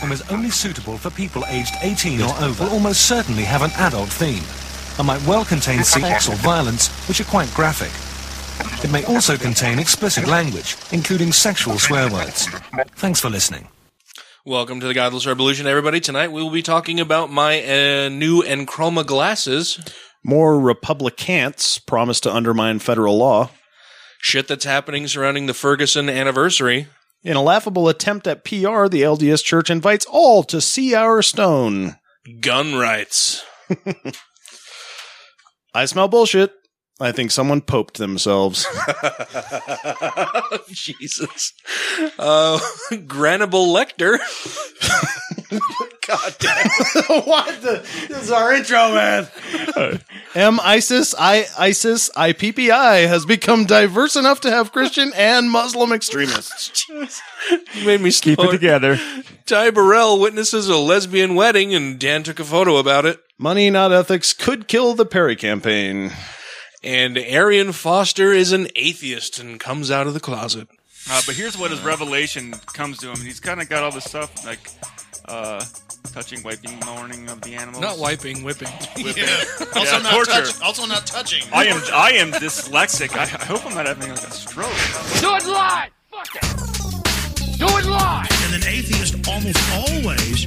and was only suitable for people aged 18 or over, will almost certainly have an adult theme and might well contain sex or violence, which are quite graphic. It may also contain explicit language, including sexual swear words. Thanks for listening. Welcome to the Godless Revolution, everybody. Tonight we will be talking about my uh, new Enchroma glasses. More Republicans promise to undermine federal law. Shit that's happening surrounding the Ferguson anniversary. In a laughable attempt at PR, the LDS Church invites all to see our stone. Gun rights. I smell bullshit. I think someone poped themselves. Jesus. Uh, Granable Lecter. God damn. what the? This is our intro, man. M ISIS I ISIS IPPI has become diverse enough to have Christian and Muslim extremists. You made me Keep slower. it together. Ty Burrell witnesses a lesbian wedding and Dan took a photo about it. Money, not ethics, could kill the Perry campaign. And Arian Foster is an atheist and comes out of the closet. Uh, but here's what his revelation comes to him. He's kind of got all this stuff like uh, touching, wiping, morning of the animals. Not wiping, whipping. Whipping. Also, Yeah, not torture. touch, also not touching. I am I am dyslexic. I, I hope I'm not having like a stroke. Do it live! Fuck it! Do it live! And an atheist almost always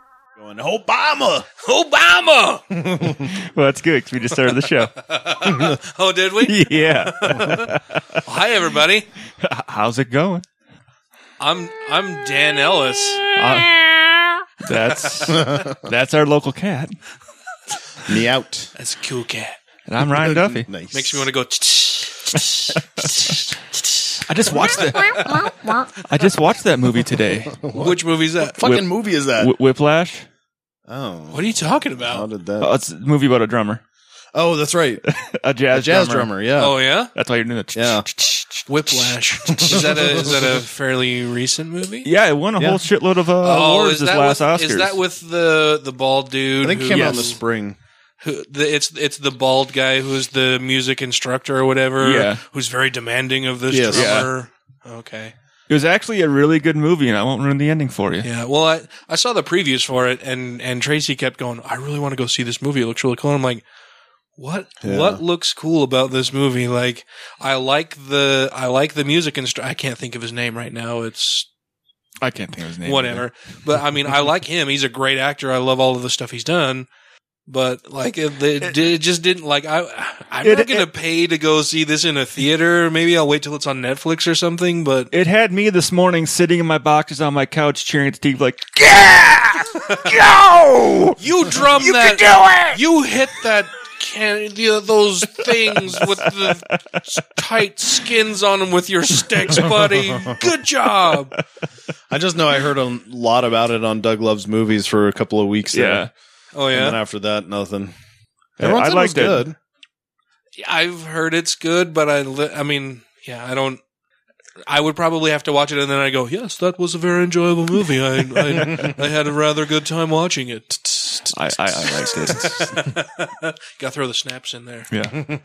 Going Obama. Obama! Well, that's good because we just started the show. Oh, did we? yeah. Hi, everybody. How's it going? I'm I'm Dan Ellis. That's that's our local cat, Me out. That's a cool cat. and I'm Ryan Duffy. Nice. Makes me want to go. I just watched that. I just watched that movie today. Which movie's that? What fucking Whip- movie is that? Wh- Whiplash. oh, What are you talking how about? did that? Oh, it's a movie about a drummer, oh, that's right. a jazz, A jazz drummer. Yeah. Oh yeah, That's why you're doing it. Yeah. Whiplash. is that a is that a fairly recent movie? Yeah, it won a Yeah. whole shitload of uh, Oh, awards is this that last with, Oscars. is that with the the bald dude? I think it who- came out Yes. in the spring. who- the, it's it's the bald guy who's the music instructor or whatever. Yeah. who's very demanding of this Yes. Yeah. drummer. Okay. It was actually a really good movie, and I won't ruin the ending for you. Yeah, well, I, I saw the previews for it, and and Tracy kept going. I really want to go see this movie. It looks really cool. And I'm like, what? Yeah. What looks cool about this movie? Like, I like the I like the music instru- I can't think of his name right now. It's I can't think of his name. whatever. But I mean, I like him. He's a great actor. I love all of the stuff he's done. But like, it, it, di- it just didn't like. I I'm It- not gonna it- pay to go see this in a theater. Maybe I'll wait till it's on Netflix or something. But It had me this morning sitting in my boxes on my couch cheering at the TV like, you drum that. You hit that can the, those things with the s- tight skins on them with your sticks, buddy. Good job. I just know I heard a lot about it on Doug Love's movies for a couple of weeks. there. yeah. Oh And then yeah, after that, nothing. Yeah, Everyone I said it was liked it. good. I've heard it's good, but I li- I mean, yeah, I don't. I would probably have to watch it, and then I go, "Yes, that was a very enjoyable movie. I I, I had a rather good time watching it." I, I, I liked it. Got to throw the snaps in there. yeah.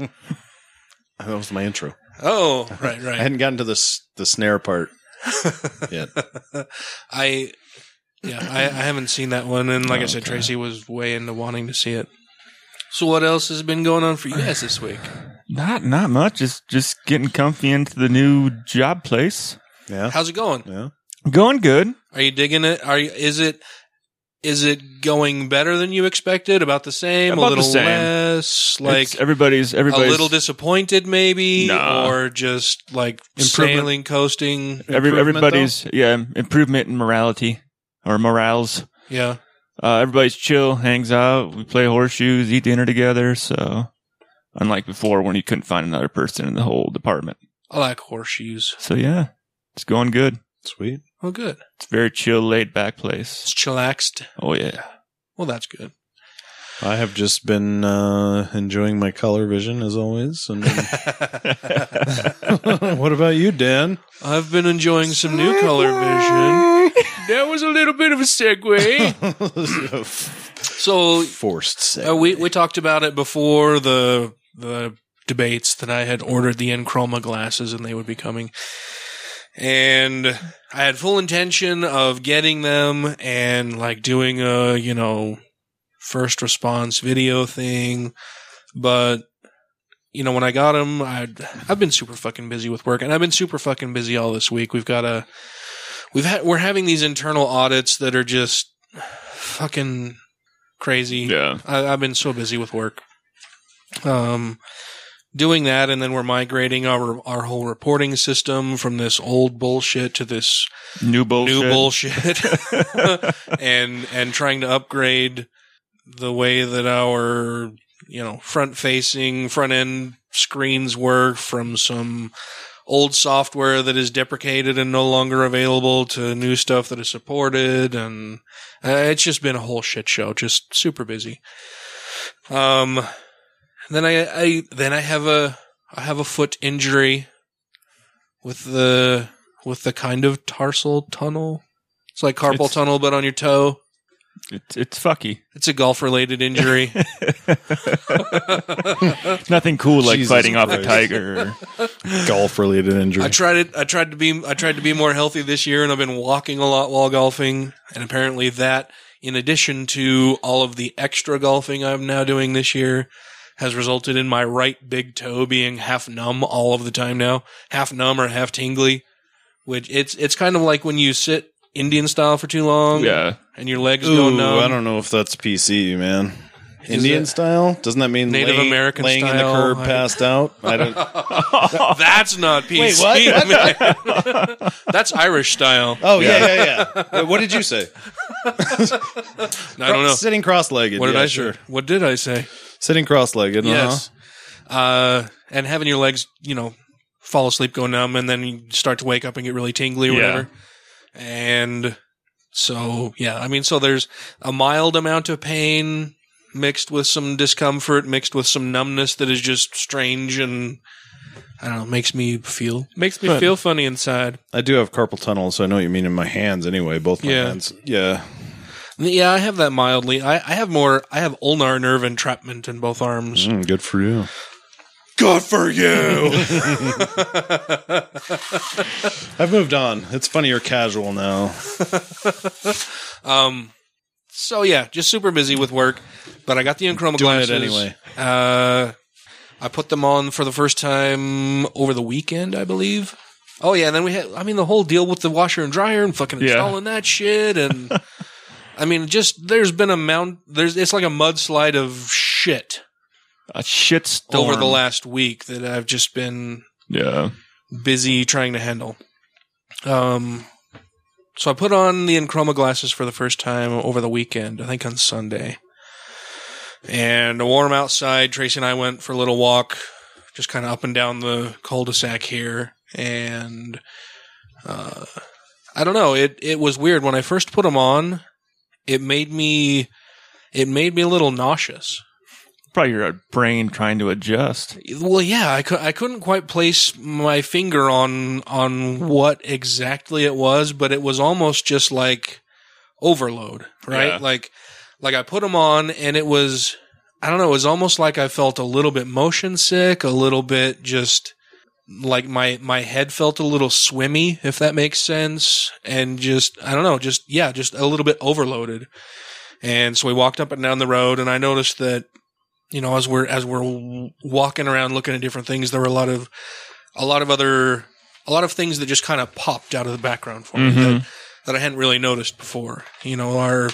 That was my intro. Oh, right, I right. hadn't gotten to the s- the snare part yet. I yeah, I, I haven't seen that one, and like I said, Tracy was way into wanting to see it. So what else has been going on for you guys this week? Not not much. Just just getting comfy into the new job place. Yeah, How's it going? yeah. Going good. Are you digging it? Are you, is it is it going better than you expected? About the same? About a the little same. less? Like It's- everybody's a everybody's little disappointed, maybe, Nah. or just like Improvement. sailing, coasting? every, improvement, everybody's yeah improvement in morality or morals. Yeah. Uh, everybody's chill, hangs out. We play horseshoes, eat dinner together. So, unlike before when you couldn't find another person in the whole department. I like horseshoes. So yeah, it's going good. Sweet. Oh, good. It's a very chill, laid back It's place. chillaxed. Oh yeah, Well, that's good. I have just been uh, enjoying my color vision as always. And what about you, Dan? I've been enjoying some new color vision. That was a little bit of a segue. so Forced sex. uh, we we talked about it before the the debates that I had ordered the Enchroma glasses and they would be coming, and I had full intention of getting them and like doing a you know first response video thing, but you know when I got them, I I've been super fucking busy with work and I've been super fucking busy all this week. We've got a we've had we're having these internal audits that are just fucking crazy. Yeah. I, I've been so busy with work. Um, doing that, and then we're migrating our our whole reporting system from this old bullshit to this New bullshit. new bullshit, and and trying to upgrade the way that our you know front facing front end screens work from some old software that is deprecated and no longer available to new stuff that is supported and uh, it's just been a whole shit show just super busy um then I, I then I have a I have a foot injury with the with the kind of tarsal tunnel. It's like carpal It's- tunnel, but on your toe. It's, it's fucky. It's a golf related injury. It's nothing cool like Jesus fighting off a Christ. tiger. Or, Golf related injury. I tried it. I tried to be. I tried to be more healthy this year, and I've been walking a lot while golfing. And apparently, that in addition to all of the extra golfing I'm now doing this year, has resulted in my right big toe being half numb all of the time now, half numb or half tingly. Which it's it's kind of like when you sit Indian style for too long, yeah. and your legs go Ooh, numb. I don't know if that's PC, man. Is Indian it- style? Doesn't that mean Native lay- American laying in style? the curb, I- passed out? I don't. That's not PC. man. That's Irish style. Oh yeah, yeah, yeah. Wait, what did you say? I don't know. Sitting cross-legged. What did yeah, I say? sure? What did I say? Sitting cross-legged. uh-huh. Yes. Yes. uh, and having your legs, you know, fall asleep, go numb, and then you start to wake up and get really tingly or Yeah. whatever. And so, yeah, I mean, so there's a mild amount of pain mixed with some discomfort, mixed with some numbness that is just strange and I don't know, makes me feel makes me feel funny inside. I do have carpal tunnel, so I know what you mean in my hands. Anyway, both my Yeah. hands. Yeah. Yeah, I have that mildly. I, I have more. I have ulnar nerve entrapment in both arms. Mm, good for you. Good for you. I've moved on. It's funnier casual now. Um, so yeah, just super busy with work, but I got the Enchroma Doing it glasses anyway. Uh, I put them on for the first time over the weekend, I believe. Oh yeah, and then we had, I mean, the whole deal with the washer and dryer and fucking Yeah. installing that shit, and I mean, just there's been a mount. There's it's like a mudslide of shit A shit storm. over the last week that I've just been Yeah. busy trying to handle. Um, so I put on the Enchroma glasses for the first time over the weekend, I think on Sunday. And warm outside, Tracy and I went for a little walk, just kind of up and down the cul-de-sac here. And uh, I don't know, it it was weird when I first put them on. It made me, it made me a little nauseous. Probably your brain trying to adjust. Well, yeah, I, cou- I couldn't quite place my finger on on what exactly it was, but it was almost just like overload, right? Yeah. Like like I put them on and it was I don't know, it was almost like I felt a little bit motion sick, a little bit just like my my head felt a little swimmy, if that makes sense, and just I don't know, just yeah, just a little bit overloaded. And so we walked up and down the road, and I noticed that you know as we're as we're w- walking around looking at different things, there were a lot of a lot of other a lot of things that just kind of popped out of the background for me that, that I hadn't really noticed before. You know, our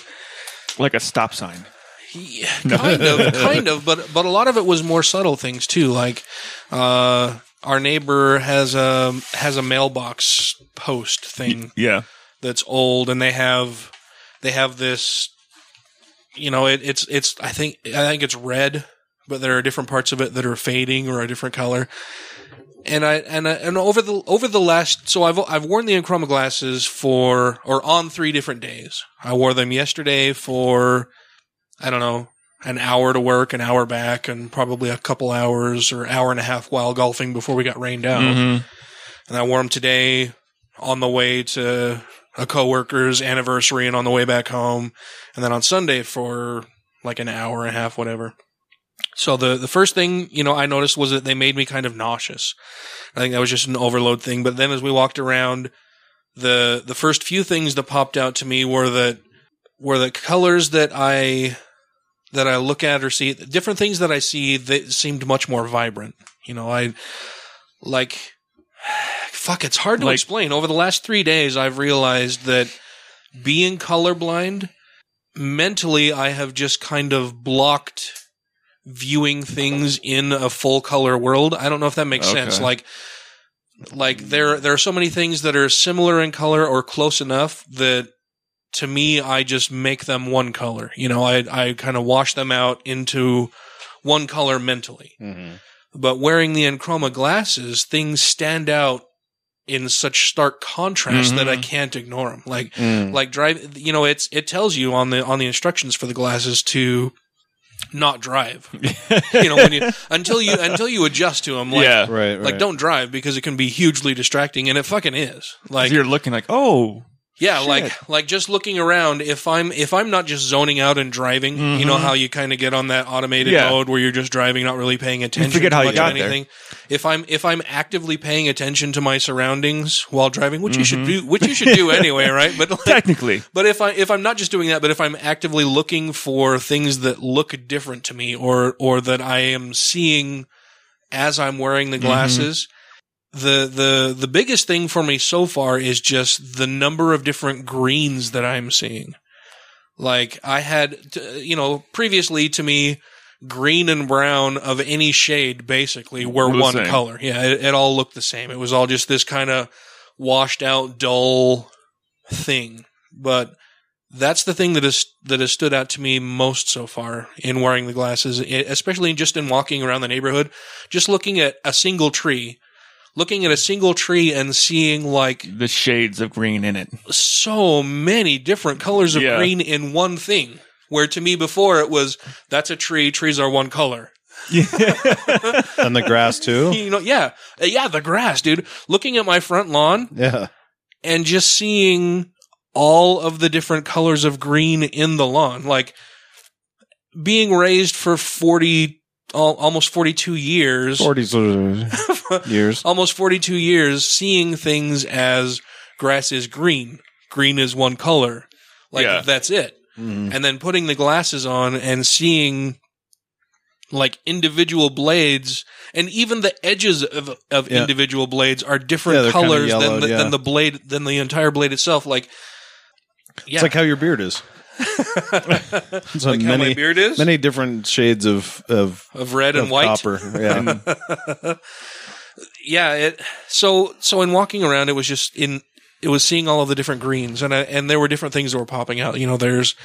Like a stop sign. yeah, kind of, kind of, but but a lot of it was more subtle things too. Like uh, our neighbor has a has a mailbox post thing Yeah. that's old, and they have they have this. You know, it, it's it's I think I think it's red, but there are different parts of it that are fading or a different color. And I and I, and over the over the last so I've I've worn the Enchroma glasses for or on three different days. I wore them yesterday for I don't know. an hour to work, an hour back, and probably a couple hours or hour and a half while golfing before we got rained out. And I wore them today on the way to a coworker's anniversary and on the way back home, and then on Sunday for like an hour and a half, whatever. So the the first thing you know I noticed was that they made me kind of nauseous. I think that was just an overload thing. But then as we walked around, the the first few things that popped out to me were that were the colors that I that I look at or see different things that I see that seemed much more vibrant. You know, I like fuck. It's hard to Like- explain. Over the last three days, I've realized that being colorblind mentally, I have just kind of blocked viewing things in a full color world. I don't know if that makes Okay. sense. Like, like there there are so many things that are similar in color or close enough that to me I just make them one color. You know, I I kind of wash them out into one color mentally. But wearing the enchroma glasses, things stand out in such stark contrast that I can't ignore them. Like like drive, you know, it's it tells you on the on the instructions for the glasses to not drive. you know, when you until you until you adjust to them. Like, yeah. Right. like don't drive because it can be hugely distracting and it fucking is like you're looking like, oh, yeah like like just looking around if i'm if i'm not just zoning out and driving you know how you kind of get on that automated Mm-hmm. Yeah. mode where you're just driving not really paying attention forget to how you much of got there. anything if i'm if i'm actively paying attention to my surroundings while driving which you should do which you should do anyway right but like, Mm-hmm. technically. but if I if I'm not just doing that, but if I'm actively looking for things that look different to me or or that I am seeing as I'm wearing Mm-hmm. the glasses, the the the biggest thing for me so far is just the number of different greens that I'm seeing. Like I had t- you know, previously to me green and brown of any shade basically were Were the one same. color. Yeah, it, it all looked the same. It was all just this kind of washed out dull thing, but that's the thing that is that has stood out to me most so far in wearing the glasses, e- especially just in walking around the neighborhood, just looking at a single tree, looking at a single tree and seeing like The shades of green in it. so many different colors of Yeah. green in one thing. Where to me before it was that's a tree, trees are one color. And the grass too. You know, yeah, Uh, yeah, the grass, dude. Looking at my front lawn, Yeah. and just seeing all of the different colors of green in the lawn like being raised for 40 al- almost 42 years Forty years. almost 42 years seeing things as grass is green green is one color like Yeah. that's it Mm-hmm. and then putting the glasses on and seeing like individual blades and even the edges of, of Yeah. individual blades are Yeah, different they're kinda colors than, yellowed, the, yeah. than the blade than the entire blade itself like yeah It's like how your beard is. It's Like a how many, my beard is many different shades of of, of red and of white copper. Yeah. yeah it so so in walking around it was just in it was seeing all of the different greens and I, and there were different things that were popping out you know there's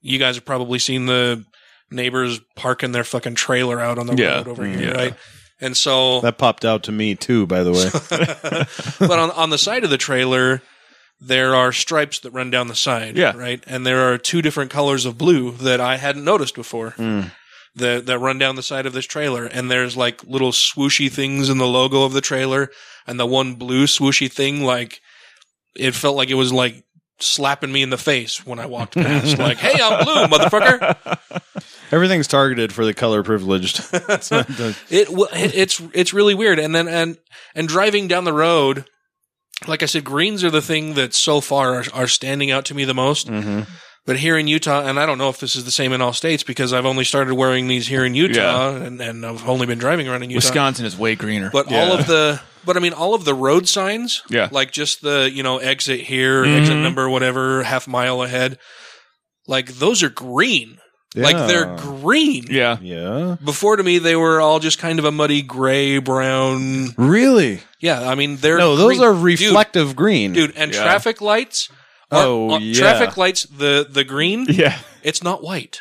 you guys have probably seen the neighbors parking their fucking trailer out on the Yeah. Mm, road over here Yeah. right and so that popped out to me too, by the way. but on on the side of the trailer there are stripes that run down the side Yeah. right and there are two different colors of blue that i hadn't noticed before that that run down the side of this trailer and there's like little swooshy things in the logo of the trailer and the one blue swooshy thing like it felt like it was like slapping me in the face when i walked past like hey i'm blue motherfucker Everything's targeted for the color privileged. It's not the- It, wa- it it's it's really weird. And then and and driving down the road, like I said, greens are the thing that so far are, are standing out to me the most. Mm-hmm. But here in Utah, and I don't know if this is the same in all states because I've only started wearing these here in Utah, and, and I've only been driving around in Utah. Wisconsin is way greener. But all of the but I mean all of the road signs, Yeah. Mm-hmm. like just the you know exit here, exit number whatever, half mile ahead, like those are green. Yeah. Like they're green yeah. yeah. before to me they were all just kind of a muddy gray brown Really? yeah i mean they're No, those green. are Dude, reflective green. dude, and Yeah. traffic lights are, Oh, uh, yeah. traffic lights the the green Yeah. it's not white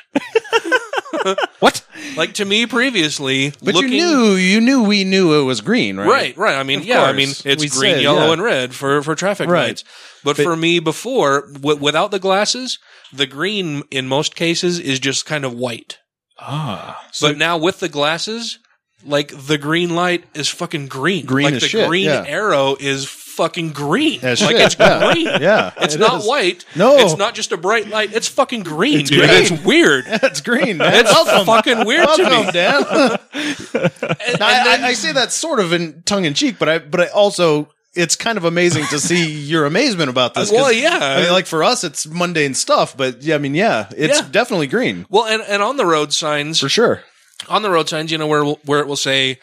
What? like to me previously But looking you knew you knew we knew it was green, right? Right, right. I mean, Of yeah. I course. mean, it's We green, said, yellow, yeah. and red for for traffic Right. lights. But, for me, before w- without the glasses, the green in most cases is just kind of white. Ah. but now with the glasses, like the green light is fucking green. Green like as the shit, green yeah. arrow is fucking green. As like shit, it's yeah. green. Yeah, It's it not is. white. No. It's not just a bright light. It's fucking green, dude. green. It's weird. That's green. Man. It's fucking weird to me. Welcome, Dan. And- I, and then- I, I say that sort of in tongue in cheek, but I but I also it's kind of amazing to see your amazement about this. 'cause, Well, yeah. I mean, like for us, it's mundane stuff, but yeah, I mean, yeah, it's Yeah. definitely green well, and, and on the road signs, for sure. on the road signs, you know, where where it will say,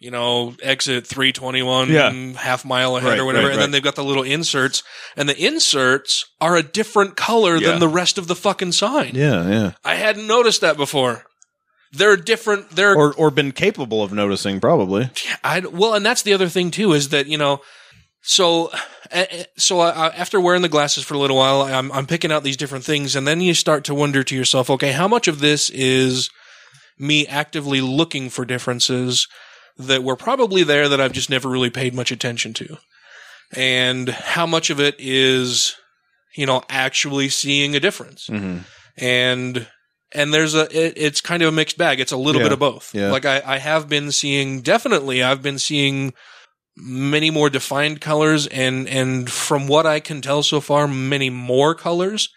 you know, exit 321, Yeah. half mile ahead Right, or whatever. right, and then right. they've got the little inserts. And the inserts are a different color Yeah. than the rest of the fucking sign. Yeah, yeah. I hadn't noticed that before. They're different. They're Or or been capable of noticing probably. I well, and that's the other thing too is that you know, so eh, eh, so I, I- after wearing the glasses for a little while, I'm I'm picking out these different things, and then you start to wonder to yourself, okay, how much of this is me actively looking for differences that were probably there that I've just never really paid much attention to, and how much of it is you know actually seeing a difference and and there's a it, it's kind of a mixed bag it's a little Yeah. bit of both Yeah. like I, I have been seeing definitely i've been seeing many more defined colors and and from what i can tell so far many more colors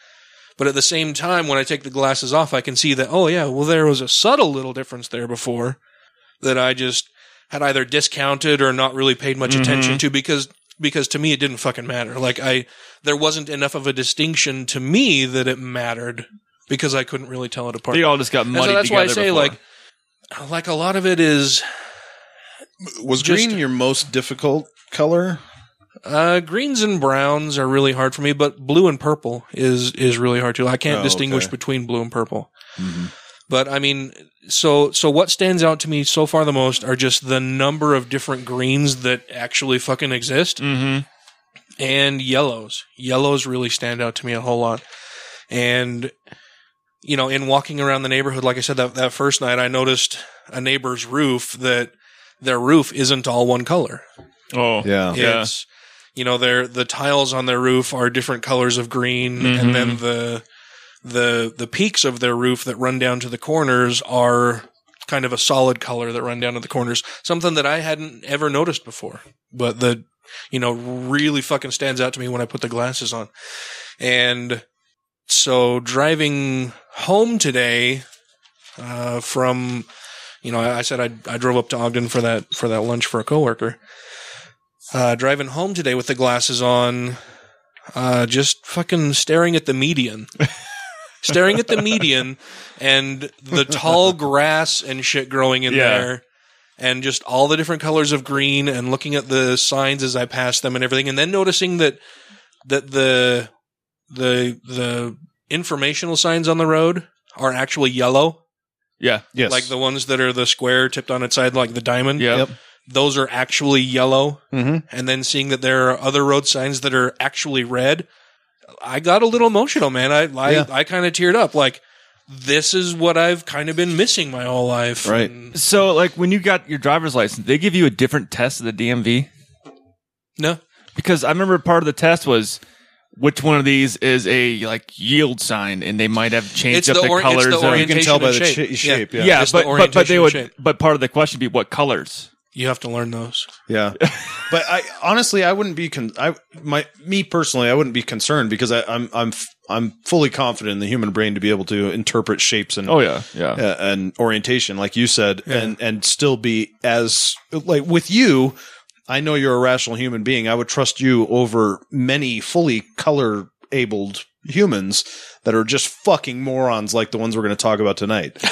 but at the same time when i take the glasses off i can see that oh yeah well there was a subtle little difference there before that i just had either discounted or not really paid Mm-hmm. much attention to because because to me it didn't fucking matter like i there wasn't enough of a distinction to me that it mattered because I couldn't really tell it apart. They all just got and so muddy that's why I together. say before. like like a lot of it is Was Just- green your most difficult color? uh, greens and browns are really hard for me, but blue and purple is is really hard too. I can't Oh, distinguish okay. Mm-hmm. between blue and purple. But I mean, so so what stands out to me so far the most are just the number of different greens that actually fucking exist. Mm-hmm. and yellows. Yellows really stand out to me a whole lot. And you know, in walking around the neighborhood, like I said that that first night, I noticed a neighbor's roof that their roof isn't all one color. Oh. Yeah. Yeah. It's you know, their the tiles on their roof are different colors of green, and then the the the peaks of their roof that run down to the corners are kind of a solid color that run down to the corners. Something that I hadn't ever noticed before, but the you know really fucking stands out to me when I put the glasses on. And so driving home today uh, from you know I, I said I, I drove up to Ogden for that for that lunch for a coworker. Uh, driving home today with the glasses on, uh, just fucking staring at the median. staring at the median and the tall grass and shit growing in Yeah. there and just all the different colors of green and looking at the signs as I passed them and everything and then noticing that that the the the informational signs on the road are actually yellow Yeah. Yes. like the ones that are the square tipped on its side like the diamond Yeah. Yep. those are actually yellow Mhm. and then seeing that there are other road signs that are actually red i got a little emotional man i i, Yeah. I kind of teared up like this is what i've kind of been missing my whole life Right. And- So, like, when you got your driver's license, they give you a different test of the DMV no because I remember part of the test was which one of these is a like yield sign, and they might have changed It's up the the, ori- it's colors. the of- You orient- can tell by the Orientation shape. and shape. shape yeah. yeah, It's the but, but but they orientation would. shape. But part of the question would be what colors. you have to learn those Yeah. but I honestly I wouldn't be con- I my me personally I wouldn't be concerned because I I'm I'm f- I'm fully confident in the human brain to be able to interpret shapes and Oh yeah, yeah, uh, and orientation like you said and and still be as like with you I know you're a rational human being. I would trust you over many fully color abled humans that are just fucking morons like the ones we're going to talk about tonight.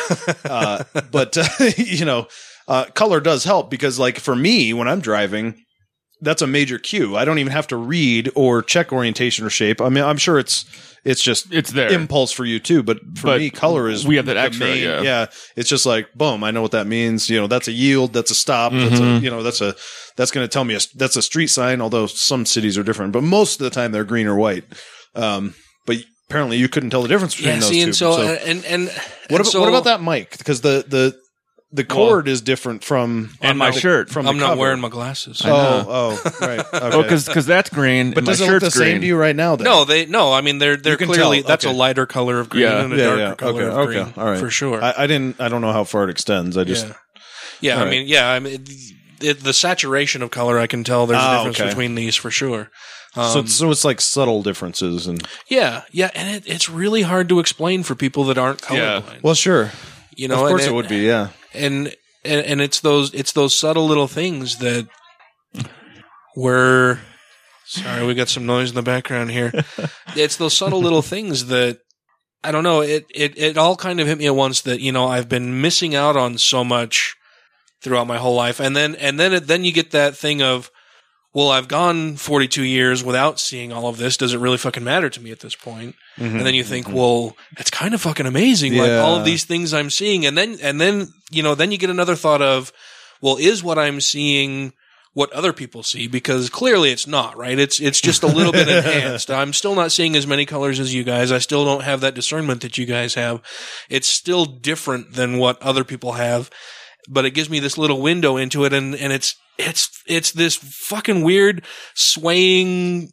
uh, but, you know, uh, color does help because, like, for me, when I'm driving, that's a major cue. I don't even have to read or check orientation or shape. I mean, I'm sure it's it's just It's there. impulse for you too. But for But me, color is we have that the extra, yeah. it's just like boom. I know what that means. You know, that's a yield. That's a stop. That's Mm-hmm. a you know, that's a that's going to tell me a, that's a street sign. Although some cities are different, but most of the time they're green or white. Um, but apparently you couldn't tell the difference between yeah those see two. and uh, so, and and what, and about, so- what about that mic? Because the the the cord is different from And my the- shirt. From I'm the not cover. wearing my glasses. Oh, oh, right. Okay. Oh, because that's green. but and my does it look shirt's the same green. to you right now? Then? no, they no. I mean, they're they're can clearly tell, that's a okay. lighter color of green Yeah. and a Yeah, darker yeah. color Okay, of okay. green All right. for sure. I, I didn't. I don't know how far it extends. I just. yeah, yeah. I All mean, yeah. I mean, it, the saturation of color, I can tell. There's Ah, a difference okay. between these for sure. so, Um, it's, so it's like subtle differences and. Yeah, yeah, and it, it's really hard to explain for people that aren't Yeah. colorblind. Well, sure. you know, of course and it would be. Yeah. and, and and it's those it's those subtle little things that were. Sorry, we got some noise in the background here. it's those subtle little things that I don't know. It it it all kind of hit me at once that you know I've been missing out on so much throughout my whole life, and then and then it, then you get that thing of. Well, I've gone 42 years without seeing all of this. Does it really fucking matter to me at this point? and then you think, well, it's kind of fucking amazing, like Yeah. all of these things I'm seeing, and then and then you know, then you get another thought of, well, is what I'm seeing what other people see? Because clearly it's not right. It's it's just a little bit enhanced. I'm still not seeing as many colors as you guys. I still don't have that discernment that you guys have. It's still different than what other people have, but it gives me this little window into it, and and it's it's it's this fucking weird swaying.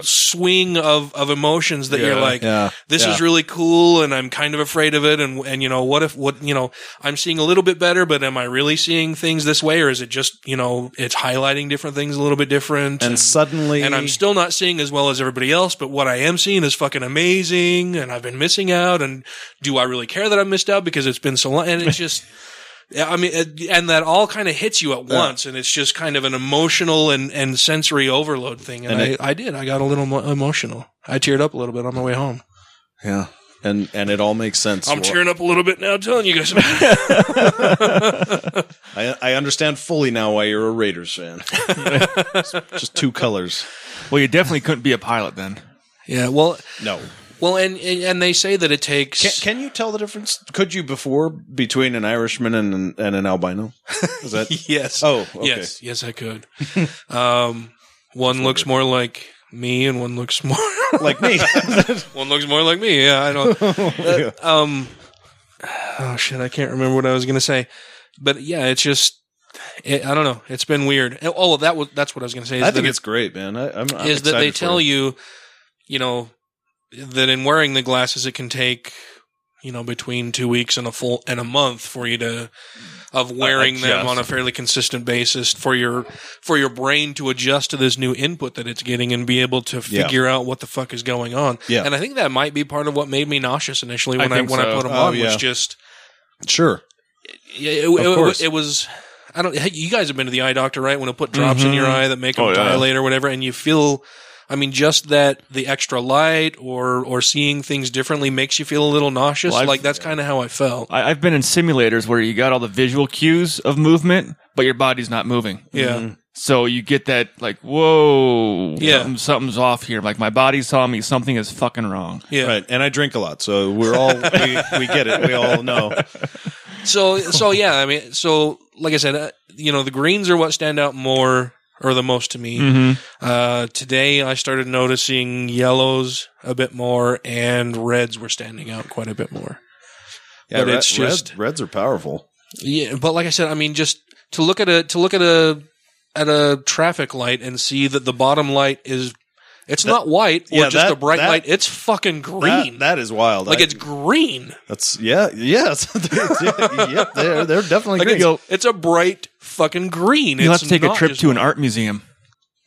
Swing of, of emotions that you're Yeah. like, Yeah. this Yeah. is really cool and I'm kind of afraid of it and and you know what if what you know I'm seeing a little bit better but am I really seeing things this way or is it just you know it's highlighting different things a little bit different And suddenly. and I'm still not seeing as well as everybody else but what I am seeing is fucking amazing and I've been missing out and do I really care that I missed out because it's been so long and it's just yeah, I mean, it- and that all kind of hits you at once, and it's just kind of an emotional and, and sensory overload thing. And, And I, it- I did. I got a little mo- emotional. I teared up a little bit on my way home. Yeah. And and it all makes sense. I'm Well, tearing up a little bit now telling you guys. I, I understand fully now why you're a Raiders fan. It's just two colors. Well, you definitely couldn't be a pilot then. yeah, well, No. well, and and and they say that it takes. Can, can you tell the difference? Could you before between an Irishman and an, and an albino? Is that yes. Oh, okay. yes, yes, I could. um, one looks more like me, and one looks more like me? one looks more like me. Yeah, I don't. Uh, um, oh shit, I can't remember what I was gonna say, but yeah, it's just. It, I don't know. It's been weird. Oh, that was that's what I was gonna say. Is I think that it's great, man. I, I'm, I'm is that they excited for tell you, you know, that in wearing the glasses, it can take, you know, between two weeks and a full and a month for you to Uh, of wearing them adjust. on a fairly consistent basis for your for your brain to adjust to this new input that it's getting and be able to Yeah. figure out what the fuck is going on. Yeah. And I think that might be part of what made me nauseous initially I when I, think when I so. put them Oh, on yeah. was just Sure. yeah, it, Of it- course. it was I don't hey, you guys have been to the eye doctor right when they put drops in Mm-hmm. your eye that make them Oh, yeah. dilate or whatever and you feel I mean just that the extra light or or seeing things differently makes you feel a little nauseous Well, I've- like that's kind of how I felt. I, I've been in simulators where you got all the visual cues of movement, but your body's not moving. yeah. Mm-hmm. So you get that like, whoa, Yeah. something- something's off here. Like my body's telling me something is fucking wrong. Yeah. Right. And I drink a lot, so we're all we, we get it. We all know. So so yeah, I mean so like I said, uh, you know the greens are what stand out more or the most to me. Mm-hmm. Uh, today I started noticing yellows a bit more and reds were standing out quite a bit more. Yeah, But it's red- just- reds are powerful. Yeah, but like I said, I mean, just to look at a to look at a at a traffic light and see that the bottom light is it's not white or yeah, just that- a bright that- light. It's fucking green. That, that is wild. like I- it's green. that's yeah yes yep they're they're definitely Like green. it's, it's a bright fucking green. You'll It's have to take a not trip just- to an art museum.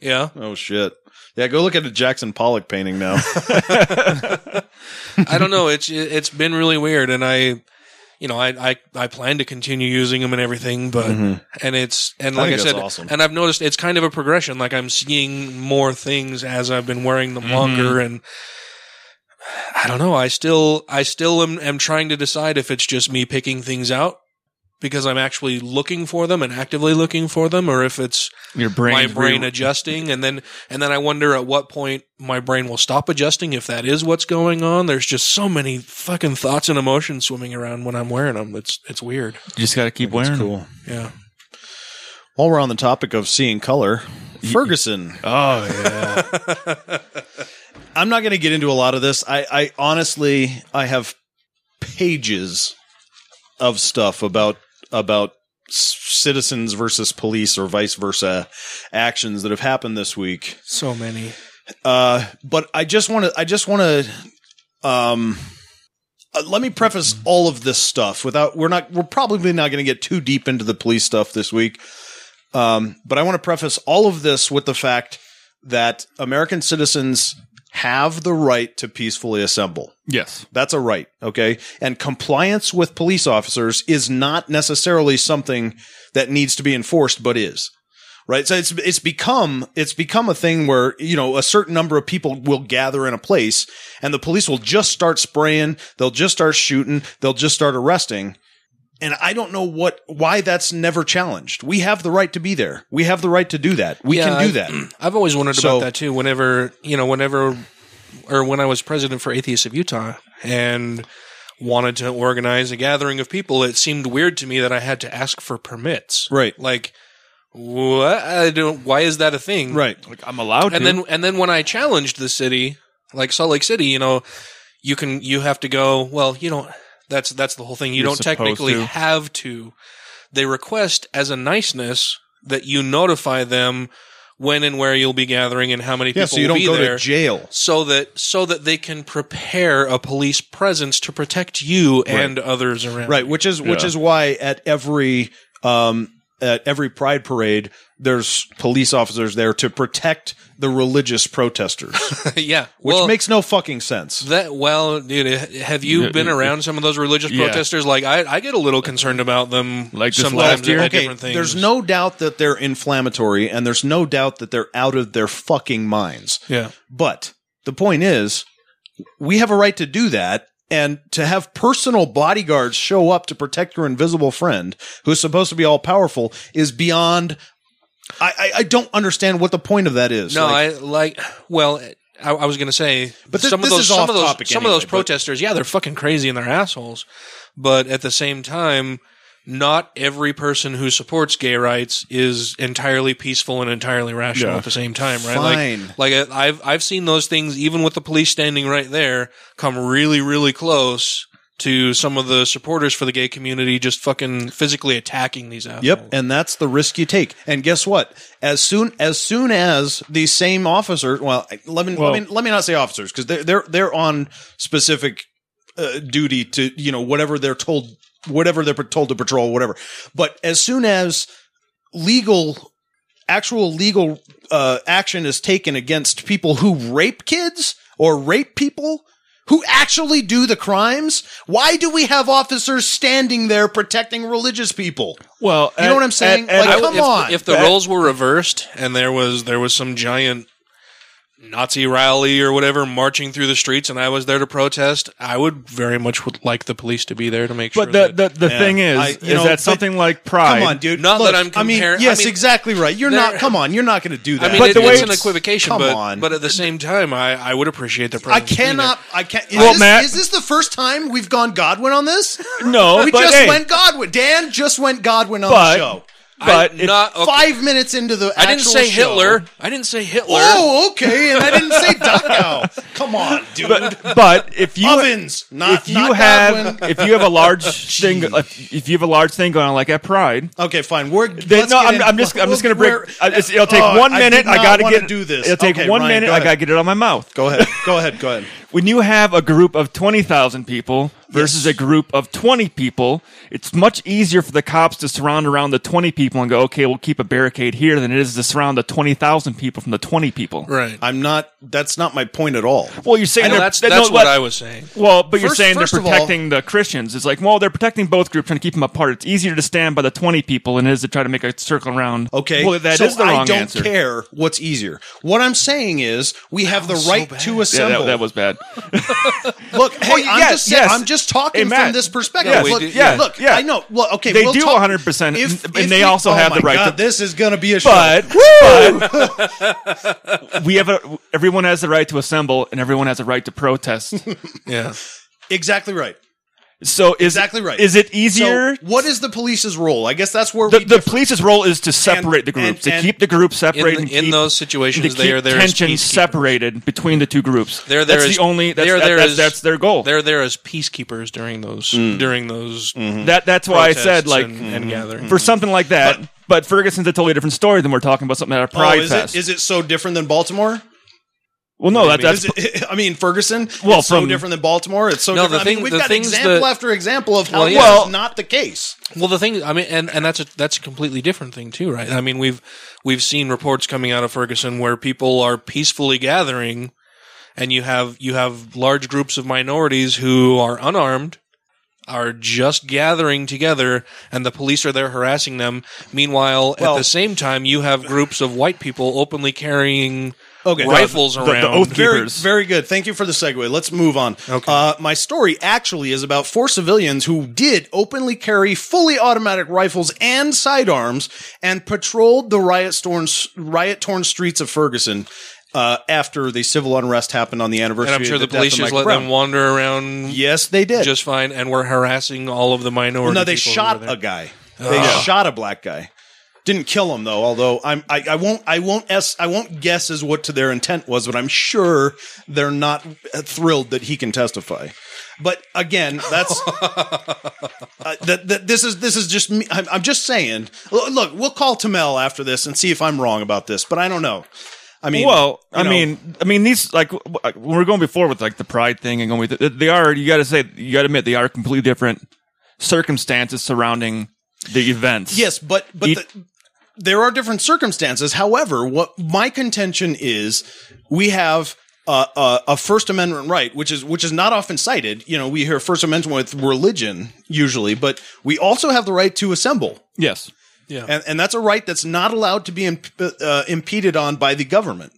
Yeah, Oh shit. Yeah, go look at a Jackson Pollock painting now. I don't know. It's it's been really weird, and I, you know, I I, I plan to continue using them and everything, but and it's and Mm-hmm. I like I, think said, that's awesome. and I've noticed it's kind of a progression. Like I'm seeing more things as I've been wearing Mm-hmm. them longer, and I don't know. I still I still am, am trying to decide if it's just me picking things out because I'm actually looking for them and actively looking for them, or if it's Your brain, my brain adjusting and then and then I wonder at what point my brain will stop adjusting if that is what's going on. There's just so many fucking thoughts and emotions swimming around when I'm wearing them. It's it's weird. you just got to keep wearing. Cool. Yeah. While we're on the topic of seeing color, Ferguson. Oh yeah. I'm not going to get into a lot of this. I, I honestly, I have pages of stuff about about s- citizens versus police or vice versa actions that have happened this week. So many. Uh, but I just want to, I just want to, um, uh, let me preface all of this stuff without, we're not, we're probably not going to get too deep into the police stuff this week. Um, but I want to preface all of this with the fact that American citizens have the right to peacefully assemble. Yes. That's a right. Okay. And compliance with police officers is not necessarily something that needs to be enforced, but is. Right. So it's, it's become, it's become a thing where, you know, a certain number of people will gather in a place and the police will just start spraying. They'll just start shooting. They'll just start arresting. And I don't know what, why that's never challenged. We have the right to be there. We have the right to do that. We Yeah, can do I- that. I've always wondered So- about that too. Whenever you know, whenever or when I was president for Atheists of Utah and wanted to organize a gathering of people, it seemed weird to me that I had to ask for permits. Right. Like, what? I don't. Why is that a thing? Right. Like I'm allowed and to. then and then when I challenged the city, like Salt Lake City, you know, you can you have to go. Well, you don't. That's that's the whole thing. You You're don't supposed technically to. have to. They request as a niceness that you notify them when and where you'll be gathering and how many Yeah. people So you will don't be go there to jail. so that so that they can prepare a police presence to protect you and others around. right which is which Yeah. is why at every um at every pride parade there's police officers there to protect the religious protesters yeah. which well, makes no fucking sense That well, dude. h- Have you Yeah, been yeah, around some of those religious Yeah. protesters? Like, I, I get a little concerned about them. Like this sometimes last year? at Okay, different things. there's no doubt that they're inflammatory and there's no doubt that they're out of their fucking minds Yeah. But the point is, we have a right to do that. And to have personal bodyguards show up to protect your invisible friend, who's supposed to be all powerful, is beyond. I, I, I don't understand what the point of that is. No, Like, I like. Well, I, I was gonna say, But thi- some this of those, is some off of those, topic some of anyway, those but- protesters. Yeah, they're fucking crazy and they're assholes. But at the same time, not every person who supports gay rights is entirely peaceful and entirely rational Yeah. at the same time, right? Fine. Like, like I- I've I've seen those things, even with the police standing right there, come really really close. To some of the supporters for the gay community, just fucking physically attacking these assholes. Yep, and that's the risk you take. And guess what? As soon as soon as the same officer, well, let me Well- let me let me not say officers because they're they're they're on specific uh, duty to you know whatever they're told whatever they're told to patrol whatever. But as soon as legal actual legal uh, action is taken against people who rape kids or rape people who actually do the crimes why do we have officers standing there protecting religious people well, you know what I'm saying? Like, I would- come if, on. If the roles were reversed and there was there was some giant Nazi rally or whatever marching through the streets and I was there to protest, I would very much would like the police to be there to make sure. but the that- the, the Yeah. thing is, I- you is know, that but- something like pride? Come on, dude. Not that I'm I mean, comparing- I yes, mean- exactly right. You're There- not. Come on. You're not going to do that. I mean, But it- the way it's an it's- equivocation, come but on. but at the same time, I, I would appreciate the. I presence being there. cannot. I can't. Is, Well, this, Matt- is this the first time we've gone Godwin on this? No, we but just hey, went Godwin. Dan just went Godwin on But- the show. but I'm if- not. Uh, okay, Five minutes into the. I didn't actual say show. Hitler. I didn't say Hitler. Oh, okay. And I didn't say Dachau. Come on, dude. but, but if you Ovens, not if you not have Godwin. if you have a large thing if, if you have a large thing going on like at Pride, Okay, fine. We're then let's no, get I'm, in- I'm just I'm just gonna we're- break. I- it's- It'll take Oh, one I did minute. I, not gotta wanna get do this. It'll take Okay, one Ryan, minute. go I ahead. gotta get it out of my mouth. Go ahead. Go ahead. Go ahead. When you have a group of twenty thousand people versus a group of twenty people, it's much easier for the cops to surround around the twenty people and go, okay, we'll keep a barricade here, than it is to surround the twenty thousand people from the twenty people. right. I'm not. That's not my point at all. Well, you're saying No, they're- that's that- that's no, what let- I was saying. Well, but you you're First- saying they're first of protecting the Christians. It's like, well, they're protecting both groups, trying to keep them apart. It's easier to stand by the 20 people than it is to try to make a circle around. Okay. Well, that is so the wrong I don't answer. care what's easier. What I'm saying is we have the right to Yeah, assemble. that, that was bad. Look, hey, Well, I'm yes, just saying, yes. I'm just talking Hey, Matt. from this perspective. Yes, look, we do- yeah, look, yeah. I know. Well, okay, They we'll do talk- 100%, If, and if they we- also oh have my the right God, to- This is going to be a show. But, but we have a, everyone has the right to assemble and everyone has a right to protest. Yeah. exactly right. So is Exactly right. Is it easier? So what is the police's role? I guess that's where the, we the differ. police's role is to separate And- the groups, and- to and- keep the groups In, separated. and in keep- those to situations, keep they are there as tension peacekeepers. separated between the two groups. They're there that's as- the only that's, they're that- there that's, as- that's their goal. Mm. They're there as peacekeepers during those during those. That that's why I said protests like mm, and- and gatherings. for something like that. But, Ferguson's a totally different story than we're talking about something at a Oh, pride is fest. it, is it so different than Baltimore? well, no, that, that's Is it, I mean Ferguson. Well, it's so from- different than Baltimore. It's so No, the different. I thing- mean, we've the got things example that- after example of how Well, that's yeah. not the case. Well, the thing I mean, and, and that's a that's a completely different thing too, right? I mean, we've we've seen reports coming out of Ferguson where people are peacefully gathering, and you have you have large groups of minorities who are unarmed, are just gathering together, and the police are there harassing them. Meanwhile, Well- at the same time, you have groups of white people openly carrying Okay. rifles The- the- the around. oath keeper- Very, Keepers. very good. Thank you for the segue. Let's move on. Uh, my story actually is about four civilians who did openly carry fully automatic rifles and sidearms and patrolled the riot torn riot torn streets of Ferguson uh, after the civil unrest happened on the anniversary. and I'm sure of the death of police just Michael let Brown. them wander around Yes, they did. just fine, and were harassing all of the minorities. no, they shot a guy. Oh. They shot a black guy. Didn't kill him though. Although I'm, I, I won't, I won't, es- I won't guess as what to their intent was, but I'm sure they're not uh, thrilled that he can testify. But again, that's uh, that, that this is this is just me. I'm, I'm just saying. Look, look, we'll call Tamel after this and see if I'm wrong about this. But I don't know. I mean, well, you I know, mean, I mean these like w- like, when we're going before with like the pride thing and going with it, they are. You got to say, you got to admit, they are completely different circumstances surrounding the events. Yes, but but Eat- the, there are different circumstances. However, what my contention is, we have. Uh, uh, a First Amendment right, which is which is not often cited. You know, we hear First Amendment with religion usually, but we also have the right to assemble, yes. and, and that's a right that's not allowed to be imp- uh, impeded on by the government,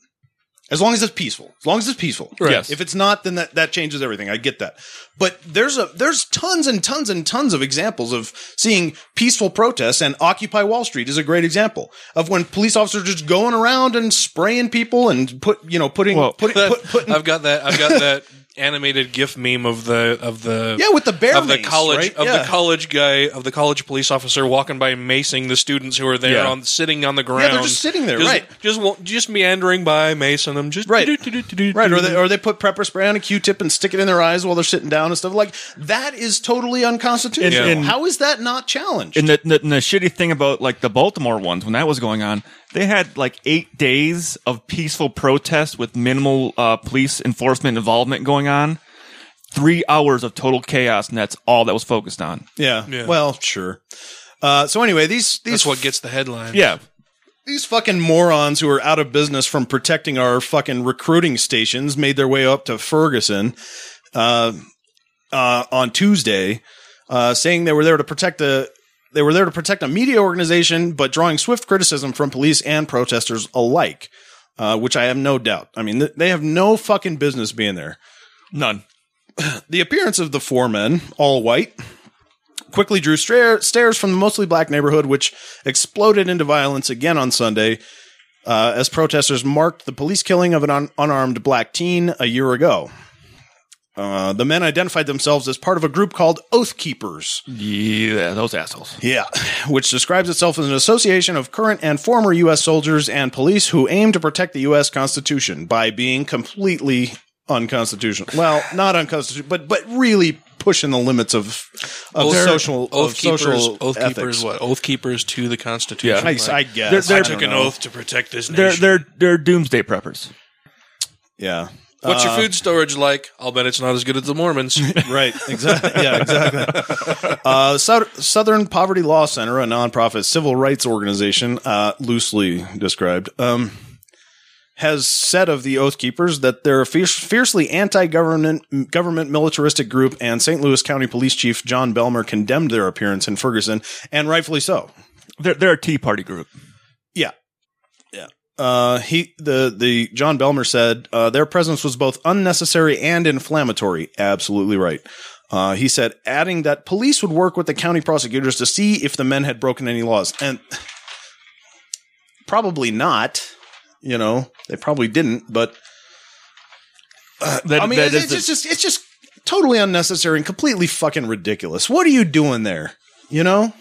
as long as it's peaceful. As long as it's peaceful, Yes. If it's not, then that, that changes everything. I get that, but there's a there's tons and tons and tons of examples of seeing peaceful protests, and Occupy Wall Street is a great example of when police officers just going around and spraying people and put you know putting Well, putting put, putting I've got that. I've got that animated GIF meme of the of the Yeah, with the bear of the mace, college right? of Yeah. the college guy of the college police officer walking by macing the students who are there Yeah. on sitting on the ground. they're just sitting there, Just- right. Just wa- just meandering by macing them. Just Right. do-do-do-do-do-do. Right, or they, or they put pepper spray on a Q-tip and stick it in their eyes while they're sitting down and stuff like that is totally unconstitutional. And- and- How is that not challenged? And the, the, and the shitty thing about like the Baltimore ones when that was going on, they had like eight days of peaceful protest with minimal uh, police enforcement involvement going on. Three hours of total chaos, and that's all that was focused on. Yeah. Well, sure. Uh, so anyway, these these That's what gets the headline. Yeah, these fucking morons who are out of business from protecting our fucking recruiting stations made their way up to Ferguson uh, uh, on Tuesday, uh, saying they were there to protect the they were there to protect a media organization, but drawing swift criticism from police and protesters alike, uh, which I have no doubt. I mean, th- they have no fucking business being there. none. The appearance of the four men, all white, quickly drew stra- stares from the mostly black neighborhood, which exploded into violence again on Sunday uh, as protesters marked the police killing of an un- unarmed black teen a year ago. Uh, the men identified themselves as part of a group called Oath Keepers. Yeah, those assholes. Yeah. Which describes itself as an association of current and former U.S. soldiers and police who aim to protect the U.S. Constitution by being completely unconstitutional. Well, not unconstitutional, but but really pushing the limits of of Oath, social oath of keepers, social oath ethics. keepers, what oath keepers to the Constitution. Yeah. I, Like, I guess They're- they're- I I don't took an know. oath to protect this nation. They're they're they're doomsday preppers. Yeah. What's uh, your food storage like? I'll bet it's not as good as the Mormons. Right. Exactly. Yeah. Exactly. Uh, Sou- Southern Poverty Law Center, a nonprofit civil rights organization, uh, loosely described, um, has said of the Oath Keepers that they're a fierce, fiercely anti-government, government militaristic group, and St. Louis County Police Chief John Belmer condemned their appearance in Ferguson, and rightfully so. They're they're a Tea Party group. Yeah. Yeah. Uh, he the the John Belmer said uh, their presence was both unnecessary and inflammatory. Absolutely right. Uh, he said, adding that police would work with the county prosecutors to see if the men had broken any laws, and probably not. You know, they probably didn't. But That, I mean, Uh, that it's, is it's just it's just totally unnecessary and completely fucking ridiculous. What are you doing there? You know?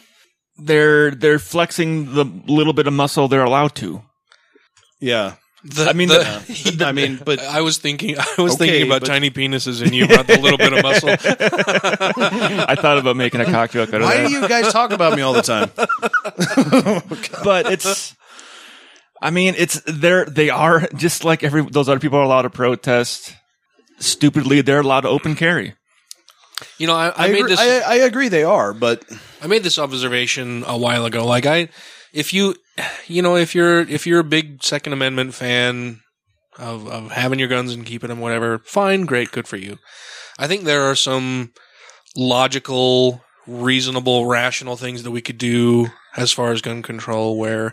They're they're flexing the little bit of muscle they're allowed to. Yeah. The- I mean, the- I mean, but I was thinking, I was Okay, thinking about but- tiny penises, and you brought the little bit of muscle. I thought about making a cock joke out of why that. do you guys talk about me all the time? but it's I mean, it's they're they are just like every those other people are allowed to protest. Stupidly, they're allowed to open carry. You know, I, I, I, made agree, this. I, I agree they are, but I made this observation a while ago. Like I, if you, you know, if you're if you're a big Second Amendment fan of of having your guns and keeping them, whatever, fine, great, good for you. I think there are some logical, reasonable, rational things that we could do as far as gun control, where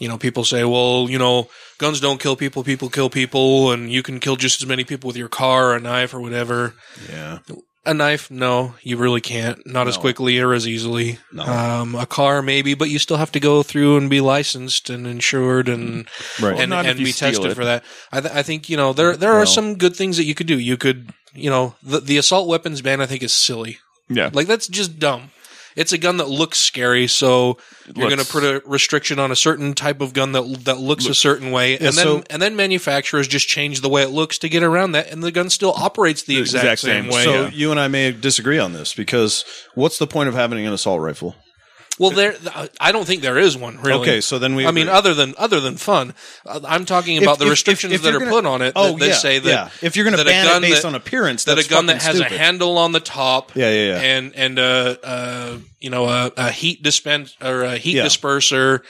you know people say, well, you know, guns don't kill people, people kill people, and you can kill just as many people with your car or a knife or whatever yeah, a knife no you really can't not as No. quickly or as easily No. um, a car maybe but you still have to go through and be licensed and insured and right. and, not if and you be steal tested it. for that I, th- I think you know there there are Well- some good things that you could do you could you know the, the assault weapons ban i think is silly Yeah. like that's just dumb it's a gun that looks scary so you're going to looks- put a restriction on a certain type of gun that that looks a certain way and then so- and then manufacturers just change the way it looks to get around that and the gun still operates the, exact, exact same, same. way so yeah. you and I may disagree on this because what's the point of having an assault rifle? Well, there, I don't think there is one really. Okay, so then we I mean, agree. other than other than fun, Uh, I'm talking about If- the if- restrictions if- if that are you're gonna- put on it. Oh, that they yeah, say that yeah. If you're gonna that a ban it gun based on appearance, that that's a gun that fucking has stupid. a handle on the top, Yeah, yeah, yeah. and and a, a you know a, a heat dispense or a heat Yeah. disperser,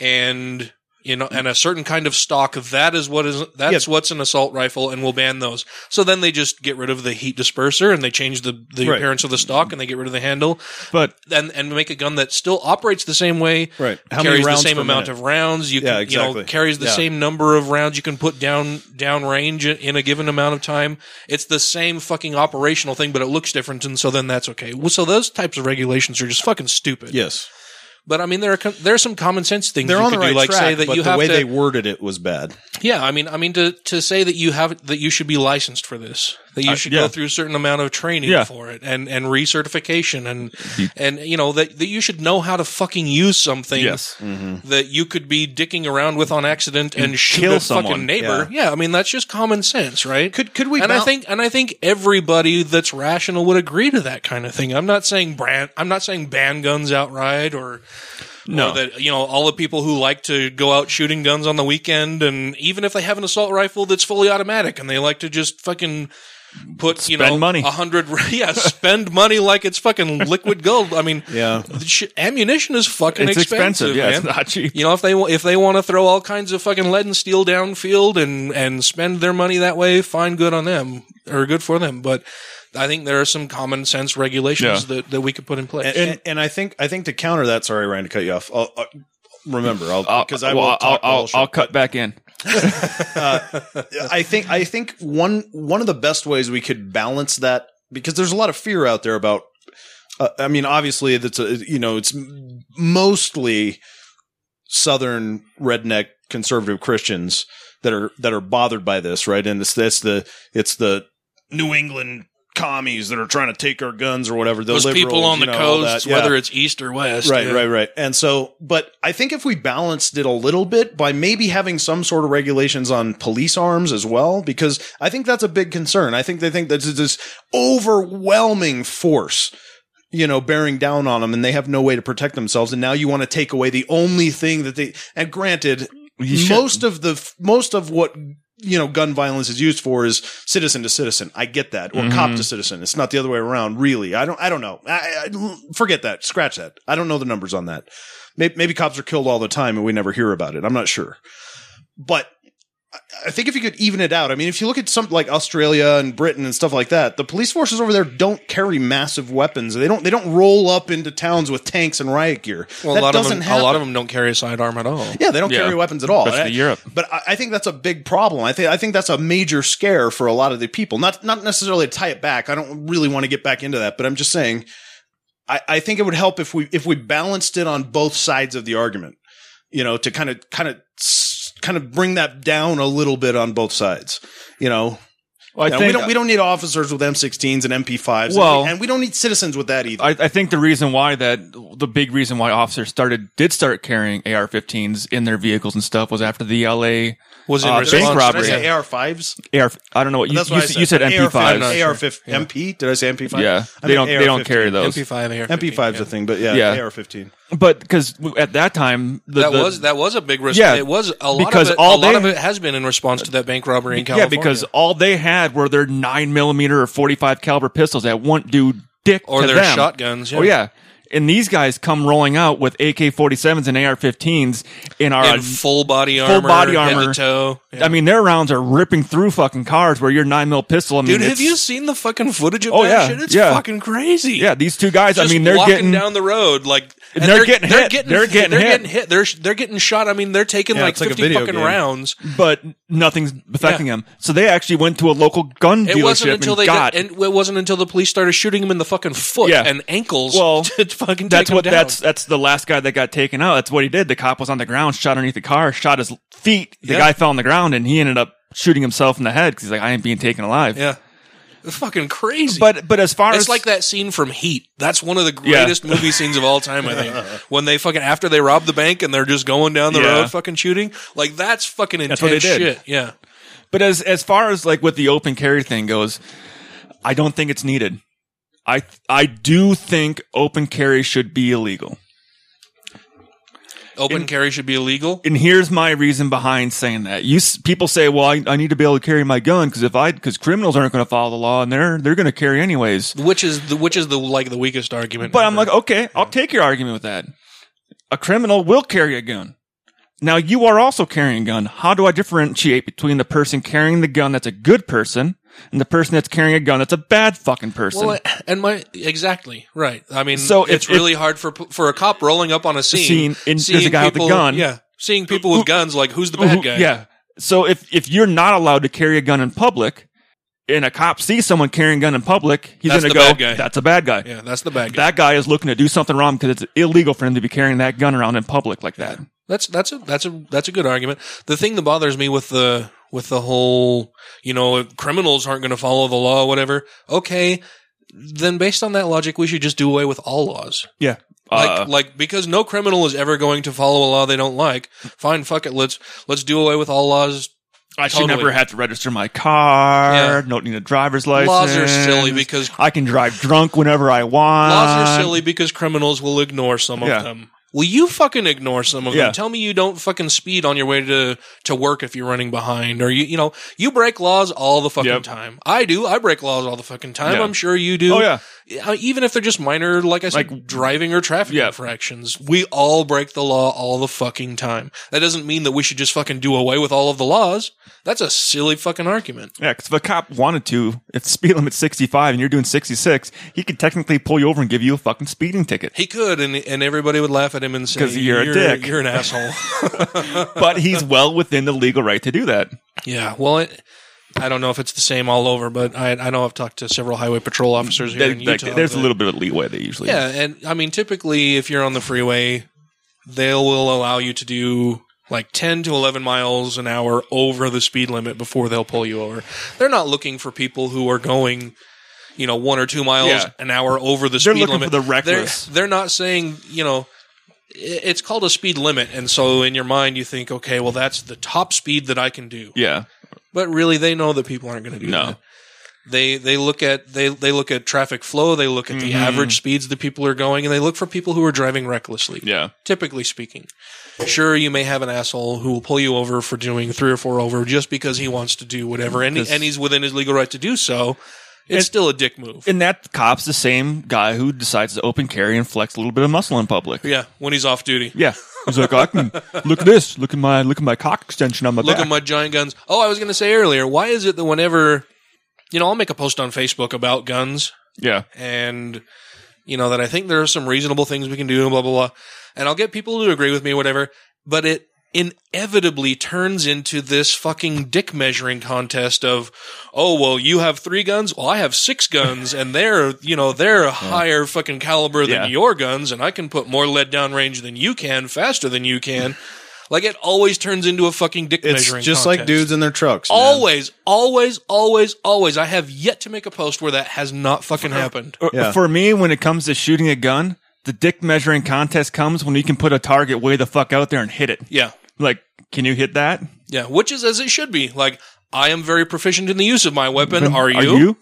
and you know and a certain kind of stock. That is what is that's Yeah. what's an assault rifle, and we'll ban those. So then they just get rid of the heat disperser and they change the the Right. appearance of the stock and they get rid of the handle But and and make a gun that still operates the same way. Right. How many carries rounds the same per amount minute? of rounds. You can, Yeah, you know, exactly. carries the Yeah. same number of rounds you can put down down range in- in a given amount of time. It's the same fucking operational thing, but it looks different, and so then that's okay. Well, so those types of regulations are just fucking stupid. Yes, But I mean, there are com- there are some common sense things they're you on could the right do, like track, say that but you the have way to. they worded it was bad. yeah, I mean, I mean to to say that you have that you should be licensed for this, that you should Uh, yeah. go through a certain amount of training Yeah. for it, and and recertification, and and you know that that you should know how to fucking use something yes, that you could be dicking around with on accident and, shoot kill a someone. fucking neighbor. Yeah. I mean that's just common sense, right? Could- could we And I bal- think and I think everybody that's rational would agree to that kind of thing. I'm not saying brand. I'm not saying ban guns outright or. No. Or that you know all the people who like to go out shooting guns on the weekend, and even if they have an assault rifle that's fully automatic, and they like to just fucking put you Spend know money. a hundred yeah spend money like it's fucking liquid gold. I mean Yeah. the sh- ammunition is fucking it's expensive. Yeah, man. it's not cheap. You know, if they wa- if they want to throw all kinds of fucking lead and steel downfield and and spend their money that way, fine, good on them or good for them. But I think there are some common sense regulations Yeah. that, that we could put in place. And, and, and I think I think to counter that, sorry, Ryan, to cut you off. I'll, i remember, I'll Uh, I'll- because I Uh, well, will. I'll, talk the whole I'll, show. I'll cut back in. I think I think one one of the best ways we could balance that because there's a lot of fear out there about. Uh, I mean, obviously, that's a, you know it's m- mostly southern redneck conservative Christians that are that are bothered by this, right? And it's that's the it's the New England commies that are trying to take our guns or whatever. The Those people liberals, on you the know, all coast, that. Yeah. whether it's east or west, Right, yeah. right, right. And so, but I think if we balanced it a little bit by maybe having some sort of regulations on police arms as well, because I think that's a big concern. I think they think that's this overwhelming force, you know, bearing down on them and they have no way to protect themselves. And now you want to take away the only thing that they, and granted, most of the, most of what you know, gun violence is used for is citizen to citizen. I get that, or cop to citizen. It's not the other way around, really. I don't, I don't know. I, I, forget that. Scratch that. I don't know the numbers on that. Maybe, maybe cops are killed all the time and we never hear about it. I'm not sure, but I- I think if you could even it out, I mean, if you look at something like Australia and Britain and stuff like that, the police forces over there don't carry massive weapons. They don't. They don't roll up into towns with tanks and riot gear. Well, that a lot of doesn't them, happen. a lot of them don't carry a sidearm at all. Yeah, they don't Yeah. carry weapons at all. That's And the I- Europe. But I, I think that's a big problem. I think I think that's a major scare for a lot of the people. Not not necessarily to tie it back. I don't really want to get back into that, but I'm just saying I, I think it would help if we if we balanced it on both sides of the argument. You know, to kind of kind of kind of bring that down a little bit on both sides. You know, Well, I Yeah, we think- don't we don't need officers with M16s and MP5s. and Well- we- and we don't need citizens with that either. I, I think the reason why that the big reason why officers started did start carrying AR-15s in their vehicles and stuff was after the LA Was in uh, response- bank Did I robbery. say AR5s? AR, I don't know what you, That's you, what I said, you said. AR-15, MP5s. AR-15, MP. Did I say MP5? Yeah, I they meant don't they don't AR-15. carry those. MP5 AR. MP5's a thing, but yeah, Yeah. AR-15. But because at that time the, That the- was that was a big risk. Yeah, it was a lot because of it, a all lot they- of it has been in response to that bank robbery in yeah California. because all they had were their nine millimeter or forty five caliber pistols that won't do dick Or to their them. shotguns, yeah. Oh yeah. And these guys come rolling out with AK-47s and AR-15s in our in full body armor, full body head armor. to toe. Yeah. I mean, their rounds are ripping through fucking cars where your nine mil pistol. I mean, Dude, have it's- you seen the fucking footage of Oh, that yeah, shit? It's yeah. fucking crazy. Yeah, these two guys. I Just mean, they're walking getting down the road like And they're getting hit. They're getting they're hit. getting hit. They're they're getting shot. I mean, they're taking Yeah, like it's like a fifty video fucking game. rounds. but nothing's affecting Yeah. them. So they actually went to a local gun dealership It wasn't until and they got. got, and it wasn't until the police started shooting him in the fucking foot Yeah. and ankles. Well, to fucking that's take what. Him down. That's that's the last guy that got taken out. That's what he did. The cop was on the ground, shot underneath the car, shot his feet. The Yeah. guy fell on the ground, and he ended up shooting himself in the head because he's like, "I ain't being taken alive." yeah, it's fucking crazy. But but as far it's as like that scene from Heat. That's one of the Yeah. greatest movie scenes of all time. I think when they fucking after they rob the bank and they're just going down the Yeah. road fucking shooting. Like that's fucking intense what they did. shit. Yeah. But as as far as like what the open carry thing goes, I don't think it's needed. I I do think open carry should be illegal. Open carry should be illegal. And here's my reason behind saying that. You s- people say, "Well, I, I need to be able to carry my gun because if I because criminals aren't going to follow the law and they're they're going to carry anyways." which is the which is the like the weakest argument. But I'm ever. like, okay, I'll take your argument with that. A criminal will carry a gun. Now you are also carrying a gun. How do I differentiate between the person carrying the gun that's a good person and the person that's carrying a gun that's a bad fucking person? Well, and my exactly right. I mean, So so if- it's if- really hard for for a cop rolling up on a scene, scene, and there's a guy with a people, gun. yeah, seeing people with guns. Like, who's the bad Who- guy? Yeah. So if if you're not allowed to carry a gun in public, and a cop sees someone carrying a gun in public, he's That's going the to go, bad guy. "That's a bad guy." yeah, that's the bad guy. That guy is looking to do something wrong because it's illegal for him to be carrying that gun around in public like that. that's that's a that's a that's a good argument. The thing that bothers me with the with the whole, you know, criminals aren't going to follow the law, whatever. Okay, then based on that logic, we should just do away with all laws. Yeah. Uh, Like, like because no criminal is ever going to follow a law they don't like. Fine, fuck it. Let's let's do away with all laws. I should totally. never have to register my car. Yeah. Don't need a driver's license. Laws are silly because I can drive drunk whenever I want. laws are silly because criminals will ignore some of Uh, Yeah. them. Will you fucking ignore some of Yeah. them? Tell me you don't fucking speed on your way to to work if you're running behind, or you you know you break laws all the fucking Yep. time. I do. I break laws all the fucking time. Yeah. I'm sure you do. Oh, yeah. Uh, Even if they're just minor, like I said, Like- driving or traffic Yeah. infractions, we all break the law all the fucking time. That doesn't mean that we should just fucking do away with all of the laws. That's a silly fucking argument. Yeah, because if a cop wanted to, if the speed limit's 65 and you're doing 66, he could technically pull you over and give you a fucking speeding ticket. He could, and and everybody would laugh at him and say, 'Cause you're a dick." You're an asshole." but he's well within the legal right to do that. Yeah, well, it, I don't know if it's the same all over, but I, I know I've talked to several highway patrol officers here They- in they- Utah. there's a that- little bit of leeway they usually. yeah, and I mean, typically, if you're on the freeway, they will allow you to do like 10 to 11 miles an hour over the speed limit before they'll pull you over. They're not looking for people who are going. You know, one or two miles Yeah. an hour over the They're speed looking limit. for the reckless. They're, they're not saying, you know, i- it's called a speed limit, and so in your mind you think, okay, well that's the top speed that I can do. Yeah. But really, they know that people aren't going to do No. that. They they look at they they look at traffic flow. They look at the Mm-hmm. average speeds that people are going, and they look for people who are driving recklessly. Yeah. Typically speaking, sure you may have an asshole who will pull you over for doing three or four over just because he wants to do whatever, and he, and he's within his legal right to do so. It's still a dick move. And that cop's the same guy who decides to open carry and flex a little bit of muscle in public. yeah, when he's off duty. Yeah. He's like, I can look at this. Look at my look at my cock extension on my look back. at my giant guns. Oh, I was going to say earlier, why is it that whenever you know I'll make a post on Facebook about guns yeah. and you know that I think there are some reasonable things we can do and blah blah blah. And I'll get people to agree with me, whatever. But it inevitably turns into this fucking dick measuring contest of, oh well, you have three guns, well I have six guns, and they're you know they're a higher fucking caliber than Yeah. your guns, and I can put more lead down range than you can, faster than you can. Like it always turns into a fucking dick It's measuring. just like contest. dudes in their trucks. man. Always, always, always, always. I have yet to make a post where that has not fucking happened. Uh, Yeah. For me, when it comes to shooting a gun, the dick measuring contest comes when you can put a target way the fuck out there and hit it. Yeah, Like, can you hit that? yeah. Which is as it should be. Like I am very proficient in the use of my weapon. Mm-hmm. Are you?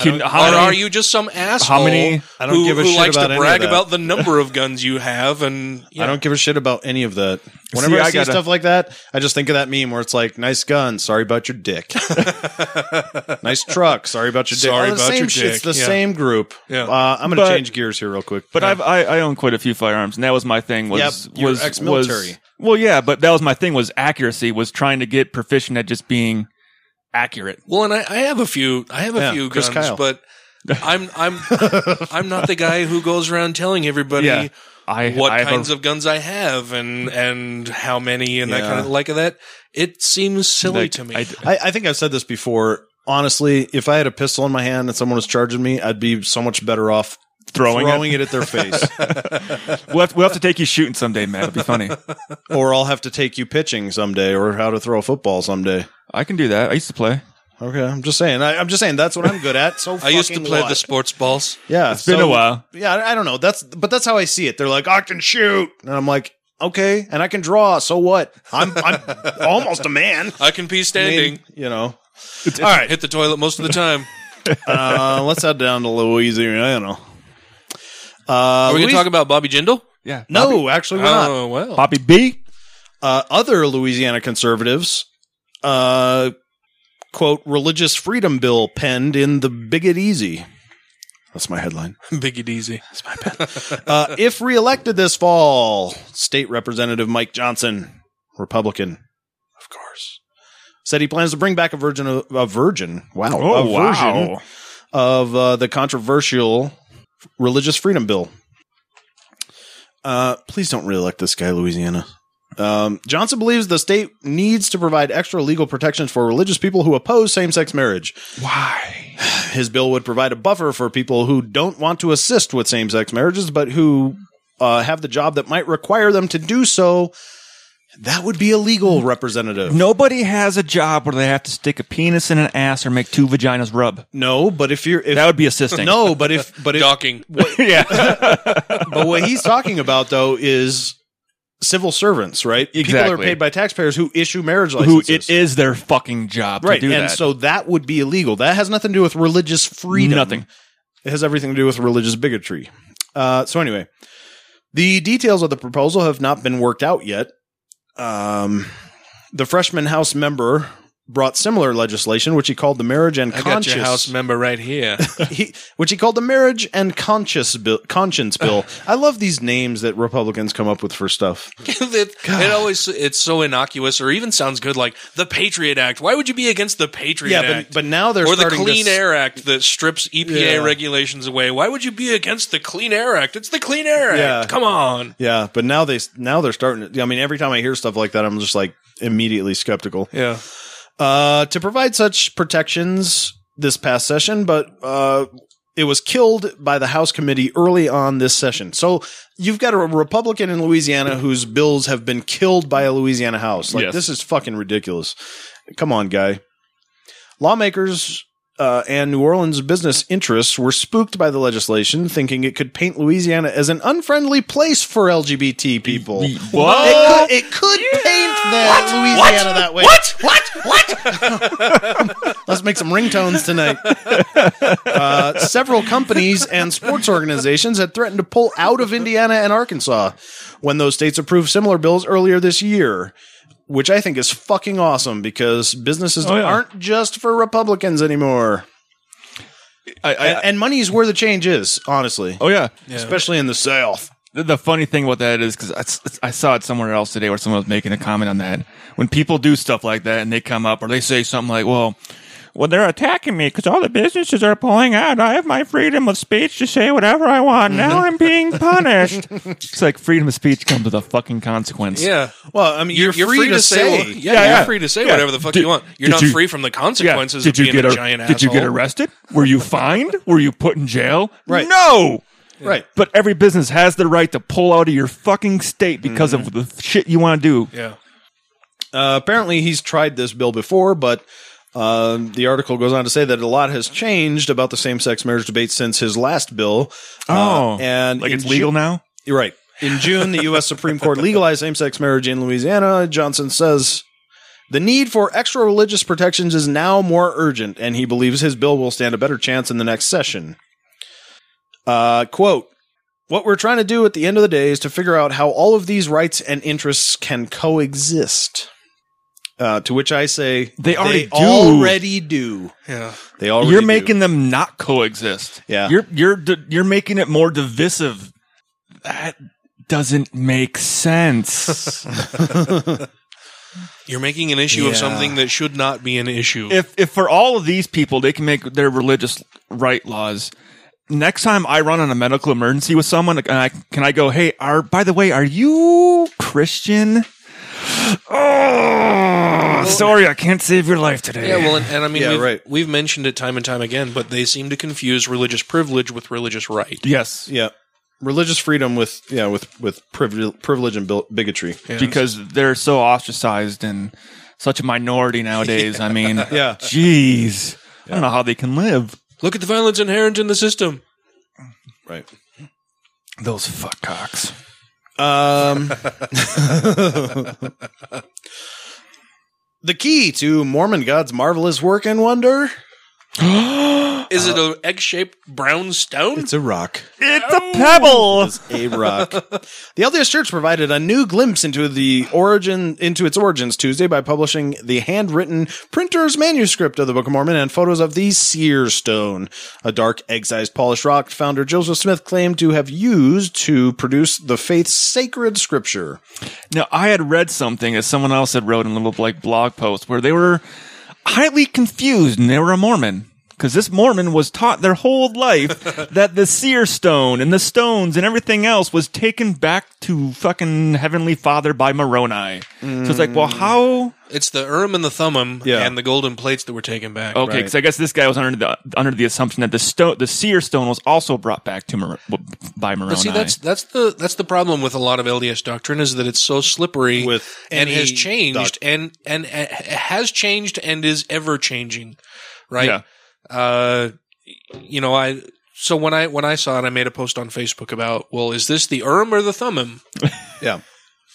Can, or how many- are you just some asshole many- I don't who, give a who shit likes about to any of brag that. about the number of guns you have? And yeah. I don't give a shit about any of that. Whenever See, I, I see gotta- stuff like that, I just think of that meme where it's like, "Nice gun, sorry about your dick." nice truck, sorry about your dick. Sorry All the about same your shit. It's the dick, yeah. same group. Yeah. Uh, I'm going to But- change gears here real quick. But I've, I I own quite a few firearms, and that was my thing. Was Yep, you're was ex-military. was- well, yeah, but that was my thing. Was accuracy was trying to get proficient at just being accurate. Well, and I, I have a few. I have a Yeah, few Chris guns, Kyle. but I'm I'm I'm not the guy who goes around telling everybody Yeah. I what I have kinds a, of guns I have and and how many and that Yeah. kind of like that. It seems silly like, to me. I- I, I think I've said this before. Honestly, if I had a pistol in my hand and someone was charging me, I'd be so much better off throwing, throwing, it. it. at their face, We'll have, we'll have to take you shooting someday, man. It'll be funny. or I'll have to take you pitching someday, or how to throw a football someday. I can do that. I used to play. Okay, I'm just saying. I, I'm just saying that's what I'm good at. So I used to fucking play what? the sports balls. Yeah, It's been a while. Yeah, I I don't know. That's but that's how I see it. They're like, I can shoot, and I'm like, okay, and I can draw. So what? I'm I'm almost a man. I can pee I mean, standing. you know. All right, hit the toilet most of the time. Uh, let's head down to Louisiana. Uh, Are Are we going to talk about Bobby Jindal? Yeah. No, actually, we're not. Oh well. Poppy B. uh, other Louisiana conservatives, uh, quote, religious freedom bill penned in the bigot easy. That's my headline. Biggie Deasy. Uh, if reelected this fall, State Representative Mike Johnson, Republican, of course, said he plans to bring back a virgin, a virgin, wow, Oh, a version wow. of uh, the controversial religious freedom bill. Uh, please don't reelect this guy, Louisiana. Um, Johnson believes the state needs to provide extra legal protections for religious people who oppose same sex marriage. Why? His bill would provide a buffer for people who don't want to assist with same sex marriages, but who uh, have the job that might require them to do so. That would be a legal representative. Nobody has a job where they have to stick a penis in an ass or make two vaginas rub. No, but if you're if That would be assisting. no, but if but if Docking. yeah. but what he's talking about though is civil servants, right? People are Exactly. paid by taxpayers who issue marriage Who licenses. it is their fucking job right? to do and that. so that would be illegal. That has nothing to do with religious freedom. Nothing. It has everything to do with religious bigotry. Uh, so anyway, the details of the proposal have not been worked out yet. Um, the freshman House member brought similar legislation, which he called the marriage and I got conscience your house member right here. he, which he called the marriage and conscience bill, conscience bill. I love these names that Republicans come up with for stuff. it, it always it's so innocuous or even sounds good like the Patriot Act. Why would you be against the Patriot Yeah, Act? but, but now they're or the starting Clean to, s- Air Act that strips EPA Yeah. regulations away. Why would you be against the Clean Air Act? It's the Clean Air Yeah. Act. Come on. Yeah, but now they s- now they're starting. To, I mean, every time I hear stuff like that, I'm just like immediately skeptical. Yeah. Uh, to provide such protections this past session, but uh, it was killed by the House committee early on this session. So you've got a Republican in Louisiana whose bills have been killed by a Louisiana House. Like Yes. this is fucking ridiculous. Come on, guy. Lawmakers uh, and New Orleans business interests were spooked by the legislation, thinking it could paint Louisiana as an unfriendly place for LGBT people. Ye- It could, it could paint that Louisiana that way. What? What? What? Let's make some ringtones tonight. uh, several companies and sports organizations had threatened to pull out of Indiana and Arkansas when those states approved similar bills earlier this year, which I think is fucking awesome because businesses Oh, yeah. aren't just for Republicans anymore. I, I, And, and money's where the change is, honestly, oh yeah. especially in the South. The, the funny thing about that is because I, s- I saw it somewhere else today where someone was making a comment on that. When people do stuff like that and they come up or they say something like, "Well, well, they're attacking me because all the businesses are pulling out. I have my freedom of speech to say whatever I want. Now Mm-hmm. I'm being punished." it's like freedom of speech comes with a fucking consequence. Yeah. Well, I mean, you're, free, to, yeah, say. Yeah, you're yeah. free to say Yeah. whatever the fuck Did- you want. You're did not you- free from the Yeah. consequences Did of you being get a, ar- giant Did you get asshole. arrested? Were you fined? Were you put in jail? Right. No. Right. Mm-hmm. But every business has the right to pull out of your fucking state because of the shit you want to do. Yeah. Uh, apparently, he's tried this bill before, but um, the article goes on to say that a lot has changed about the same-sex marriage debate since his last bill. Uh, and Oh. like in it's legal Ju- now. You're right. In June, the U.S. Supreme Court legalized same-sex marriage in Louisiana. Johnson says the need for extra religious protections is now more urgent, and he believes his bill will stand a better chance in the next session. Uh, quote, what we're trying to do at the end of the day is to figure out how all of these rights and interests can coexist. Uh, to which I say, They already do. already do. Yeah. They already You're Oh, do. making them not coexist. Yeah. You're you're di- you're making it more divisive. That doesn't make sense. You're making an issue of Yeah. something that should not be an issue. if if for all of these people they can make their religious right laws. Next time I run on a medical emergency with someone, and I, can I go? Hey, are by the way, are you Christian? Oh, sorry, I can't save your life today. yeah, well, and, and I mean, Yeah, we've, right. we've mentioned it time and time again, but they seem to confuse religious privilege with religious right. yes, yeah, religious freedom with yeah with with privilege, privilege and bil- bigotry. because they're so ostracized and such a minority nowadays. I mean, Yeah. jeez, I don't know how they can live. Look at the violence inherent in the system. Right. Those fuckcocks. Um, the key to Mormon God's marvelous work and wonder. Is it an egg shaped brown stone? a rock. It's a pebble. a rock. the LDS Church provided a new glimpse into the origin into its origins Tuesday by publishing the handwritten printer's manuscript of the Book of Mormon and photos of the seer stone, a dark excised polished rock founder Joseph Smith claimed to have used to produce the faith's sacred scripture. Now, I had read something that someone else had wrote in a little like blog post where they were highly confused and they were a Mormon because this Mormon was taught their whole life that the seer stone and the stones and everything else was taken back to fucking heavenly father by Moroni. So it's like, well, Mm. how? It's the Urim and the Thummim Yeah. and the golden plates that were taken back. Okay, Right. because I guess this guy was under the under the assumption that the stone, the seer stone, was also brought back to Mor- by Moroni. But see, that's that's the that's the problem with a lot of LDS doctrine is that it's so slippery With and any has changed doc- and and uh, has changed and is ever changing, yeah. right? Uh, you know, I so when I when I saw it, I made a post on Facebook about well, is this the Urim or the Thummim? Yeah.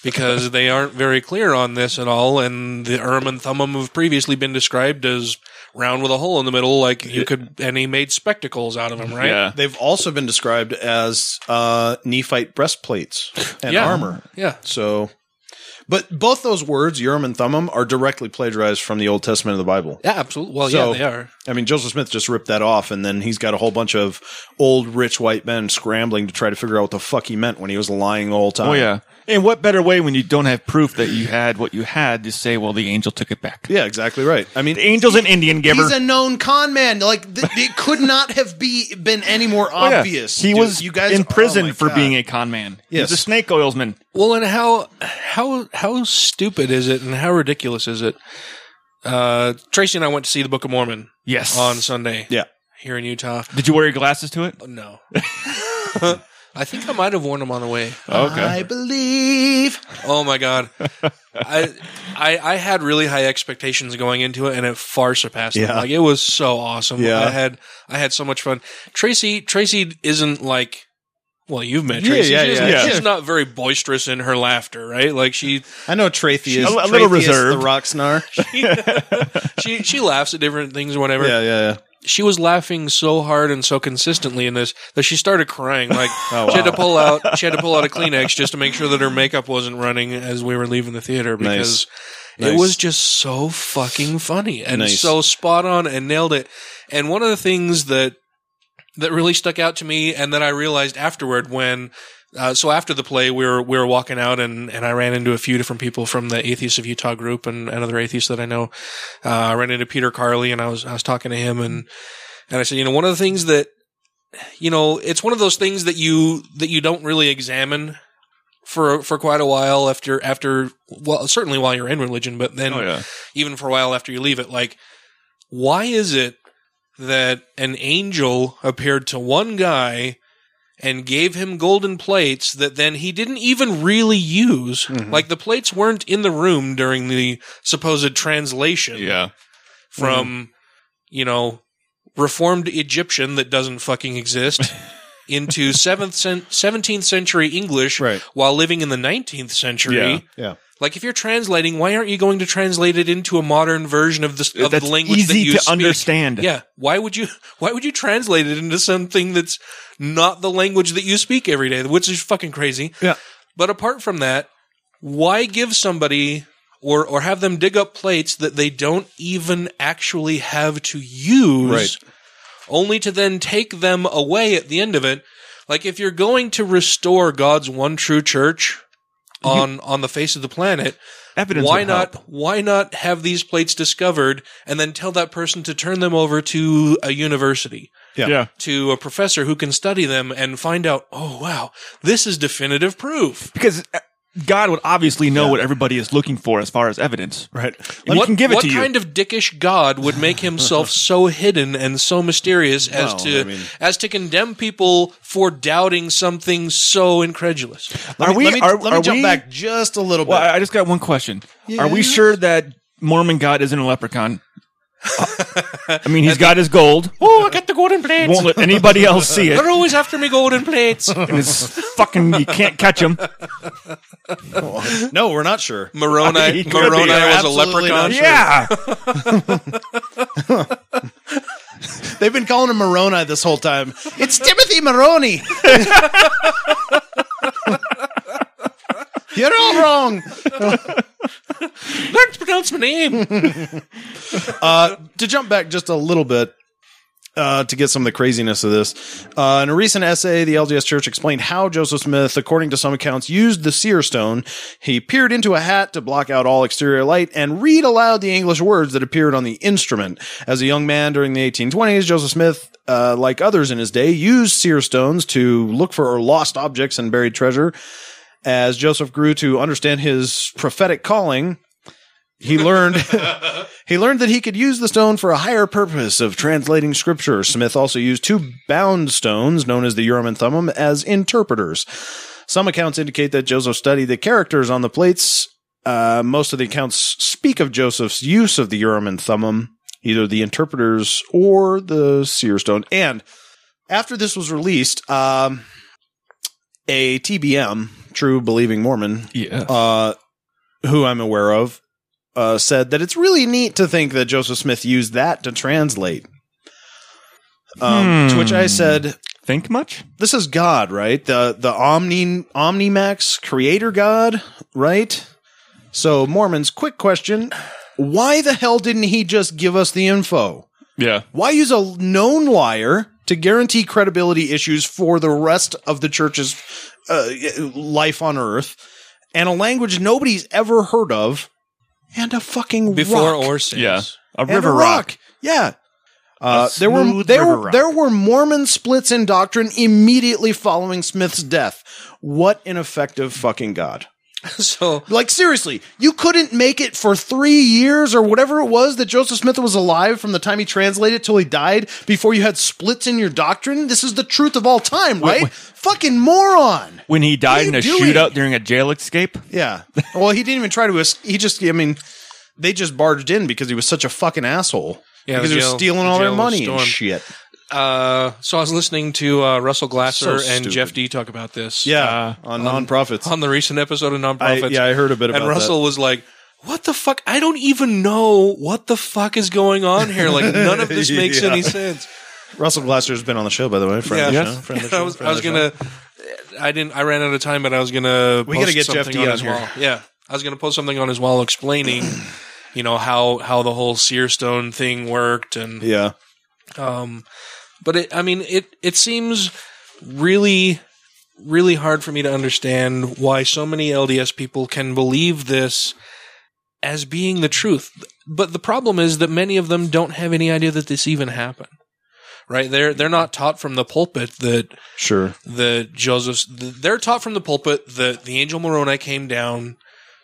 because they aren't very clear on this at all, and the Urim and Thummim have previously been described as round with a hole in the middle, like you could, and he made spectacles out of them, right? Yeah. They've also been described as uh, Nephite breastplates and Yeah. armor. yeah. So, but both those words, Urim and Thummim, are directly plagiarized from the Old Testament of the Bible. Yeah, absolutely. Well, So- yeah, they are. I mean, Joseph Smith just ripped that off, and then he's got a whole bunch of old, rich white men scrambling to try to figure out what the fuck he meant when he was lying the whole time. Oh yeah. And what better way when you don't have proof that you had what you had to say, well, the angel took it back. Yeah, exactly right. I mean, The angel's an Indian giver. he's a known con man. Like, th- it could not have be been any more Oh, yeah. obvious. He Dude, was in prison oh, my for God. being a con man. Yes. He's a snake oilsman. Well, and how how how stupid is it, and how ridiculous is it? Uh, Tracy and I went to see the Book of Mormon Yes. on Sunday Yeah. here in Utah. Did you wear your glasses to it? No, I think I might have worn them on the way. I believe. Oh my god, I, I I had really high expectations going into it, and it far surpassed them. Yeah. Like it was so awesome. Yeah. I had I had so much fun. Tracy Tracy isn't like. Well, you've met Yeah, Tracy. yeah, she's, yeah. she's Yeah. not very boisterous in her laughter, right? Like she I know Tratheus. A li- a little Tratheus reserved. The rock snar. she she laughs at different things or whatever. yeah, yeah, yeah. She was laughing so hard and so consistently in this that she started crying. Like Oh, she had to pull out she had to pull out a Kleenex just to make sure that her makeup wasn't running as we were leaving the theater because it Nice. was just so fucking funny and Nice. so spot on and nailed it. And one of the things that that really stuck out to me and that I realized afterward when uh, so after the play we were we were walking out and, and I ran into a few different people from the Atheists of Utah group and, and other atheists that I know. Uh, I ran into Peter Carley and I was I was talking to him and and I said, you know, one of the things that you know, it's one of those things that you that you don't really examine for for quite a while after after well certainly while you're in religion, but then Oh, even for a while after you leave it. Like, why is it that an angel appeared to one guy and gave him golden plates that then he didn't even really use. Mm-hmm. Like the plates weren't in the room during the supposed translation Yeah. Mm-hmm. from, you know, reformed Egyptian that doesn't fucking exist into 7th cen- 17th century English Right. while living in the 19th century. Yeah. Yeah. Like if you're translating, why aren't you going to translate it into a modern version of the of That's the language that easy you to speak? understand. Yeah, why would you why would you translate it into something that's not the language that you speak every day, which is fucking crazy. Yeah. But apart from that, why give somebody or or have them dig up plates that they don't even actually have to use Right. only to then take them away at the end of it? Like if you're going to restore God's one true church on on the face of the planet, Evidence. why would not help. why not have these plates discovered and then tell that person to turn them over to a university Yeah. Yeah. to a professor who can study them and find out oh wow this is definitive proof Because uh, God would obviously know what everybody is looking for as far as evidence. Right. And he what, can give it what to you. kind of dickish god would make himself so hidden and so mysterious as Well, to I mean- as to condemn people for doubting something so incredulous Let Are me, we- Let me, are- let me are jump we- back just a little bit. Well, I- I just got one question. Are we Yes. sure that Mormon God isn't a leprechaun? I mean, he's got his gold. oh i got the golden plates Won't let anybody else see it. they're always after me golden plates And it's fucking, you can't catch him. no, we're not sure. moroni He could be. moroni was a Absolutely leprechaun not. Yeah. They've been calling him Moroni this whole time. It's Timothy Moroni. You're all wrong. learn to pronounce my name to jump back just a little bit uh, to get some of the craziness of this, uh, in a recent essay, the LDS Church explained how Joseph Smith, according to some accounts, used the seer stone. He peered into a hat to block out all exterior light and read aloud the English words that appeared on the instrument. As a young man during the 1820s, Joseph Smith, uh, like others in his day, used seer stones to look for lost objects and buried treasure. As Joseph grew to understand his prophetic calling, he learned. He learned that he could use the stone for a higher purpose of translating scripture. Smith also used two bound stones, known as the Urim and Thummim, as interpreters. Some accounts indicate that Joseph studied the characters on the plates. Uh, most of the accounts speak of Joseph's use of the Urim and Thummim, either the interpreters or the seer stone. And after this was released, um, a TBM, True Believing Mormon, Yeah. uh, who I'm aware of, uh, said that it's really neat to think that Joseph Smith used that to translate. Um, To which I said, Think much? "This is God, right? The the Omni Omnimax Creator God, right?" So Mormons, quick question: Why the hell didn't he just give us the info? Yeah. Why use a known liar to guarantee credibility issues for the rest of the church's uh, life on earth and a language nobody's ever heard of and a fucking before rock. or since Yeah. A And river a rock. Yeah. Uh, A there were smooth there river were rock. there were Mormon splits in doctrine immediately following Smith's death. What an effective fucking god! So Like seriously, you couldn't make it for three years or whatever it was that Joseph Smith was alive from the time he translated till he died before you had splits in your doctrine. This is the truth of all time, right? Fucking moron. When he What are died you in a doing? shootout during a jail escape. Yeah. Well, he didn't even try to. es- He just. I mean, they just barged in because he was such a fucking asshole. Yeah, because the he was jail- stealing the all their jail money and storm. shit. uh, so I was listening to uh, Russell So Glasser and stupid. Jeff D talk about this. Yeah, on um, nonprofits. on the recent episode of Nonprofits. I- yeah, I heard a bit about And Russell was like, "What the fuck? I don't even know what the fuck is going on here. Like none of this makes Yeah. any sense." Russell Glasser's been on the show, by the way. Friend of the Yeah. show, friend of the I show, was, friend I of was the show. gonna. I didn't. I ran out of time, but I was gonna. We post gotta get Jeff something D on his here. wall. Yeah, I was gonna post something on his wall explaining, you know how how the whole Searstone thing worked and Yeah, Um, but it, I mean, it it seems really, really hard for me to understand why so many LDS people can believe this as being the truth. But the problem is that many of them don't have any idea that this even happened. Right? They're they're not taught from the pulpit that sure. the Joseph. They're taught from the pulpit that the angel Moroni came down,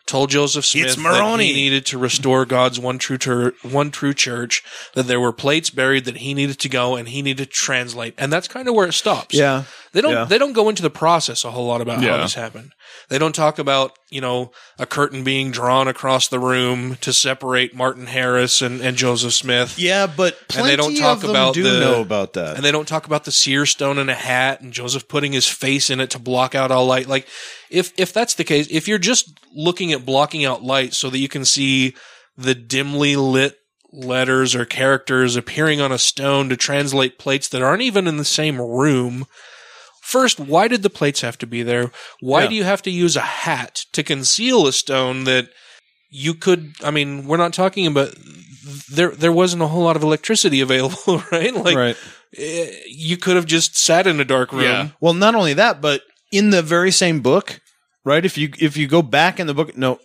told Joseph Smith It's that Moroni. he needed to restore God's one true tur- one true church. That there were plates buried that he needed to go and he needed to translate, and that's kind of where it stops. Yeah. They don't Yeah. they don't go into the process a whole lot about how Yeah. this happened. They don't talk about you know a curtain being drawn across the room to separate Martin Harris and, and Joseph Smith. Yeah, but And plenty they don't talk of them about do the- know about that. And they don't talk about the seer stone in a hat and Joseph putting his face in it to block out all light. Like, if if that's the case, if you're just looking at blocking out light so that you can see the dimly lit letters or characters appearing on a stone to translate plates that aren't even in the same room. First, why did the plates have to be there? Why do you have to use a hat to conceal a stone that you could I mean, we're not talking about there there wasn't a whole lot of electricity available, right? Like right. eh, you could have just sat in a dark room. Yeah. Well, not only that, but in the very same book, right? If you if you go back in the book, no,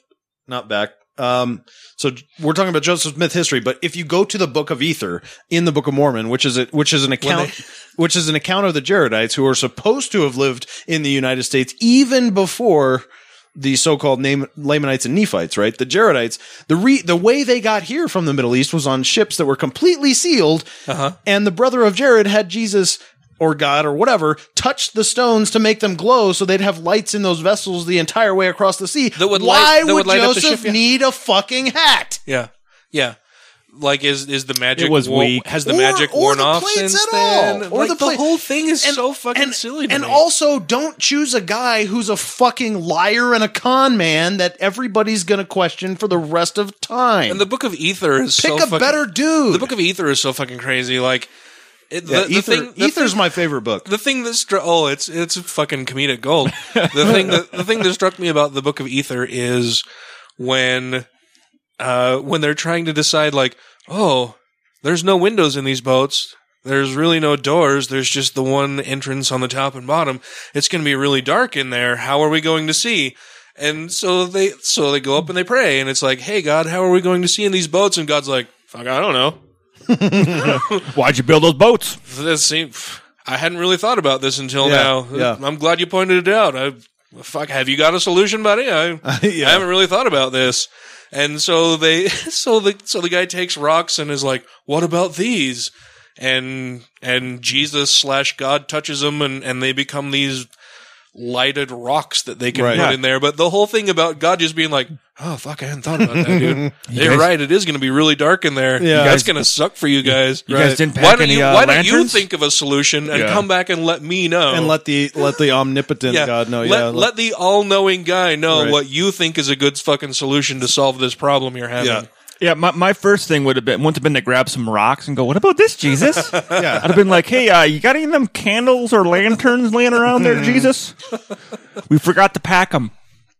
not back. Um, so we're talking about Joseph Smith history, but if you go to the Book of Ether in the Book of Mormon, which is a, which is an account which is an account of the Jaredites who are supposed to have lived in the United States even before the so-called name, Lamanites and Nephites, right? The Jaredites, the re, the way they got here from the Middle East was on ships that were completely sealed, Uh-huh. and the brother of Jared had Jesus or God or whatever touch the stones to make them glow, so they'd have lights in those vessels the entire way across the sea. That would Why light- that would, would light up the Joseph ship, yeah. need a fucking hat? Yeah. Yeah. Like is is the magic It was wo- weak. has the Or- magic or worn the off plates since at then? all. Or Like, the the, plate- whole thing is so fucking silly to and me. also don't choose a guy who's a fucking liar and a con man that everybody's gonna question for the rest of time. and the book of ether is Pick so a fucking, better dude. The book of ether is so fucking crazy like it, Yeah, the, the Ether- thing, the Ether's thing- my favorite book. the thing that struck oh it's it's fucking comedic gold the thing that the thing that struck me about the book of ether is when uh when they're trying to decide like oh there's no windows in these boats there's really no doors there's just the one entrance on the top and bottom it's going to be really dark in there how are we going to see and so they so they go up and they pray and it's like hey god how are we going to see in these boats and god's like fuck i don't know Why'd you build those boats? that seems. I hadn't really thought about this until Yeah, now. yeah. I'm glad you pointed it out. I, fuck, have you got a solution, buddy? I, I haven't really thought about this. And so they, so the, so the guy takes rocks and is like, "What about these?" And and Jesus slash God touches them, and and they become these lighted rocks that they can Right. put Yeah. in there. But the whole thing about God just being like, "Oh fuck, I hadn't thought about that, dude. You're guys- right. It is going to be really dark in there. Yeah. That's guys- going to suck for you guys. You guys didn't why pack don't any, you, uh, Why don't you lanterns? think of a solution and Yeah. come back and let me know and let the let the omnipotent God know. let, yeah, let, the all-knowing guy know Right. what you think is a good fucking solution to solve this problem you're having. Yeah. Yeah, my, my first thing would have been wouldn't have been to grab some rocks and go, "What about this, Jesus?" I'd have been like, "Hey, uh, you got any of them candles or lanterns laying around Hmm. there, Jesus? We forgot to pack them.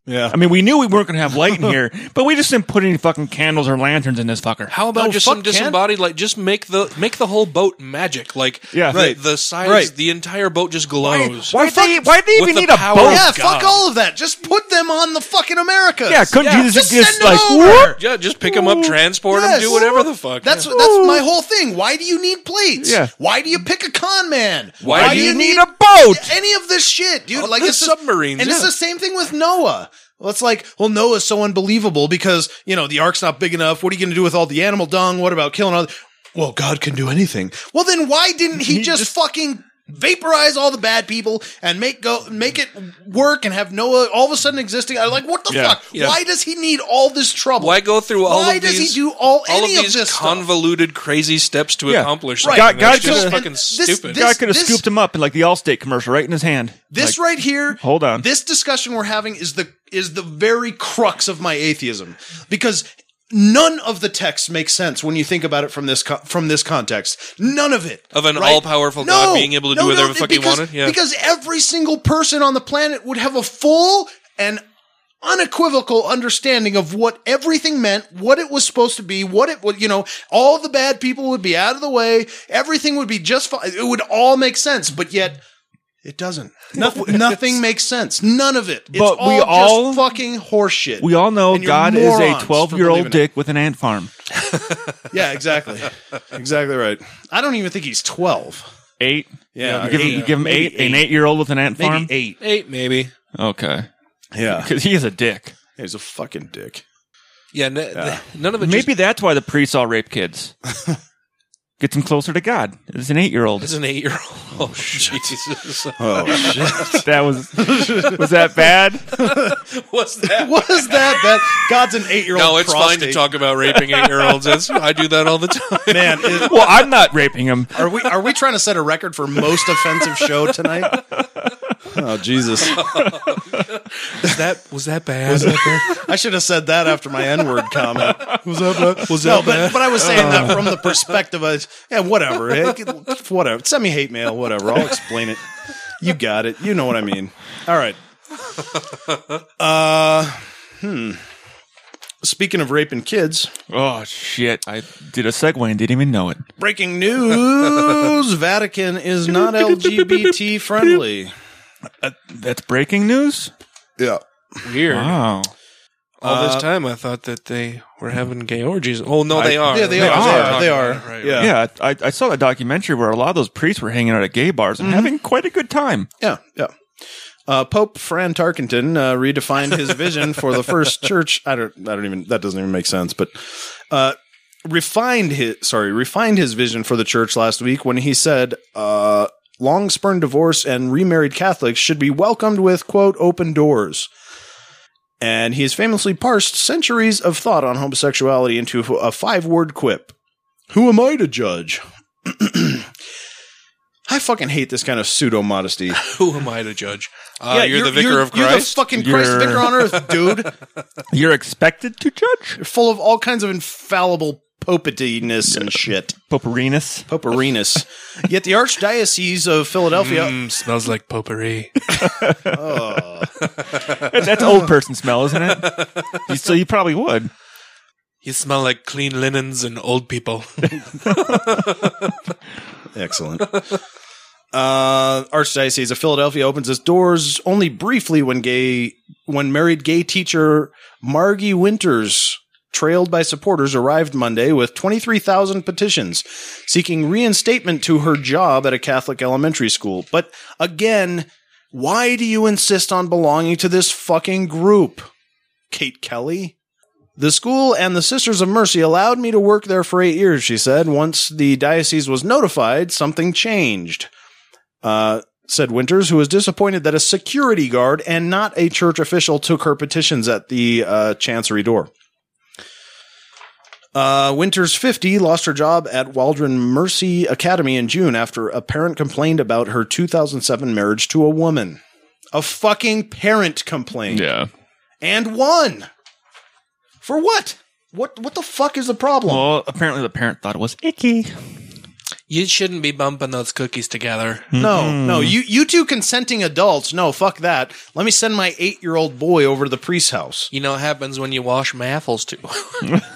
yeah. I mean, we knew we weren't going to have light in here, but we just didn't put any fucking candles or lanterns in this fucker. How about No, just fuck, some Ken. disembodied? Like, just make the make the whole boat magic. Like, Yeah. the, Right. the size, Right. the entire boat just glows. Why they? Why they with even the need a power- boat? Oh, yeah, oh, God. fuck all of that. Just put them on the fucking Americas. Yeah, couldn't Yeah, Jesus just just, send 'em like over. whoop? Yeah, just pick them up, transport them, Yes. do whatever the fuck. That's Yeah. that's my whole thing. Why do you need plates? Yeah. Why do you pick a con man? Why do you need a boat? Any of this shit, dude? Oh, like the it's just- submarines, and it's yeah. the same thing with Noah. Well, it's like, well, Noah's so unbelievable because you know the ark's not big enough. What are you going to do with all the animal dung? What about killing all? The- well, God can do anything. Well, then why didn't he, just, fucking? Vaporize all the bad people and make go make it work and have Noah all of a sudden existing. I'm like, what the Yeah. fuck? Yeah. Why does he need all this trouble? Why go through all Why of does these? he do all, all any of of, these this stuff? convoluted, crazy steps to Yeah. accomplish? Right. something? God- God That's just could've- fucking and this- stupid. this- God could have this- scooped him up in like the Allstate commercial, right in his hand. This Like, right here. Hold on. This discussion we're having is the is the very crux of my atheism because none of the text makes sense when you think about it from this co- from this context. None of it Of an all-powerful God being able to do whatever the fuck he because- wanted? Yeah. Because every single person on the planet would have a full and unequivocal understanding of what everything meant, what it was supposed to be, what it would, you know, all the bad people would be out of the way, everything would be just fine. It would all make sense, but yet it doesn't. Nothing, nothing makes sense. None of it. It's But all we all- just fucking horseshit. We all know And you're God is a morons for 12 year old believing it. dick with an ant farm. Yeah, exactly. exactly right. I don't even think he's 12. Eight. Yeah, You give, him, you give him Maybe eight, an eight year old with an ant farm. eight. Eight, maybe. Okay, Yeah. because he is a dick. He's a fucking dick. Yeah, n- none of it. Maybe that's why the priests all rape kids. gets him closer to God. It's an eight year old. It's an eight year old. Oh, Jesus. That was was that bad? What's that? What is that? That God's an eight year old. No, it's fine to talk about raping eight year olds. I do that all the time. Man, is- Well, I'm not raping him. are we are we trying to set a record for most offensive show tonight? Oh Jesus! Was that, was that bad? Was that I should have said that after my N word comment. Was that, was No, but but I was saying that from the perspective of yeah, whatever, eh, whatever. Send me hate mail, whatever. I'll explain it. You got it. You know what I mean. All right. Uh, hmm. Speaking of raping kids, Oh shit! I did a segue and didn't even know it. breaking news: Vatican is not LGBT friendly. That's breaking news. Oh. Yeah. Weird. Wow. All this time, I thought that they were having gay orgies. Oh no, they are. Yeah, they, Right, are. right, They are. right, They are. right, Yeah. Yeah, I, I saw a documentary where a lot of those priests were hanging out at gay bars and having quite a good time. Yeah, yeah. Uh, Pope Fran Tarkenton uh, redefined his vision for the first church. I don't, I don't even. That doesn't even make sense. But uh, refined his, sorry, refined his vision for the church last week when he said, uh, "Long spurned divorce and remarried Catholics should be welcomed with quote open doors." And he has famously parsed centuries of thought on homosexuality into a five-word quip. Who am I to judge? I fucking hate this kind of pseudo modesty. Who am I to judge? Uh, Yeah, you're, the vicar of You're the Christ. fucking Christ You're- vicar on earth, dude. You're expected to judge Full of all kinds of infallible popetiness and shit. Poperinus. Poperiness. Yet the Archdiocese of Philadelphia. Mm, smells like potpourri. That's old person smell, isn't it? You- so you probably would. you smell like clean linens and old people. Excellent. Uh, Archdiocese of Philadelphia opens its doors only briefly when gay, when married gay teacher Margie Winters, trailed by supporters, arrived Monday with 23,000 petitions seeking reinstatement to her job at a Catholic elementary school. But again, why do you insist on belonging to this fucking group? Kate Kelly? The school and the Sisters of Mercy allowed me to work there for eight years, she said. Once the diocese was notified, something changed, uh, said Winters, who was disappointed that a security guard and not a church official took her petitions at the uh, chancery door. Uh, Winters, 50, lost her job at Waldron Mercy Academy in June after a parent complained about her 2007 marriage to a woman. A fucking parent complained Yeah. and won. For what? What what the fuck is the problem? Well, apparently the parent thought it was icky. you shouldn't be bumping those cookies together. no, no, you you two consenting adults. No, fuck that. Let me send my 8-year-old boy over to the priest's house. You know what happens when you wash maffles too.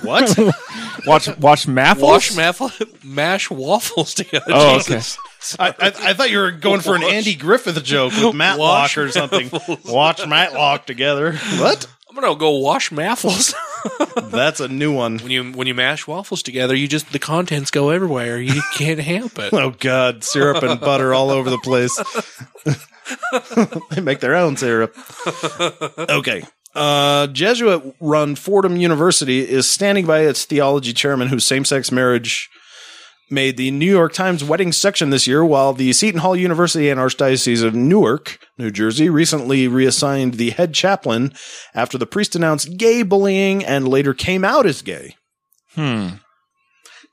What? Watch, watch Maffles. wash maffle, mash waffles together. Oh, Jesus. I, I I thought you were going for an Andy Griffith joke with Matlock Wash or something. Watch Matlock together. What? I'm gonna go wash maffles. That's a new one. when you when you mash waffles together, you just the contents go everywhere. You can't help it. Oh god, syrup and butter all over the place. they make their own syrup. Okay. Uh, Jesuit run Fordham University is standing by its theology chairman whose same sex marriage made the New York Times wedding section this year, while the Seton Hall University and Archdiocese of Newark, New Jersey, recently reassigned the head chaplain after the priest announced gay bullying and later came out as gay. Hmm.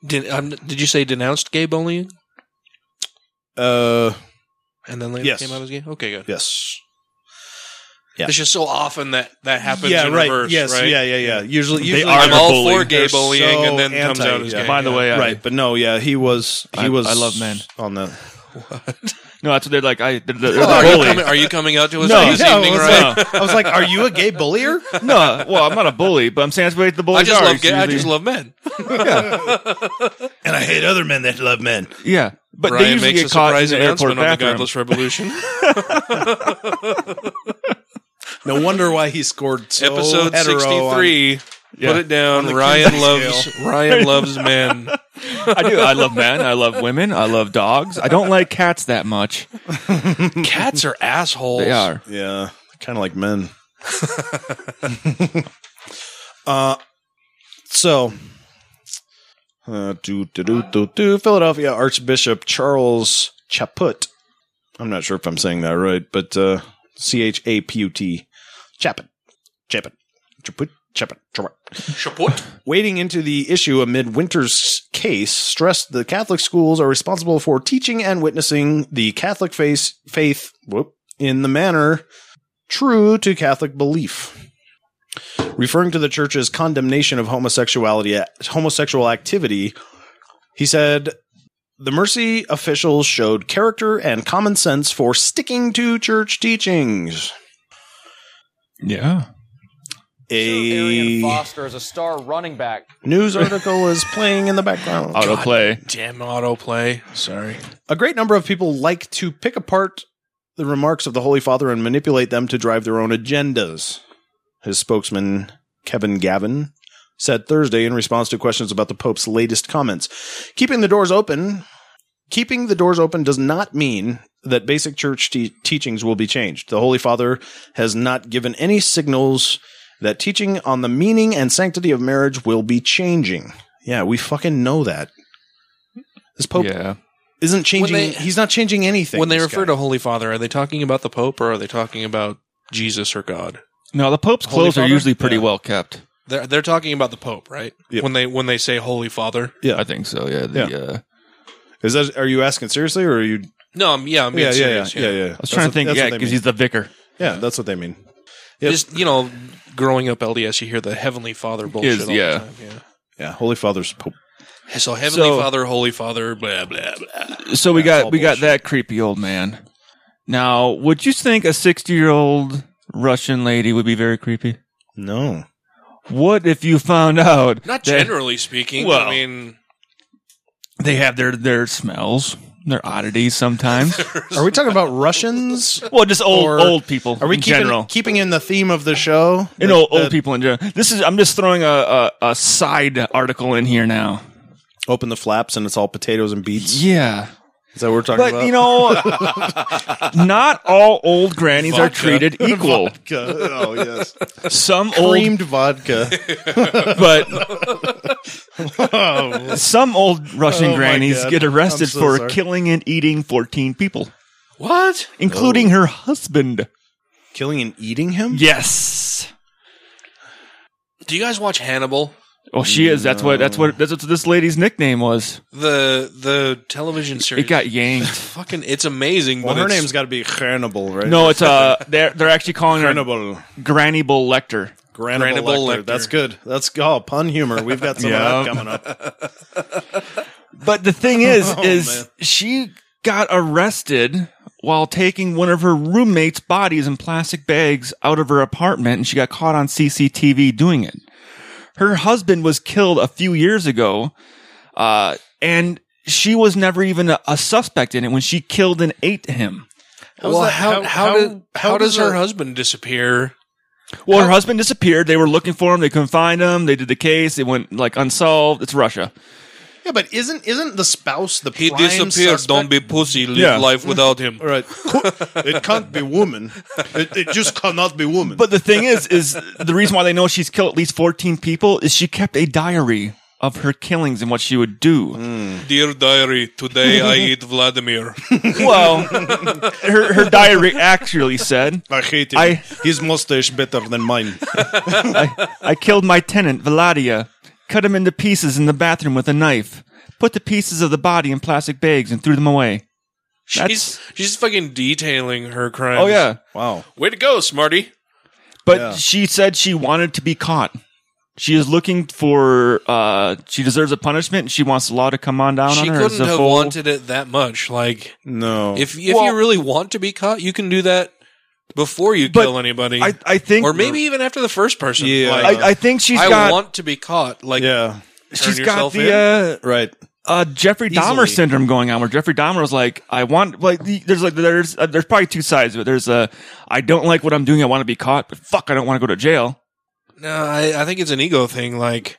Did, um, did you say denounced gay bullying? Uh, And then later Yes. came out as gay. Okay, good. yes. Yeah. It's just so often that that happens. in Reverse, Yes, right? yeah, yeah, yeah. Usually, usually are I'm they're- all bullying. for gay They're bullying, so and then comes anti- out as yeah. gay. By the way, I, right, but no, yeah, he was. He I- was. I love men. on the. no, that's what they're like. I, they're, they're, they're are, you bully. Oh, coming, are you coming out to us No, this no, evening, it's right? not. I was like, "Are you a gay bullier?" No, well, I'm not a bully, but I'm saying that's what the bullies I just are. love gay, I usually. just love men. and I hate other men that love men. Yeah, but they Brian usually makes get a caught in surprise the airport announcement on the bathroom. Godless Revolution No wonder why he scored so episode hetero on- sixty-three. Put it down. Ryan loves Ryan loves men. I do. I love men. I love women. I love dogs. I don't like cats that much. Cats are assholes. They are. Yeah, kind of like men. uh, so Uh, do, do, do, do, do. Philadelphia Archbishop Charles Chaput. I'm not sure if I'm saying that right, but uh, C H A P U T. Chaput. Chaput. Chaput. Chaput. Chaput. Chaput. Wading into the issue amid Winter's case, stressed the Catholic schools are responsible for teaching and witnessing the Catholic faith, faith whoop, in the manner true to Catholic belief. Referring to the church's condemnation of homosexuality, homosexual activity, he said, the Mercy officials showed character and common sense for sticking to church teachings. Yeah. A Arian Foster is a star running back. news article is playing in the background. Oh, Autoplay. Damn autoplay. Sorry. A great number of people like to pick apart the remarks of the Holy Father and manipulate them to drive their own agendas. His spokesman, Kevin Gavin, said Thursday in response to questions about the Pope's latest comments. Keeping the doors open, keeping the doors open does not mean that basic church te- teachings will be changed. The Holy Father has not given any signals that teaching on the meaning and sanctity of marriage will be changing. Yeah, we fucking know that. This Pope Yeah. isn't changing. they- he's not changing anything. when they this refer guy. to Holy Father, are they talking about the Pope or are they talking about Jesus or God? No, the Pope's Holy clothes are Father? usually pretty Yeah. well kept. They're they're talking about the Pope, right? Yep. When they when they say Holy Father. Yeah. I think so. Yeah. The, Yeah. Uh, is that are you asking seriously or are you? No, I'm, yeah, I'm being serious. I I was trying to think. yeah, because he's the vicar. yeah, that's what they mean. Just you know, growing up LDS, you hear the Heavenly Father bullshit. all yeah. the time, yeah. Yeah, Holy Father's Pope. So Heavenly So- Father, Holy Father, blah blah blah. So we all got we got bullshit. that creepy old man. Now, would you think a sixty year old Russian lady would be very creepy? No, What if you found out Not that generally speaking. Well- I mean, they have their their smells, their oddities sometimes? are we talking about Russians? well, just old Or- old people. Are we in keeping general? keeping in the theme of the show? You know, old people in general. This is I'm just throwing a, a, a side article in here now. Open the flaps and it's all potatoes and beets. Yeah. Is that what we're talking But about? you know not all old grannies are Vodka. treated equal. Vodka. Oh yes, Some old creamed vodka. but some old Russian Oh, my grannies God. get arrested I'm so for sorry. killing and eating 14 people, what? including Oh. her husband. Killing and eating him. Yes. Do you guys watch Hannibal? Oh, she is. That's what. That's what. That's what this lady's nickname was. The the television series. It got yanked. fucking. It's amazing. Well, but her it's- name's got to be Hannibal, right? No, it's uh. They're they're actually calling her Hannibal. Granny Bull Lecter. Granibal Granibal Lecter. Lecter. That's good. That's oh, pun humor. We've got some of that Yeah. coming up. But the thing is, is man. she got arrested while taking one of her roommates' bodies in plastic bags out of her apartment, and she got caught on CCTV doing it. Her husband was killed a few years ago, uh, and she was never even a, a suspect in it when she killed and ate him. How's well, that- how, how, did- how, does, her that- husband disappear? Well, her husband disappeared. They were looking for him. They couldn't find him. They did the case. It went like unsolved. It's Russia. Yeah, but isn't isn't the spouse the He prime disappeared. suspect? Don't be pussy. Live Yeah. life without him. All right. it can't be woman. It, it just cannot be woman. But the thing is, is the reason why they know she's killed at least 14 people is she kept a diary of her killings and what she would Mm. do. Dear diary, today I eat Vladimir. Well, her, her diary actually said, I hate him. I- His mustache better than mine. I killed my tenant, Valadia, cut him into pieces in the bathroom with a knife, put the pieces of the body in plastic bags and threw them away. She's she's fucking detailing her crimes. Oh, yeah. Wow. way to go, Smarty. But Yeah. she said she wanted to be caught. She is looking for, uh, she deserves a punishment and she wants the law to come on down she on her. as couldn't a have full- wanted it that much. Like No. if if Well- you really want to be caught, you can do that before you But kill anybody, I, I think. or maybe even after the first person. Yeah. Like, I, I think she's I got. want to be caught. Like yeah. she's turn got yourself the uh, Right. uh, Jeffrey Easily. Dahmer syndrome going on, where Jeffrey Dahmer was like, "I want like the- there's like there's uh, there's probably two sides of it. There's uh, I don't like what I'm doing. I want to be caught, but fuck, I don't want to go to jail. no, I, I think it's an ego thing. Like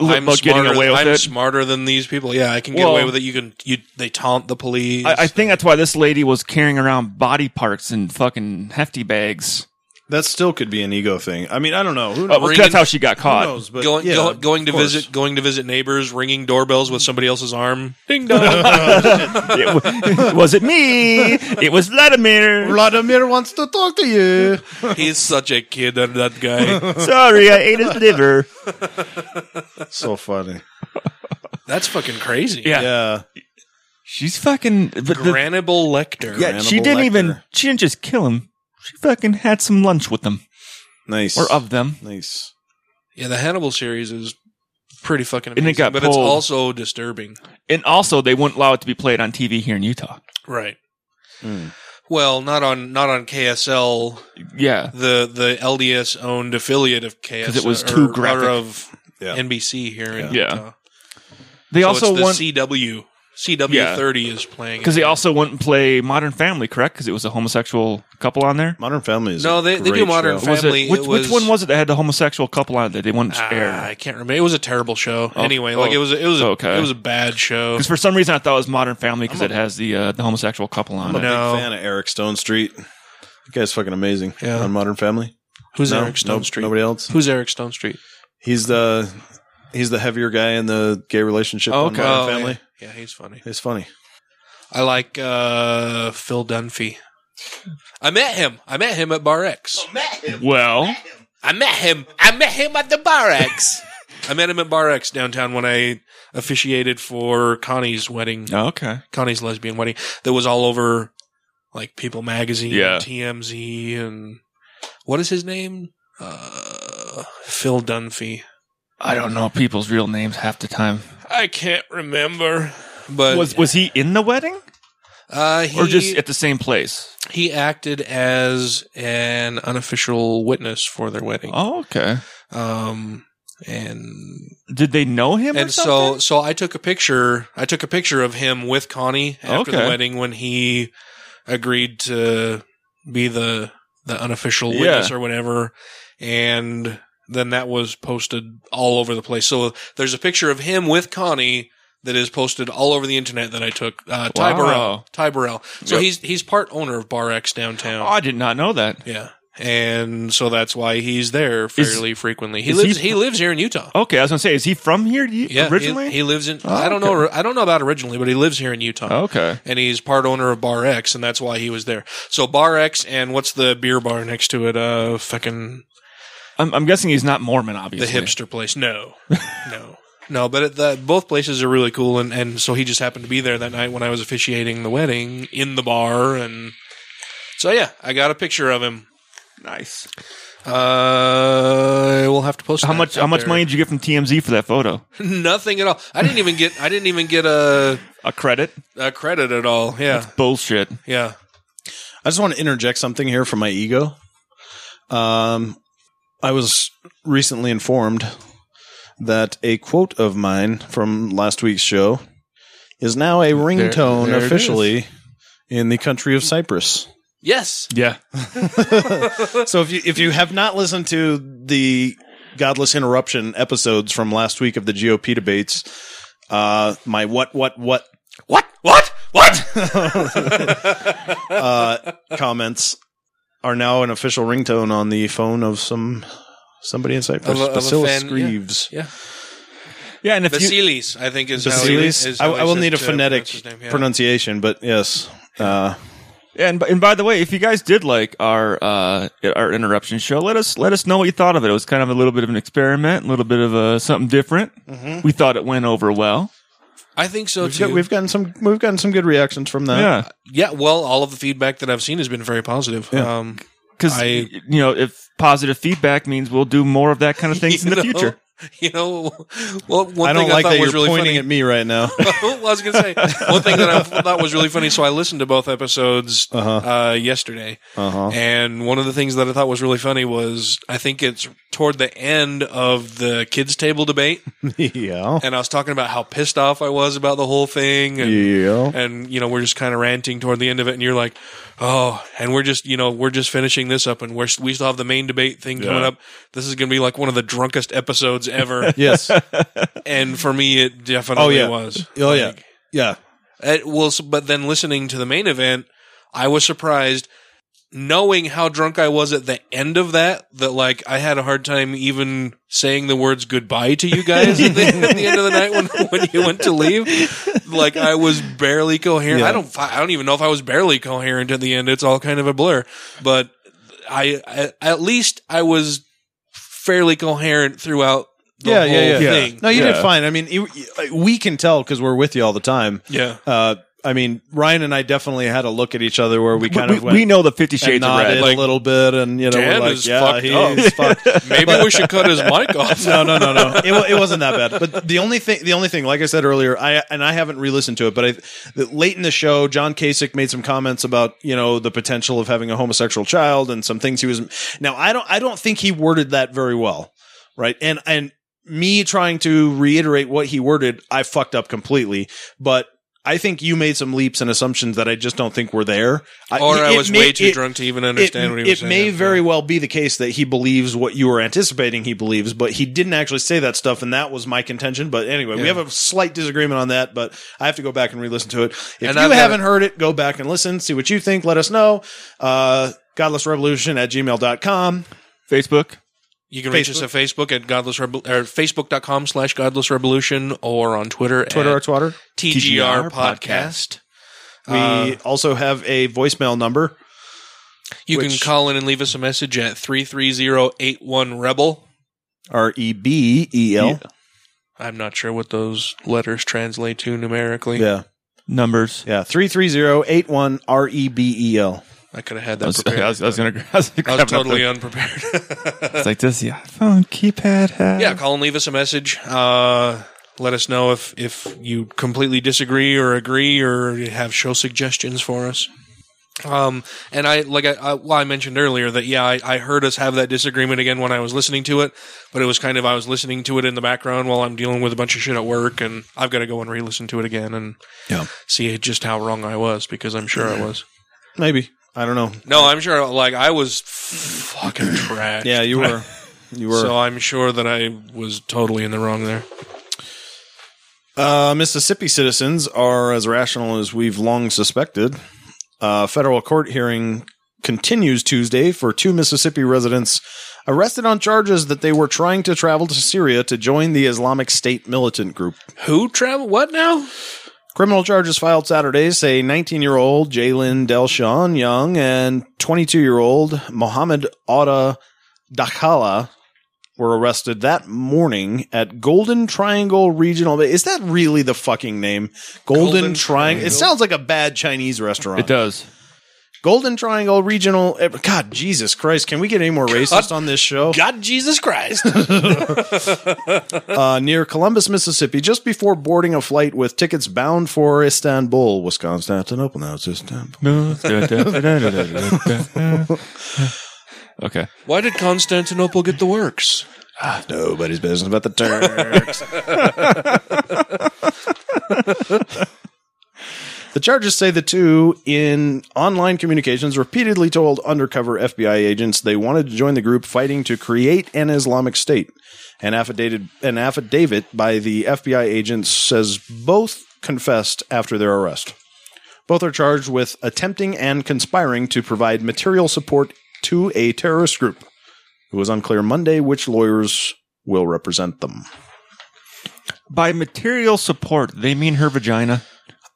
Look, I'm look, smarter. getting away with I'm it. smarter than these people. Yeah, I can get Well- away with it. You can. You they taunt the police. I, I think that's why this lady was carrying around body parts in fucking hefty bags. That still could be an ego thing. I mean, I don't know. Who Well, knows? that's how she got Who caught. knows? But going, yeah, go- going to of course. visit, going to visit neighbors, ringing doorbells with somebody else's arm. Ding dong. It w- was it me? It was Vladimir. Vladimir wants to talk to you. He's such a kid. That, that guy. Sorry, I ate his liver. so funny. That's fucking crazy. Yeah. Yeah. She's fucking. But the, Granable Lecter. yeah, she Hannibal didn't even. Lecter. She didn't just kill him. She fucking had some lunch with them Nice. or of them. nice. Yeah, the Hannibal series is pretty fucking And it amazing, got but it's pulled. also disturbing. And also, they wouldn't allow it to be played on TV here in Utah. Right. Hmm. Well, not on not on KSL, Yeah, the the LDS owned affiliate of KSL 'Cause it was or- too graphic. or of Yeah. NBC here in Yeah. Utah. they so also it's the want CW CW thirty is playing because it. they also wouldn't play Modern Family, correct? Because it was a homosexual couple on there. Modern Family is No, a they- they do great Modern show. Fam- Was it- Family, which, it which was- one was it that had the homosexual couple on it that they wouldn't Ah, air? I can't remember. It was a terrible show. anyway, like oh, it was it was a, okay. it was a bad show. Because for some reason I thought it was Modern Family because it has the uh, the homosexual couple on I'm a it. No. big fan of Eric Stone Street. That guy's fucking amazing Yeah. on Modern Family. Who's No, Eric Stone nope, Street? Nobody else. Who's Eric Stone Street? He's the he's the heavier guy in the gay relationship. on Okay. Modern Oh, yeah. Family. Yeah, he's funny. It's funny. I like uh, Phil Dunphy. I met him. I met him at Bar X. Well, I met him. I met him at the Bar X. I met him at Bar X downtown when I officiated for Connie's wedding, okay. Connie's lesbian wedding that was all over like People Magazine, Yeah. TMZ, and what is his name? Uh, Phil Dunphy. I don't know people's real names half the time. I can't remember, but Was was he in the wedding uh, he, or just at the same place? he acted as an unofficial witness for their wedding. Oh, okay. um and Did they know him? or and so something? so I took a picture I took a picture of him with Connie after the Okay. wedding when he agreed to be the the unofficial Yeah. witness or whatever and then that was posted all over the place so there's a picture of him with Connie that is posted all over the internet that I took uh, Ty Wow. Burrell Ty Burrell so Yep. he's he's part owner of Bar X downtown oh, I did not know that. yeah. And so that's why he's there fairly frequently. He is lives he- he, lives here in Utah. Okay, I was gonna say, is he from here do you- yeah, he- originally? he, lives in Oh, I don't okay. Oh, know I don't know about originally, but he lives here in Utah. okay. And he's part owner of Bar X, and that's why he was there. So Bar X, and what's the beer bar next to it? Uh, fucking I'm, I'm guessing he's not Mormon, the obviously. hipster place. No, no, no. But it, the, both places are really cool, and and so he just happened to be there that night when I was officiating the wedding in the bar, and so yeah, I got a picture of him. Nice. Uh, we'll have to post How that much? out How much there. money did you get from TMZ for that photo? Nothing at all. I didn't even get. I didn't even get a, A credit? a credit at all. Yeah, Bullshit. yeah. I just want to interject something here for my ego. Um, I was recently informed that a quote of mine from last week's show is now a ringtone there it officially in the country of Cyprus. Yes. Yeah. so if you if you have not listened to the godless interruption episodes from last week of the GOP debates, uh, my what what what What? What? What? uh, comments are now an official ringtone on the phone of some somebody in Cyprus. Of a- of a Basilis fan, yeah. Greaves. Yeah. Yeah, and if you, Vasilis, I think is how he- Basilis. is I, how he I will says need a to phonetic pronounce his name, yeah. pronunciation, but yes. Uh, and and by the way, if you guys did like our uh, our interruption show, let us let us know what you thought of it. It was kind of a little bit of an experiment, a little bit of a something different. We thought it went over well. I think so we've, got, too. we've gotten some we've gotten some good reactions from that. yeah, yeah. Well, all of the feedback that I've seen has been very positive. Um, because I- you know, if positive feedback means we'll do more of that kind of things you in the know- future. You know, well, one I don't thing like I thought that was you're really pointing funny. at me right now. well, I was gonna say one thing that I thought was really funny. So I listened to both episodes uh yesterday, Uh-huh. and one of the things that I thought was really funny was I think it's toward the end of the kids' table debate, yeah. and I was talking about how pissed off I was about the whole thing, and Yeah. and you know we're just kind of ranting toward the end of it, and you're like, oh, and we're just you know we're just finishing this up, and we're we still have the main debate thing coming up. This is gonna be like one of the drunkest episodes ever, Yes. and for me it definitely Oh yeah. was. Oh yeah. Yeah. It was, but then listening to the main event, I was surprised knowing how drunk I was at the end of that, that like I had a hard time even saying the words goodbye to you guys at the, at the end of the night when, when you went to leave. Like I was barely coherent. I don't, fi- I don't even know if I was barely coherent at the end. It's all kind of a blur, but I, I at least I was fairly coherent throughout the yeah, whole yeah, yeah. thing. No, you did Yeah. fine. I mean, you, you- we can tell because we're with you all the time. Yeah. Uh, I mean, Ryan and I definitely had a look at each other where we kind we, of went we know the Fifty and Shades of nodded Red. a little bit, and you know, Dan we're like, is yeah, fucked he's fucked. Maybe we should cut his mic off. No, no, no, no. It, wa- it wasn't that bad. But the only thing, the only thing, like I said earlier, I and I haven't re-listened to it, but I that late in the show, John Kasich made some comments about you know the potential of having a homosexual child and some things he was. Now I don't, I don't think he worded that very well, right? And and me trying to reiterate what he worded, I fucked up completely, but. I think you made some leaps and assumptions that I just don't think were there. Or I it was may- way too it- drunk to even understand it, what he was it saying. may very well be the case that he believes what you were anticipating he believes, but he didn't actually say that stuff, and that was my contention. But anyway, we Yeah. have a slight disagreement on that, but I have to go back and re-listen to it. If And you I've haven't heard it, go back and listen, see what you think, let us know. Uh, godlessrevolution at gmail.com. Mm. Facebook. You can reach us at Facebook at godless Revo- or facebook.com slash godless revolution or on Twitter Twitter or at Twitter. TGR TGR podcast. We also have a voicemail number. You can which- call in and leave us a message at 33081 rebel. R E B E L. I'm not sure what those letters translate to numerically. Yeah. Numbers. Yeah. 33081 R E B E L. I could have had I that was, prepared. I was- I was gonna. I was, I gonna was grab it up totally there. unprepared. It's like does the iPhone keypad have? yeah, call and leave us a message. Uh, let us know if, if you completely disagree or agree or have show suggestions for us. Um, and I, like I, I, well, I mentioned earlier that, yeah, I, I heard us have that disagreement again when I was listening to it, but it was kind of, I was listening to it in the background while I'm dealing with a bunch of shit at work and I've got to go and re-listen to it again and Yeah. see just how wrong I was because I'm sure I was. Maybe. I don't know. No, I'm sure, like, I was fucking trash. Yeah, you were. You were. So I'm sure that I was totally in the wrong there. Uh, Mississippi citizens are as rational as we've long suspected. Uh, federal court hearing continues Tuesday for two Mississippi residents arrested on charges that they were trying to travel to Syria to join the Islamic State militant group. Who travel? What now? Criminal charges filed Saturday say 19 year old Jalen Delshawn Young and 22 year old Mohammed Otta Dakhala were arrested that morning at Golden Triangle Regional. Is that really the fucking name? Golden, Golden Triangle. It Triangle. sounds like a bad Chinese restaurant. It does. Golden Triangle Regional. God, Jesus Christ. Can we get any more racist on this show? God, Jesus Christ! uh, near Columbus, Mississippi, just before boarding a flight with tickets bound for Istanbul, Wisconsin. Constantinople. Now it's Istanbul. okay. Why did Constantinople get the works? Nobody's business but the Turks. the charges say the two in online communications repeatedly told undercover FBI agents they wanted to join the group fighting to create an Islamic state. An affidavit, an affidavit by the FBI agents says both confessed after their arrest. Both are charged with attempting and conspiring to provide material support to a terrorist group. It was unclear Monday which lawyers will represent them. By material support, they mean her vagina.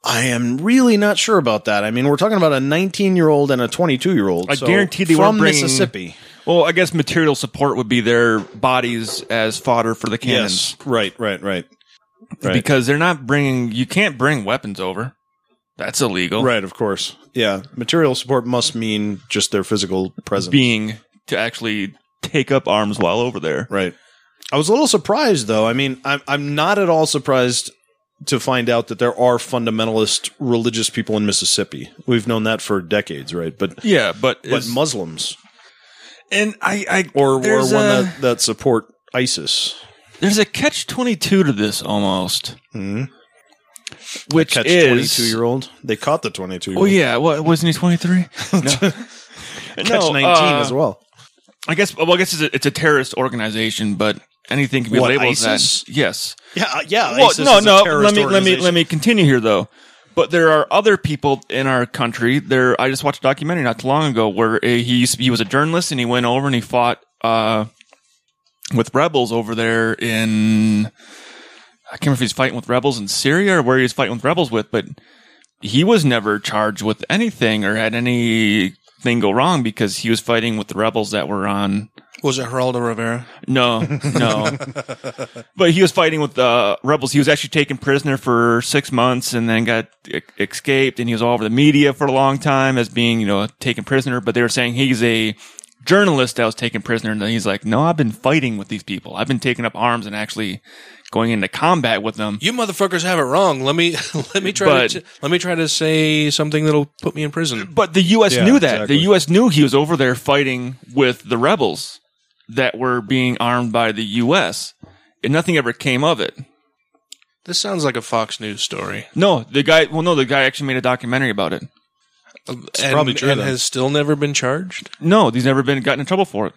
I am really not sure about that. I mean, we're talking about a 19 year old and a 22 year old. I guarantee they from weren't bringing- Mississippi. Well, I guess material support would be their bodies as fodder for the cannons right, right, right, right. because they're not bringing. You can't bring weapons over. That's illegal. right. Of course, yeah. Material support must mean just their physical presence. Being to actually take up arms while over there. Right. I was a little surprised, though. I mean, I'm I'm not at all surprised to find out that there are fundamentalist religious people in Mississippi. We've known that for decades, right? But Yeah, but, but is- Muslims and I, I or, or one there's a- that, that support ISIS. there's a catch twenty two to this almost, which catch is 22 year old. They caught the 22 year Well, old. yeah. What wasn't he twenty three? No, Catch 19 uh, as well. I guess. Well, I guess it's a, it's a terrorist organization, but anything can be What, labeled as ISIS? that. Yes. Yeah, yeah. Well, no, no. Let me let me let me continue here though. But there are other people in our country. There, I just watched a documentary not too long ago where uh, he used, he was a journalist and he went over and he fought uh, with rebels over there in. I can't remember if he's fighting with rebels in Syria or where he was fighting with rebels with, but he was never charged with anything or had anything go wrong because he was fighting with the rebels that were on Was it Geraldo Rivera? no, no. but he was fighting with the rebels. He was actually taken prisoner for six months and then got e- escaped. And he was all over the media for a long time as being, you know, taken prisoner. But they were saying he's a journalist that was taken prisoner. And then he's like, no, I've been fighting with these people. I've been taking up arms and actually going into combat with them. You motherfuckers have it wrong. Let me let me try to But- let me try to say something that'll put me in prison. But the U.S. Yeah, knew that. exactly. The U.S. knew he was over there fighting with the rebels that were being armed by the U.S. And nothing ever came of it. This sounds like a Fox News story. No, the guy. Well, no, the guy actually made a documentary about it. and, probably true, and then. has still never been charged. No, he's never been gotten in trouble for it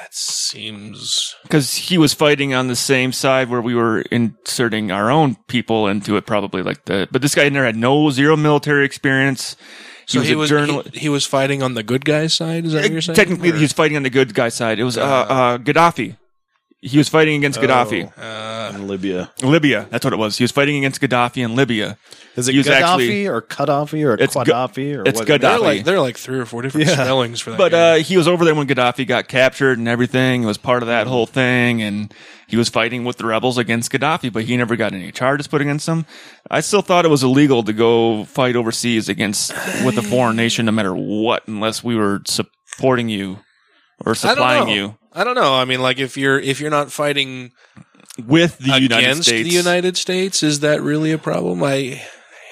That seems because he was fighting on the same side where we were inserting our own people into it, probably like that. But this guy never had no zero military experience. so. He was, a journalist. he, he was fighting on the good guy's side. Is that what you're saying? Technically, Or- he was fighting on the good guy side. It was uh, uh, Gaddafi. He was fighting against Gaddafi, in Libya. Oh. Libya. That's what it was. He was fighting against Gaddafi in Libya. Is it He was Gaddafi actually- or Qaddafi or It's Ga- Qaddafi or it's what? Gaddafi. They're like they're like three or four different Yeah. spellings for that. But guy. uh, he was over there when Gaddafi got captured and everything. It was part of Mm-hmm. that whole thing, and he was fighting with the rebels against Gaddafi. But he never got any charges put against him. I still thought it was illegal to go fight overseas against with a foreign nation, no matter what, unless we were supporting you I or don't supplying know. you I don't know. I mean, like if you're if you're not fighting with the United against States. the United States, is that really a problem? I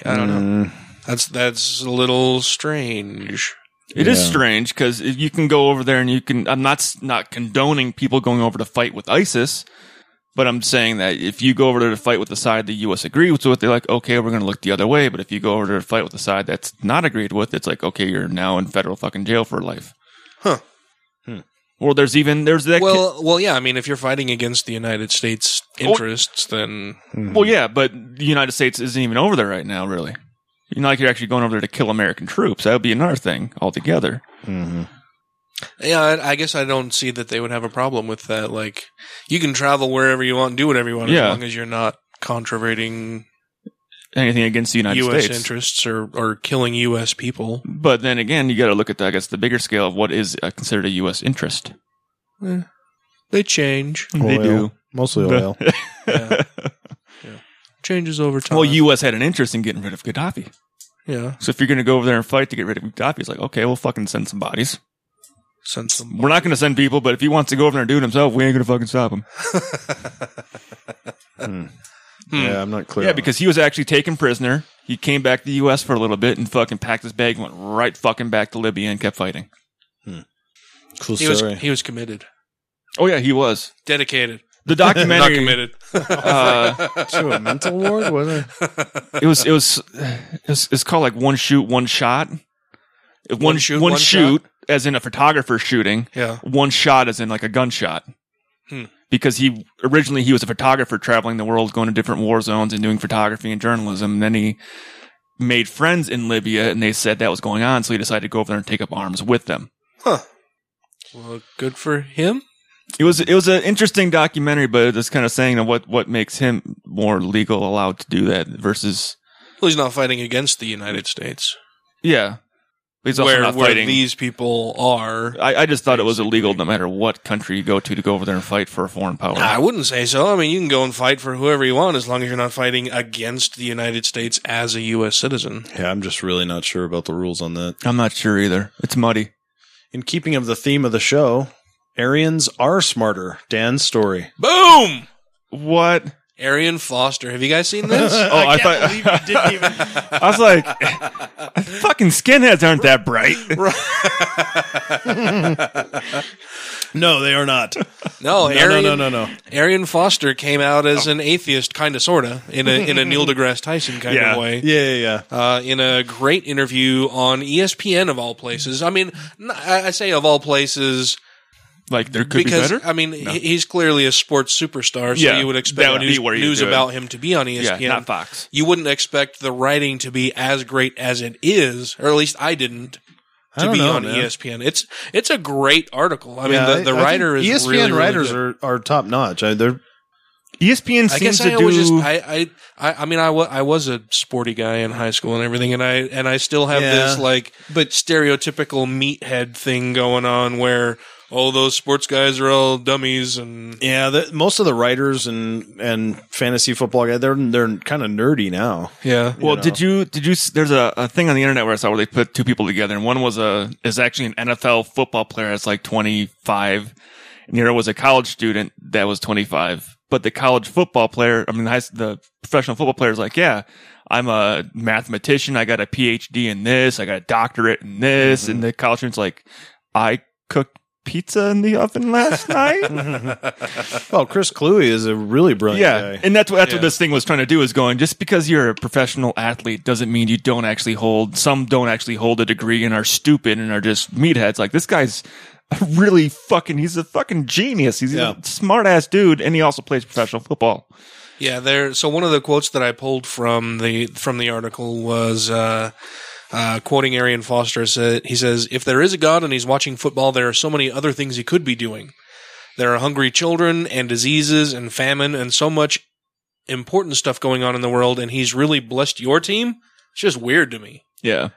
I don't know. Mm. That's that's a little strange. It is strange because you can go over there and you can. I'm not s- not condoning people going over to fight with ISIS, but I'm saying that if you go over there to fight with the side the U.S. agrees with, they're like, okay, we're going to look the other way. But if you go over there to fight with the side that's not agreed with, it's like, okay, you're now in federal fucking jail for life. Huh. Or there's even there's that. Well, well, yeah. I mean, if you're fighting against the United States Oh. interests, then ki- well, yeah, but the United States isn't even over there right now, really. You're not like you're actually going over there to kill American troops. That would be another thing altogether. yeah, I, I guess I don't see that they would have a problem with that. Like, you can travel wherever you want, and do whatever you want, as Yeah. long as you're not contravening Anything against the United U.S. States. interests or or killing U.S. people. But then again, you got to look at, the, I guess, the bigger scale of what is uh, considered a U.S. interest. They change. They do. Mostly oil. Yeah. yeah. Changes over time. Well, U.S. had an interest in getting rid of Gaddafi. yeah. So if you're going to go over there and fight to get rid of Gaddafi, it's like, okay, we'll fucking send some bodies. Since the We're not going to send people, but if he wants to go over there and do it himself, we ain't going to fucking stop him. yeah, I'm not clear. Yeah, on because he was actually taken prisoner. He came back to the U.S. for a little bit and fucking packed his bag and went right fucking back to Libya and kept fighting. it. cool he was story. he was committed, Oh, yeah, he was. dedicated, The not documentary. committed. uh, to a mental ward, was it? it was it was it's it's called like one shoot one shot one, One shoot shoot, one, one shoot as in a photographer shooting yeah. one shot as in like a gunshot Hmm. because he originally he was a photographer traveling the world going to different war zones and doing photography and journalism and then he made friends in libya and they said that was going on so he decided to go over there and take up arms with them Well, good for him. it was it was an interesting documentary but it's kind of saying that what what makes him more legal allowed to do that versus Well, he's not fighting against the United States, yeah he's also where not where fighting these people are. I, I just thought it was illegal no matter what country you go to to go over there and fight for a foreign power. I wouldn't say so. I mean, you can go and fight for whoever you want as long as you're not fighting against the United States as a U.S. citizen. Yeah, I'm just really not sure about the rules on that. I'm not sure either. It's muddy. In keeping of the theme of the show, Aryans are smarter. Dan's story. Boom! What? Arian Foster. Have you guys seen this? Oh, I, thought you didn't even. I was like, fucking skinheads aren't that bright. No, they are not. No, No, Arian, no, no, no, no. Arian Foster came out as an atheist, kind of, sort of, in a in a Neil deGrasse Tyson kind Yeah. of way. Yeah, yeah, yeah. uh, in a great E interview on ESPN of all places. I mean, n- I I say of all places, Like there could because be better. I mean he- he's clearly a sports superstar, so Yeah, you would that expect would be news, where you news do it. about him to be on E yeah, ESPN. not Fox. You wouldn't expect the writing to be as great as it is, or at least I didn't. To don't be know, on E man. ESPN, it's it's a great article. I mean, the, the I- I writer E E think is ESPN really, really writers good. are, are top notch. I, they're ESPN I seems guess to I do. was just I, I I I mean I was I was a sporty guy in high school and everything and I and I still have Yeah. this like But- stereotypical meathead thing going on where all those sports guys are all dummies and yeah. The, most of the writers and and fantasy football guys they're they're kind of nerdy now. yeah well, know. did you did you? s- There's a, a thing on the internet where I saw where they put two people together, and one was a is actually an NFL football player that's like 25, and the other was a college student that was 25. But the college football player, I mean, the, high, s- the professional football player is like, yeah, I'm a mathematician. I got a PhD in this. I got a doctorate in this. And the college student's like, I cooked pizza in the oven last night. Well, Chris Cluey is a really brilliant Yeah, guy. and that's what that's uh, what Yeah. this thing was trying to do is going just because you're a professional athlete doesn't mean you don't actually hold some don't actually hold a degree and are stupid and are just meatheads. Like this guy's a really fucking he's a fucking genius. He's Yeah. a smart ass dude, and he also plays professional football. yeah there so one of the quotes that I pulled from the from the article was uh uh, quoting Arian Foster, said, he says, If there is a God and he's watching football, there are so many other things he could be doing. There are hungry children and diseases and famine and so much important stuff going on in the world, and he's really blessed your team. It's just weird to me. Yeah,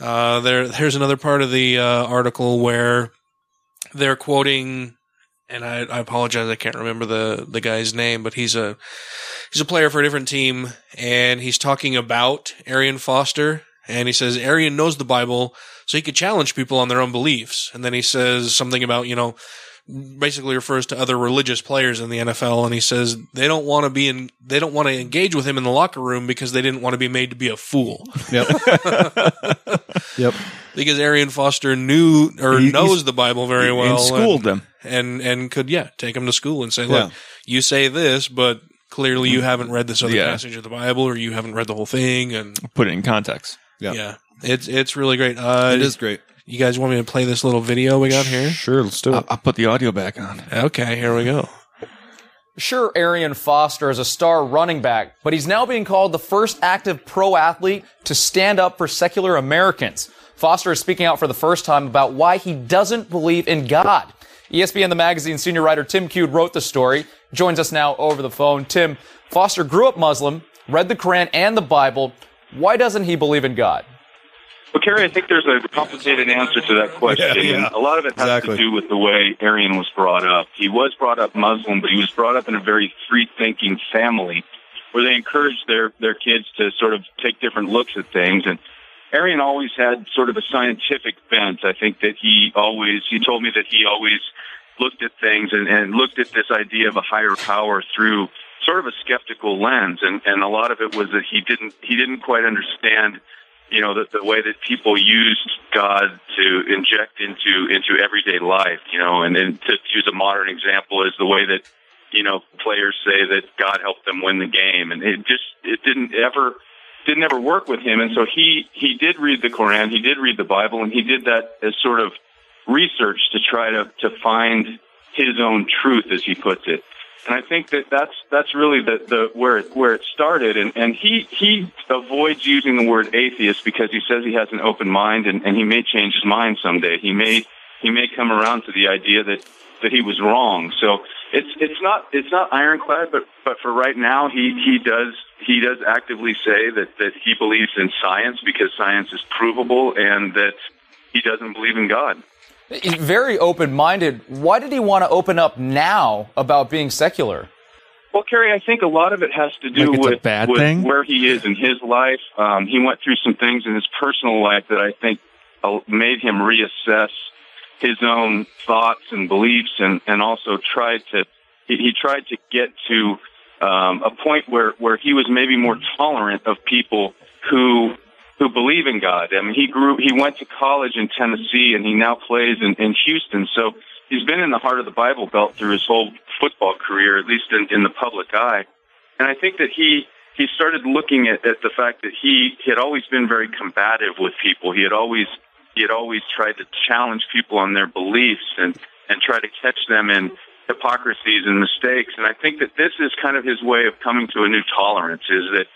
Uh, there, there's another part of the uh, article where they're quoting, and I, I apologize, I can't remember the the guy's name, but he's a he's a player for a different team, and he's talking about Arian Foster, and he says Arian knows the Bible, so he could challenge people on their own beliefs, and then he says something about you know basically refers to other religious players in the NFL and he says they don't want to be in they don't want to engage with him in the locker room because they didn't want to be made to be a fool Yep. because Arian Foster knew or He- knows he's- the Bible very well, and schooled them. and, and and could yeah take him to school and say, look, Yeah. you say this, but clearly you haven't read this other Yeah. passage of the Bible, or you haven't read the whole thing, and Put it in context. Yeah. yeah, it's it's really great. Uh, It is great. You guys want me to play this little video we got here? Sure, let's do I, it. I put the audio back on. Okay, here we go. Sure, Arian Foster is a star running back, but he's now being called the first active pro athlete to stand up for secular Americans. Foster is speaking out for the first time about why he doesn't believe in God. ESPN The Magazine senior writer Tim Cute wrote the story, joins us now over the phone. Tim, Foster grew up Muslim, read the Quran and the Bible. Why doesn't he believe in God? Well, Kerry, I think there's a complicated answer to that question. Yeah, yeah. And a lot of it has Exactly. to do with the way Arian was brought up. He was brought up Muslim, but he was brought up in a very free thinking family where they encouraged their, their kids to sort of take different looks at things. And Arian always had sort of a scientific bent. I think that he always, he told me that he always looked at things and, and looked at this idea of a higher power through sort of a skeptical lens. And, and a lot of it was that he didn't, he didn't quite understand you know the, the way that people used God to inject into into everyday life. You know, and, and to use a modern example is the way that you know players say that God helped them win the game, and it just it didn't ever didn't ever work with him. And so he he did read the Quran, he did read the Bible, and he did that as sort of research to try to to find his own truth, as he puts it. And I think that that's that's really the, the where it, where it started. And, and he he avoids using the word atheist because he says he has an open mind, and, and he may change his mind someday. He may he may come around to the idea that that he was wrong. So it's it's not it's not ironclad, but but for right now, he he does he does actively say that that he believes in science because science is provable, and that he doesn't believe in God. He's very open minded. Why did he want to open up now about being secular? Well, Kerry, I think a lot of it has to do Like it's a with, bad with thing? where he is in his life. Um, he went through some things in his personal life that I think uh, made him reassess his own thoughts and beliefs, and and also tried to he, he tried to get to um, a point where where he was maybe more tolerant of people who who believe in God. I mean, he grew he went to college in Tennessee, and he now plays in, in Houston. So he's been in the heart of the Bible Belt through his whole football career, at least in, in the public eye. And I think that he he started looking at, at the fact that he, he had always been very combative with people. He had always he had always tried to challenge people on their beliefs and and try to catch them in hypocrisies and mistakes. And I think that this is kind of his way of coming to a new tolerance is that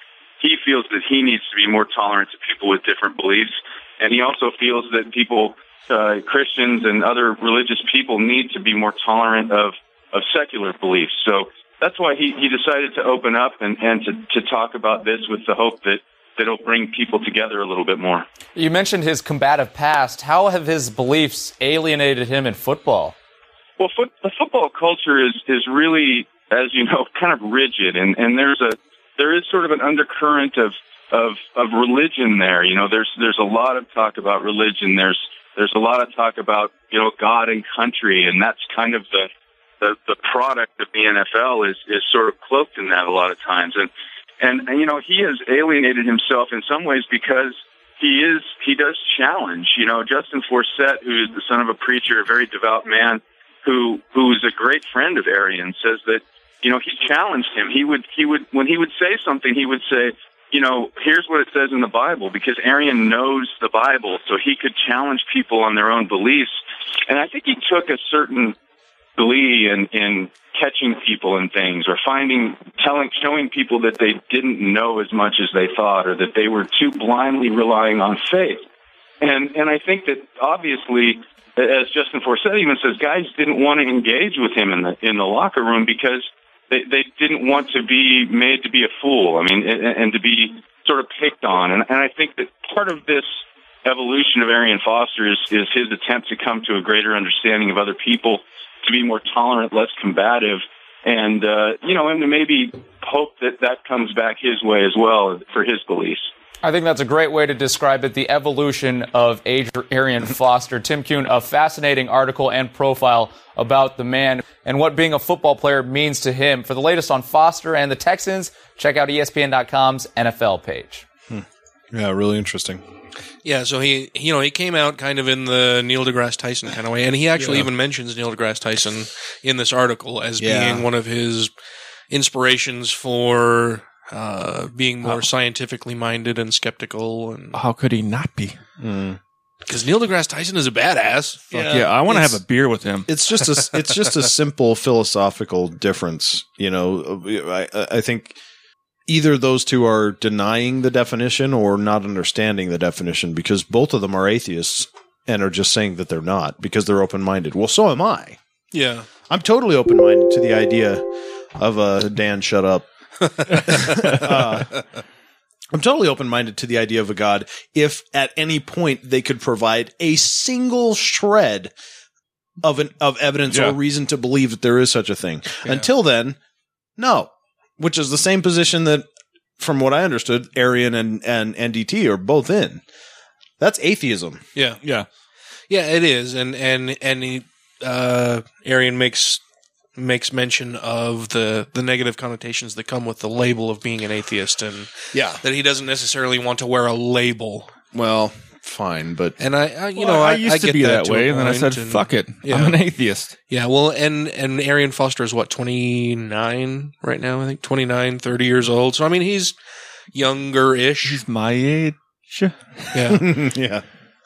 he feels that he needs to be more tolerant to people with different beliefs. And he also feels that people, uh, Christians and other religious people need to be more tolerant of, of secular beliefs. So that's why he, he decided to open up and, and to, to talk about this with the hope that, that it'll bring people together a little bit more. You mentioned his combative past. How have his beliefs alienated him in football? Well, foot, the football culture is is really, as you know, kind of rigid, and and there's a there is sort of an undercurrent of of of religion there. You know, there's there's a lot of talk about religion. There's there's a lot of talk about you know God and country, and that's kind of the the, the product of the NFL is is sort of cloaked in that a lot of times, and and, and you know he has alienated himself in some ways because he is he does challenge. You know, Justin Forsett, who is the son of a preacher, a very devout man who who is a great friend of Arian, says that you know he challenged him. He would he would when he would say something, he would say, you know, here's what it says in the Bible because Arian knows the Bible, so he could challenge people on their own beliefs. And I think he took a certain glee in in catching people in things or finding telling showing people that they didn't know as much as they thought or that they were too blindly relying on faith. And and I think that obviously as Justin Forsett even says, guys didn't want to engage with him in the in the locker room because they they didn't want to be made to be a fool. I mean, and, and to be sort of picked on. And, and I think that part of this evolution of Arian Foster is is his attempt to come to a greater understanding of other people, to be more tolerant, less combative, and uh, you know, and to maybe hope that that comes back his way as well for his beliefs. I think that's a great way to describe it the evolution of Adri- Arian Foster. Tim Kuhn, a fascinating article and profile about the man and what being a football player means to him. For the latest on Foster and the Texans, check out E ESPN.com's NFL page. Yeah, really interesting. Yeah, so he you know he came out kind of in the Neil deGrasse Tyson kind of way, and he actually even mentions Neil deGrasse Tyson in this article as Yeah. being one of his inspirations for uh, being more scientifically minded and skeptical, and How could he not be? because Neil deGrasse Tyson is a badass. Yeah, I want to have a beer with him. it's just a it's just a simple philosophical difference. You know, I I think either those two are denying the definition or not understanding the definition because both of them are atheists and are just saying that they're not because they're open minded. Well, so am I. Yeah, I'm totally open minded to the idea of a Dan shut up. Uh, I'm totally open minded to the idea of a God if at any point they could provide a single shred of an of evidence Yeah. or reason to believe that there is such a thing. Until then, no. Which is the same position that from what I understood, Arian and, and NDT are both in. That's atheism. yeah, Yeah. yeah. It is, and and and he, uh, Arian makes makes mention of the the negative connotations that come with the label of being an atheist, and Yeah. that he doesn't necessarily want to wear a label. Well, fine, but And I, I you Well, know, I, I used I to get be that, to a way, and then I point, said, and- "Fuck it, Yeah. I'm an atheist." Yeah, well, and and Arian Foster is what 29 right now, I think 29, 30 years old. So I mean, he's younger-ish. He's my age. Yeah. yeah.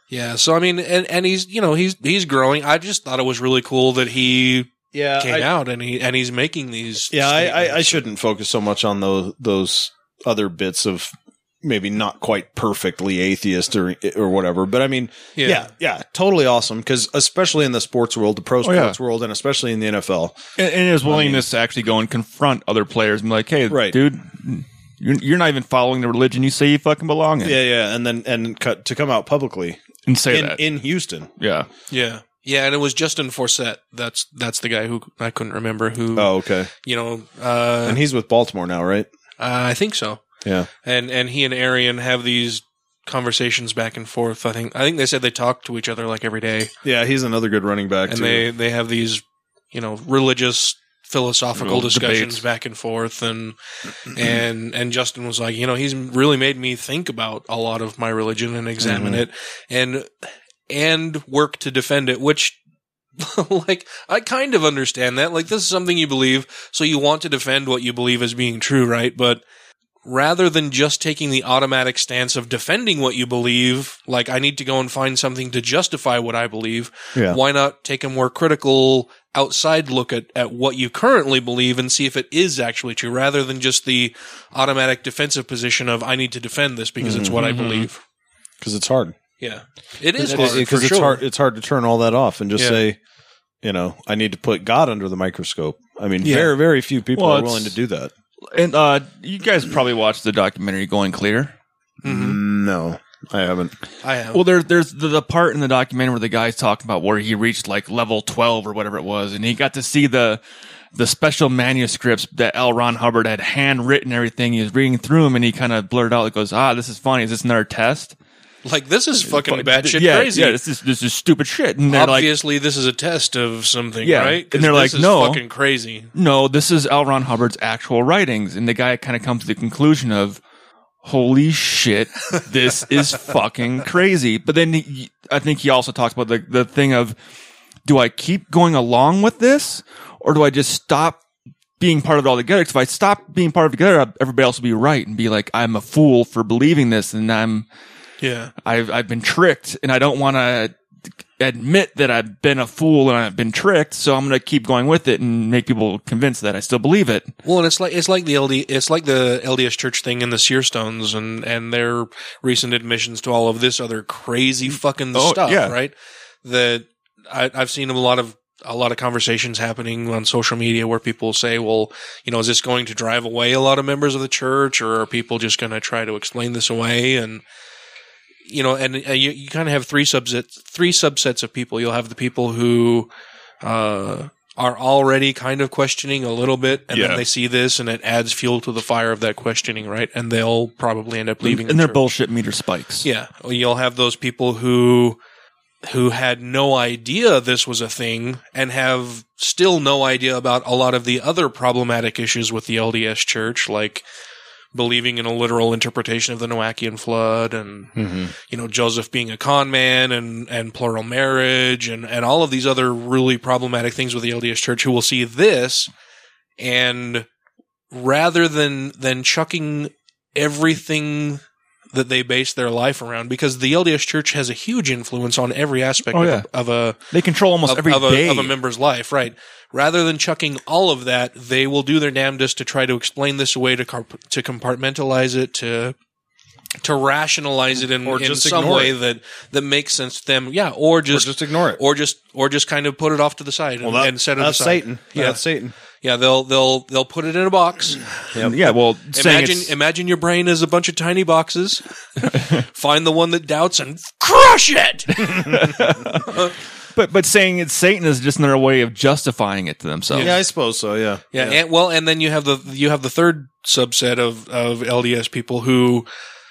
yeah, so I mean, and and he's, you know, he's he's growing. I just thought it was really cool that he Yeah. came out and he and he's making these Yeah, I, I, I statements. shouldn't focus so much on those those other bits of maybe not quite perfectly atheist or or whatever. But I mean, yeah, yeah, totally awesome. Because especially in the sports world, the pro Oh, yeah. sports world, and especially in the NFL, And, and his willingness to actually go and confront other players and be like, "Hey, Right. dude, you're, you're not even following the religion you say you fucking belong in," yeah, yeah, and then and cut to come out publicly and say in, that. in Houston. yeah, Yeah. Yeah, and it was Justin Forsett. That's that's the guy who I couldn't remember who, Oh, okay. you know, uh, And he's with Baltimore now, right? I think so. Yeah, and and he and Arian have these conversations back and forth. I think I think they said they talk to each other like every day, yeah, he's another good running back. and too. they they have these you know religious philosophical Little discussions debates. back and forth and and and Justin was like you know he's really made me think about a lot of my religion and examine Mm-hmm. it and and work to defend it which like I kind of understand that like this is something you believe so you want to defend what you believe as being true right but rather than just taking the automatic stance of defending what you believe, like I need to go and find something to justify what I believe, Yeah. why not take a more critical outside look at, at what you currently believe and see if it is actually true rather than just the automatic defensive position of I need to defend this because it's what I Mm-hmm. believe. because it's hard. Yeah. It is Because hard, for it's sure. hard. It's hard to turn all that off and just Yeah. say, you know, I need to put God under the microscope. I mean, Yeah. very, very few people Well, are it's- willing to do that. And uh, you guys probably watched the documentary Going Clear. No, I haven't. I have. Well, there, there's the, the part in the documentary where the guy's talking about where he reached like level 12 or whatever it was, and he got to see the the special manuscripts that L. Ron Hubbard had handwritten everything. He was reading through them, and he kind of blurted out, like, "Goes, ah, this is funny. Is this another test? like this is fucking batshit yeah, crazy. Yeah, this is this is stupid shit." And they're like, Obviously, this is a test of something, Yeah, right? 'Cause and they're this like, is "No." fucking crazy. no, this is L. Ron Hubbard's actual writings. And the guy kind of comes to the conclusion of, holy shit, this is fucking crazy. But then he, I think he also talks about the, the thing of, do I keep going along with this or do I just stop being part of it altogether? 'Cause if I stop being part of it together, everybody else will be right and be like, I'm a fool for believing this and I'm, Yeah. I've I've been tricked, and I don't want to admit that I've been a fool and I've been tricked. So I'm going to keep going with it and make people convinced that I still believe it. Well, and it's like it's like the LD it's like the LDS Church thing in the Searstones and and their recent admissions to all of this other crazy fucking Oh, stuff, yeah. right? That I, I've seen a lot of a lot of conversations happening on social media where people say, "Well, you know, is this going to drive away a lot of members of the church, or are people just going to try to explain this away?" And you know, and uh, you, you kind of have three subsets three subsets of people. You'll have the people who uh, are already kind of questioning a little bit, and Yeah. then they see this, and it adds fuel to the fire of that questioning, right? And they'll probably end up leaving. and the their church. bullshit meter spikes. Yeah, Well, you'll have those people who who had no idea this was a thing and have still no idea about a lot of the other problematic issues with the LDS Church, like believing in a literal interpretation of the Noachian flood and you know Joseph being a con man and and plural marriage and and all of these other really problematic things with the LDS Church who will see this and rather than than chucking everything that they base their life around because the LDS Church has a huge influence on every aspect Oh, of, yeah. a, of a They control almost of, every day. of a, of a member's life, right? Rather than chucking all of that, they will do their damnedest to try to explain this away, to carp- to compartmentalize it, to to rationalize it in, Or in just some ignore way it. that that makes sense to them. Yeah, or just just ignore it. or just or just kind of put it off to the side and, Well, that- and set it that's aside. Satan. Yeah, That's Satan. yeah, they'll they'll they'll put it in a box. yeah, well, saying Imagine, it's- imagine your brain is a bunch of tiny boxes. Find the one that doubts and crush it. but but saying it's Satan is just another way of justifying it to themselves. Yeah, I suppose so. Yeah. Yeah, And, well, and then you have the you have the third subset of of LDS people who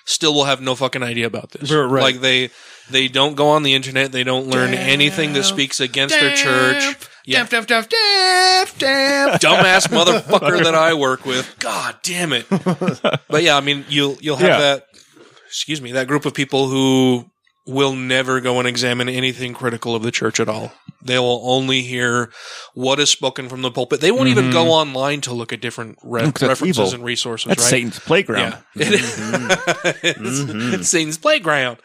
still will have no fucking idea about this. Right, right. Like they they don't go on the internet. They don't learn anything that speaks against their church. Yeah. Damn, damn, Dumbass motherfucker that I work with. God damn it. but yeah, I mean, you'll you'll have Yeah. that. Excuse me, that group of people who will never go and examine anything critical of the church at all. They will only hear what is spoken from the pulpit. They won't even go online to look at different re- 'cause Mm-hmm. that's references evil. and resources. That's right? Satan's Mm-hmm. playground. Yeah, It is. it's, it's Satan's playground.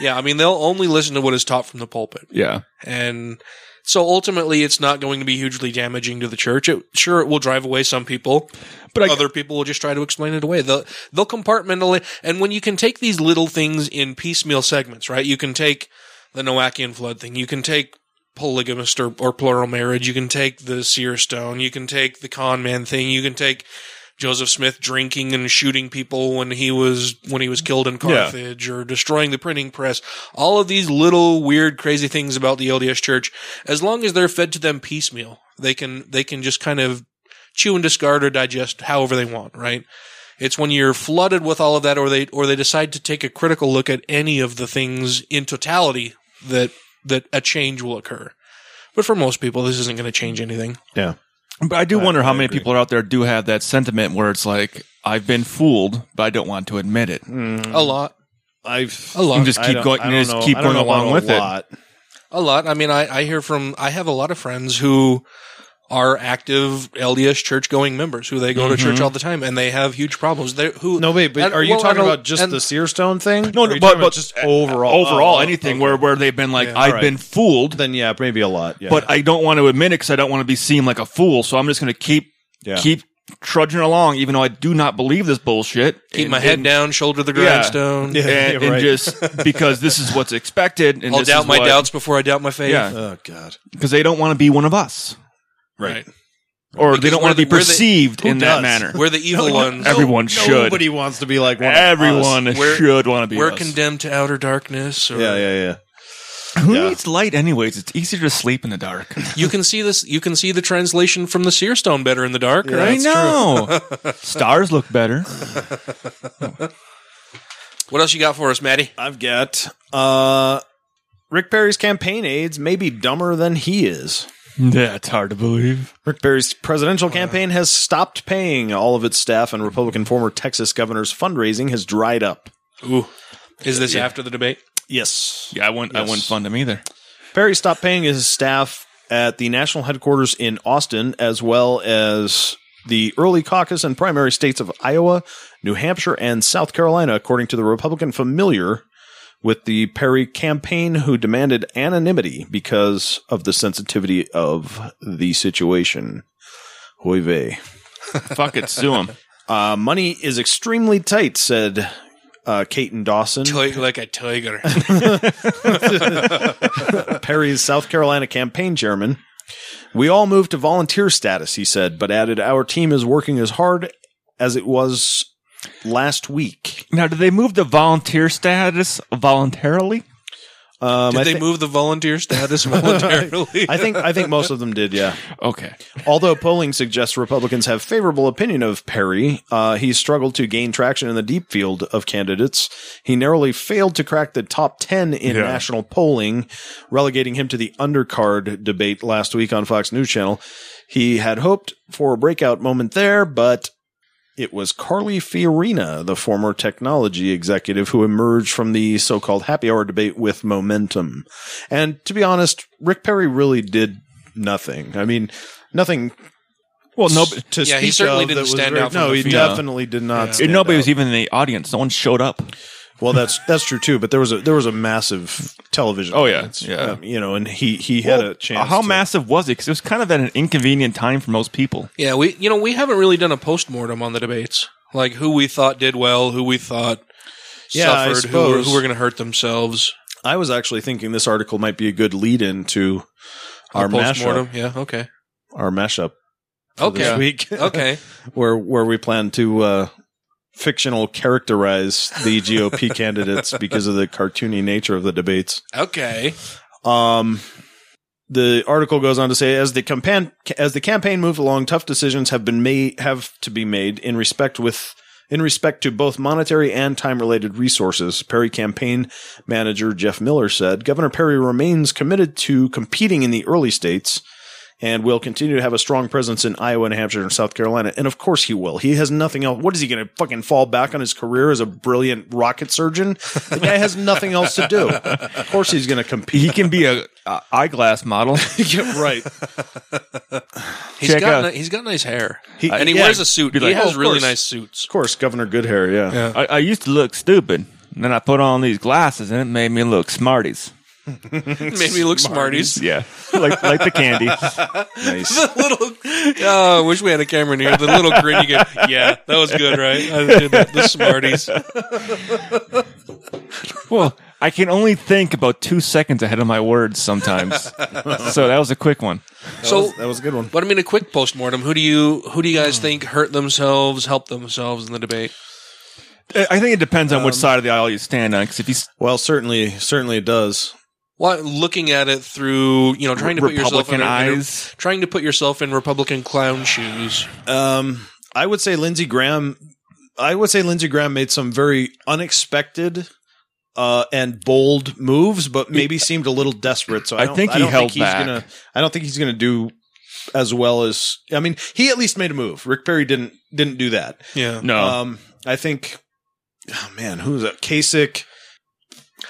Yeah, I mean they'll only listen to what is taught from the pulpit, Yeah. and so ultimately it's not going to be hugely damaging to the church. It, sure, it will drive away some people, But I, other people will just try to explain it away. They'll, they'll compartmentalize. And when you can take these little things in piecemeal segments, right? You can take the Noachian flood thing. You can take polygamist or, or plural marriage. You can take the seer stone. You can take the con man thing. You can take Joseph Smith drinking and shooting people when he was, when he was killed in Carthage or destroying the printing press. All of these little weird, crazy things about the LDS church, as long as they're fed to them piecemeal, they can, they can just kind of chew and discard or digest however they want, right? It's when you're flooded with all of that or they or they decide to take a critical look at any of the things in totality that that a change will occur. But for most people this isn't going to change anything. Yeah. but I do wonder how many agree. people out there do have that sentiment where it's like I've been fooled, but I don't want to admit it. A lot. I've A lot. And just Hmm. I keep don't- going. I don't Just know- keep I don't going know about along a with it. lot. A lot. I mean, I, I hear from, I have a lot of friends who are active LDS church going members who they go to church all the time and they have huge problems. They who No, wait, but and- are you well, talking and- about just and- the Searstone thing? No, Or are no you but, talking about but just overall, uh, overall, Oh, anything okay. where where they've been like, Yeah. I've All right. been fooled, Then yeah, maybe a lot. Yeah, but I don't want to admit it because I don't want to be seen like a fool. So I'm just going to keep Yeah. keep trudging along, even though I do not believe this bullshit. keep And- my head and- down, shoulder the Yeah. grindstone. Yeah. and, and right. just because this is what's expected. And I'll this doubt is my what- doubts before I doubt my faith. Uh, Yeah, oh god, because they don't want to be one of us, Right. or they Because don't we're want to the- be we're the- perceived in that does? manner. We're the evil ones. Everyone should. Nobody wants to be like one of us. Everyone We're- should want to be. We're us. condemned to outer darkness. Or, Yeah, yeah, yeah. Who Yeah. needs light, anyways? It's easier to sleep in the dark. You can see this. You can see the translation from the Seerstone better in the dark, right? I know. Stars look better. What else you got for us, Maddie? I've got uh, Rick Perry's campaign aides may be dumber than he is. That's hard to believe. Rick Perry's presidential campaign has stopped paying all of its staff, and Republican former Texas governor's fundraising has dried up. Ooh, is this after the debate? Yes. Yeah, I wouldn't. I wouldn't fund him either. Perry stopped paying his staff at the national headquarters in Austin, as well as the early caucus and primary states of Iowa, New Hampshire, and South Carolina, according to the Republican familiar with the Perry campaign, who demanded anonymity because of the sensitivity of the situation. Hoy vey. Fuck it, sue him. Uh, money is extremely tight, said uh, Caton Dawson. Toy, like a tiger. Perry's South Carolina campaign chairman. We all moved to volunteer status, he said, but added, Our team is working as hard as it was last week. Now, do they move to volunteer status voluntarily? Um, Did I, they thi- move the volunteer status voluntarily? I think I think most of them did, yeah. Okay. Although polling suggests Republicans have favorable opinion of Perry, uh, he struggled to gain traction in the deep field of candidates. He narrowly failed to crack the top ten in Yeah. national polling, relegating him to the undercard debate last week on Fox News Channel. He had hoped for a breakout moment there, but it was Carly Fiorina, the former technology executive, who emerged from the so called happy hour debate with momentum. And to be honest, Rick Perry really did nothing. I mean, nothing. Well, no- to Yeah, he speak certainly of that didn't was stand very- out from No, the he field. definitely did not. stand Nobody was out. even in the audience. No one showed up. Well, that's that's true too. But there was a there was a massive television. Oh, yeah. audience, Yeah. um, you know, and he he had uh, Well, a chance. How to- massive was it? Because it was kind of at an inconvenient time for most people. yeah, we you know we haven't really done a postmortem on the debates, like who we thought did well, who we thought Yeah, I suffered, who were, suppose. who were going to hurt themselves. I was actually thinking this article might be a good lead in to our mashup. postmortem. Yeah. Okay. Our mashup. for Okay. This week. Okay. where where we plan to uh, fictional characterize the GOP candidates because of the cartoony nature of the debates. Okay. Um, the article goes on to say, as the campaign as the campaign moved along, tough decisions have been made have to be made in respect with in respect to both monetary and time related resources. Perry campaign manager Jeff Miller said, Governor Perry remains committed to competing in the early states. And will continue to have a strong presence in Iowa, New Hampshire, and South Carolina. And of course he will. He has nothing else. What is he going to fucking fall back on his career as a brilliant rocket surgeon? The guy has nothing else to do. Of course he's going to compete. He can be a, a eyeglass model. Yeah, right. He's Check got out- ni- he's got nice hair, He- uh, and he yeah, wears a suit. be he like, has "Oh, of really course." nice suits. Of course, Governor Goodhair, yeah. Yeah. I, I used to look stupid, and then I put on these glasses, and it made me look smarties. Made me look smarties. Yeah, like like the candy. Nice. The little. Oh, I wish we had a camera in here. The little grin you get. Yeah, that was good, right? I did that. The smarties. Well, I can only think about two seconds ahead of my words sometimes, so that was a quick one. So, that was a good one. but I mean, a quick postmortem. Who do you who do you guys think hurt themselves, helped themselves in the debate? I I think it depends on which side of the aisle you stand on. Because if you s- Well, certainly, certainly it does. Well, looking at it through, you know, trying to put yourself in, Republican in- eyes. trying to put yourself in Republican clown shoes. Um, I would say Lindsey Graham. I would say Lindsey Graham made some very unexpected uh, and bold moves, but maybe seemed a little desperate. So I, I don't- think he don't held he's back. Gonna, I don't think he's going to do as well as. I mean, he at least made a move. Rick Perry didn't didn't do that. Yeah, no, Um, I think. Oh man, who's that? Kasich,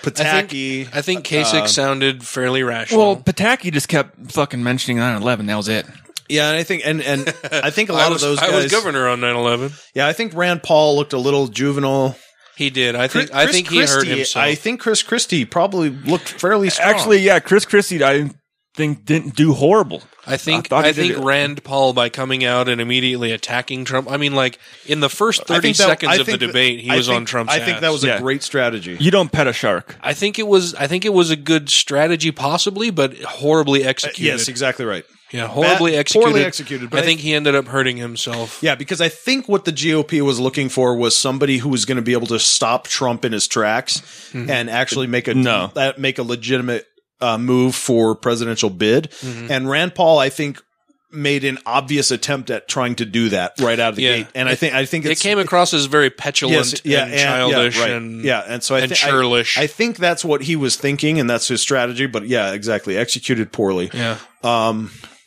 Pataki. I think Kasich Uh, sounded fairly rational. well, Pataki just kept fucking mentioning 9-11. That was it. Yeah, and I think and and I think a lot I was, of those guys. I was governor on 9/11. Yeah, I think Rand Paul looked a little juvenile. He did. I think. I think he hurt himself. I think Chris Christie probably looked fairly strong. Actually, yeah, Chris Christie, I think didn't do horrible. I think thought I, he did think it. Rand Paul by coming out and immediately attacking Trump. I mean, like in the first I thirty think that- I seconds of the think that- debate, he I was think- on Trump's. I think that ass. was Yeah. a great strategy. You don't pet a shark. I think it was. I think it was a good strategy, possibly, but horribly executed. Uh, Yes, exactly right. Yeah, horribly Bad- executed. poorly executed, but I I- think he ended up hurting himself. Yeah, because I think what the GOP was looking for was somebody who was going to be able to stop Trump in his tracks and actually make a No. that make a legitimate uh, move for presidential bid. And Rand Paul, I think, made an obvious attempt at trying to do that right out of the Yeah. gate. And I think I think It it's, came across as very petulant Yes, and, childish yeah, right. and yeah, and so I, and thi- I- churlish. I, think that's what he was thinking, and that's his strategy. But yeah, exactly, executed poorly. yeah.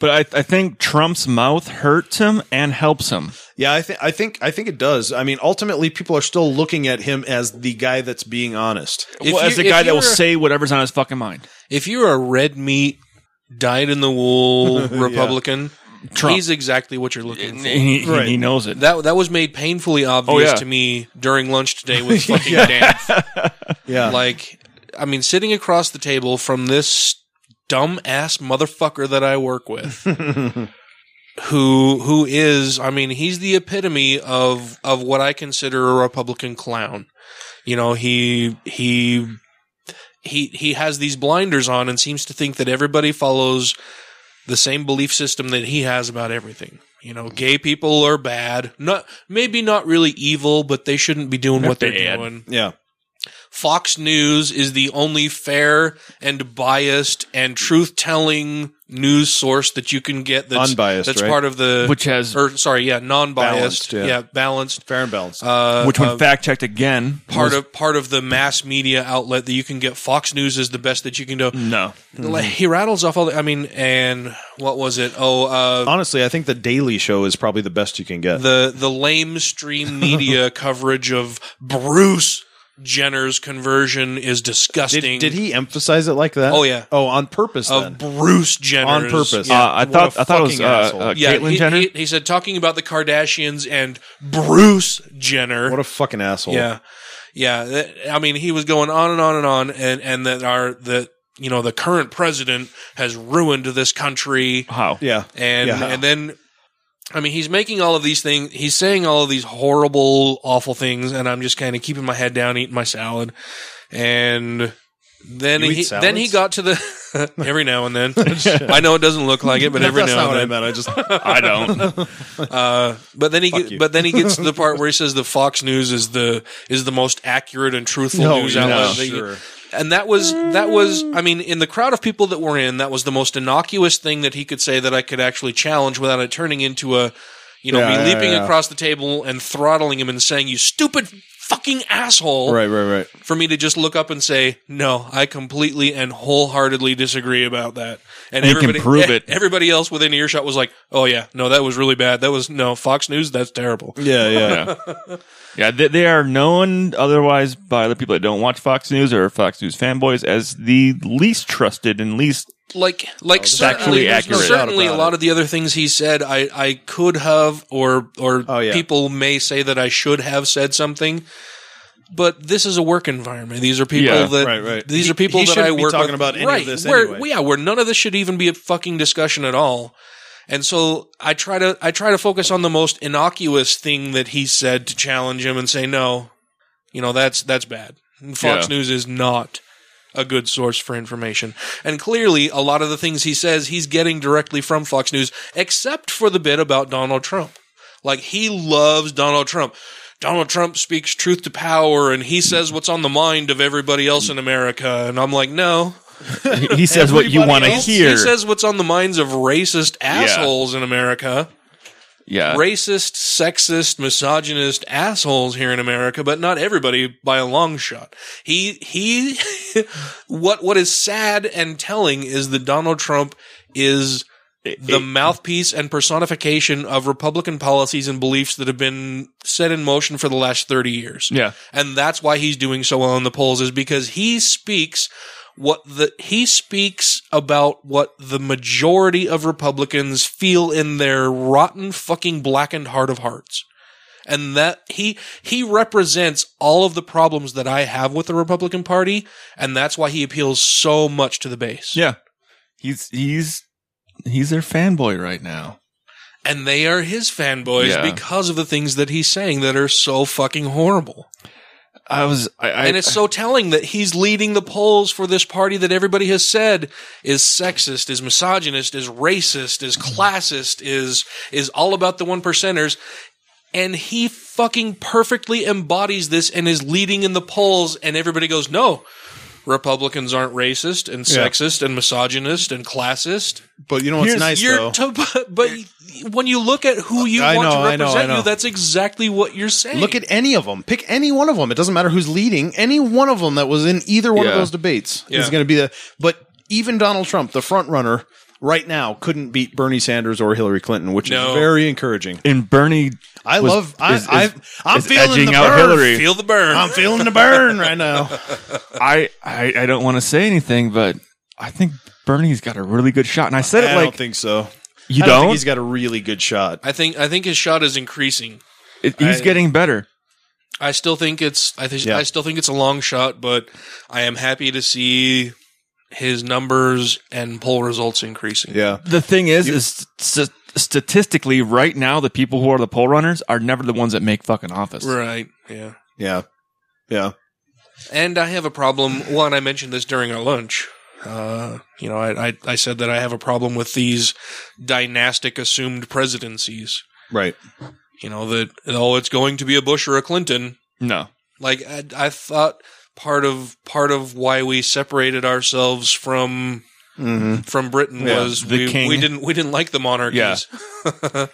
But I, I think Trump's mouth hurts him and helps him. Yeah, I think I think I think it does. I mean, ultimately, people are still looking at him as the guy that's being honest. If well, you- as the if guy you that will were- say whatever's on his fucking mind. if you're a red meat, dyed in the wool Republican, Trump. he's exactly what you're looking And for. he, he- Right. he knows it. That that was made painfully obvious yeah. to me during lunch today with fucking Dan. Yeah, Like, I mean, sitting across the table from this dumb ass motherfucker that I work with, who who is, I mean, he's the epitome of of what I consider a Republican clown. You know, he he he he has these blinders on and seems to think that everybody follows the same belief system that he has about everything. You know, gay people are bad. Not maybe not really evil, but they shouldn't be doing what they're bad. doing. yeah, Fox News is the only fair and biased and truth-telling news source that you can get that's Unbiased, That's right? part of the Which has- or sorry, yeah, non-biased, Balanced, yeah. balanced. fair and balanced. Uh, which when uh, fact checked again, part was- of part of the mass media outlet that you can get. Fox News is the best that you can do. no. Like, Mm-hmm. he rattles off all the. I mean, and what was it? Oh, uh, Honestly, I think the Daily Show is probably the best you can get. the the lame stream media coverage of Bruce Jenner's conversion is disgusting. did, did he emphasize it like that? Oh, yeah. Oh, on purpose. of then. Bruce Jenner On purpose. Uh, I What thought a I thought it was uh, fucking asshole. uh, Yeah, Caitlyn he, Jenner. He, he said talking about the Kardashians and Bruce Jenner. What a fucking asshole. yeah, yeah. That- I mean, he was going on and on and on, and and that our that you know the current president has ruined this country. How? Yeah. and Yeah. and then I mean he's making all of these things he's saying all of these horrible awful things and I'm just kind of keeping my head down eating my salad and then You eat he then he salads? got to the every now and then I know it doesn't look like it but every That's now not what I and then meant. I just I don't. but then he get, you. but then he gets to the part where he says the Fox News is the is the most accurate and truthful No, news yeah, outlet that you- sure. and that was that was I mean in the crowd of people that were in that was the most innocuous thing that he could say that I could actually challenge without it turning into a you know Yeah, me yeah, leaping yeah. across the table and throttling him and saying you stupid fucking asshole right, right, right. for me to just look up and say no I completely and wholeheartedly disagree about that and You can prove e- it. everybody else within earshot was like oh yeah no that was really bad that was no Fox News that's terrible Yeah, yeah. Yeah, they, they are known otherwise by the people that don't watch Fox News or Fox News fanboys as the least trusted and least. like Oh, like factually certainly, there's no- accurate. certainly a lot of the other things he said I I could have or or Oh, yeah. people may say that I should have said something but this is a work environment these are people Yeah, that right, right. these He- are people he that I shouldn't be work talking with. about any of right, this where, anyway. yeah where none of this should even be a fucking discussion at all and so I try to I try to focus on the most innocuous thing that he said to challenge him and say no you know that's that's bad Fox Yeah. News is not a good source for information. And clearly, a lot of the things he says, he's getting directly from Fox News, except for the bit about Donald Trump. Like, he loves Donald Trump. Donald Trump speaks truth to power and he says what's on the mind of everybody else in America. And I'm like, no. He, he says what you want to He- hear. He says what's on the minds of racist assholes in America. yeah, Racist, sexist, misogynist assholes here in America, but not everybody by a long shot. He he what what is sad and telling is that Donald Trump is the mouthpiece and personification of Republican policies and beliefs that have been set in motion for the last 30 years. Yeah. And that's why he's doing so well in the polls is because he speaks what the he speaks about what the majority of Republicans feel in their rotten fucking blackened heart of hearts. And that he he represents all of the problems that I have with the Republican Party, and that's why he appeals so much to the base. Yeah. He's he's he's their fanboy right now. And they are his fanboys Yeah. because of the things that he's saying that are so fucking horrible. I was I, I and it's so telling that he's leading the polls for this party that everybody has said is sexist, is misogynist, is racist, is classist, is is all about the one percenters. And he fucking perfectly embodies this and is leading in the polls, and everybody goes, No, Republicans aren't racist and Yeah. sexist and misogynist and classist. But you know what's Here's- nice You're though? to, but, but when you look at who you I want know, to I know, I represent know. you, that's exactly what you're saying. Look at any of them. Pick any one of them. It doesn't matter who's leading. Any one of them that was in either one of Yeah. those debates Yeah. is going to be the. But even Donald Trump, the front runner right now, couldn't beat Bernie Sanders or Hillary Clinton, which No. is very encouraging. and Bernie I was- love. I, is- is- I, I'm is feeling edging the out burn. Hillary. feel the burn. I'm feeling the burn right now. I, I I don't want to say anything, but I think Bernie's got a really good shot. And I said it I like don't think so. you I don't. don't think he's got a really good shot. I think I think his shot is increasing. It- he's I- getting better. I still think it's I think Yeah. I still think it's a long shot, but I am happy to see his numbers and poll results increasing. Yeah. The thing is, is st- statistically, right now, the people who are the poll runners are never the ones that make fucking office. Right. Yeah. Yeah. Yeah. And I have a problem. One, I mentioned this during our lunch. Uh, you know, I, I I said that I have a problem with these dynastic assumed presidencies. Right. You know that oh, it's going to be a Bush or a Clinton. No, Like I, I thought part of part of why we separated ourselves from from Britain Yeah, was the we, king. we didn't we didn't like the monarchies. Yeah.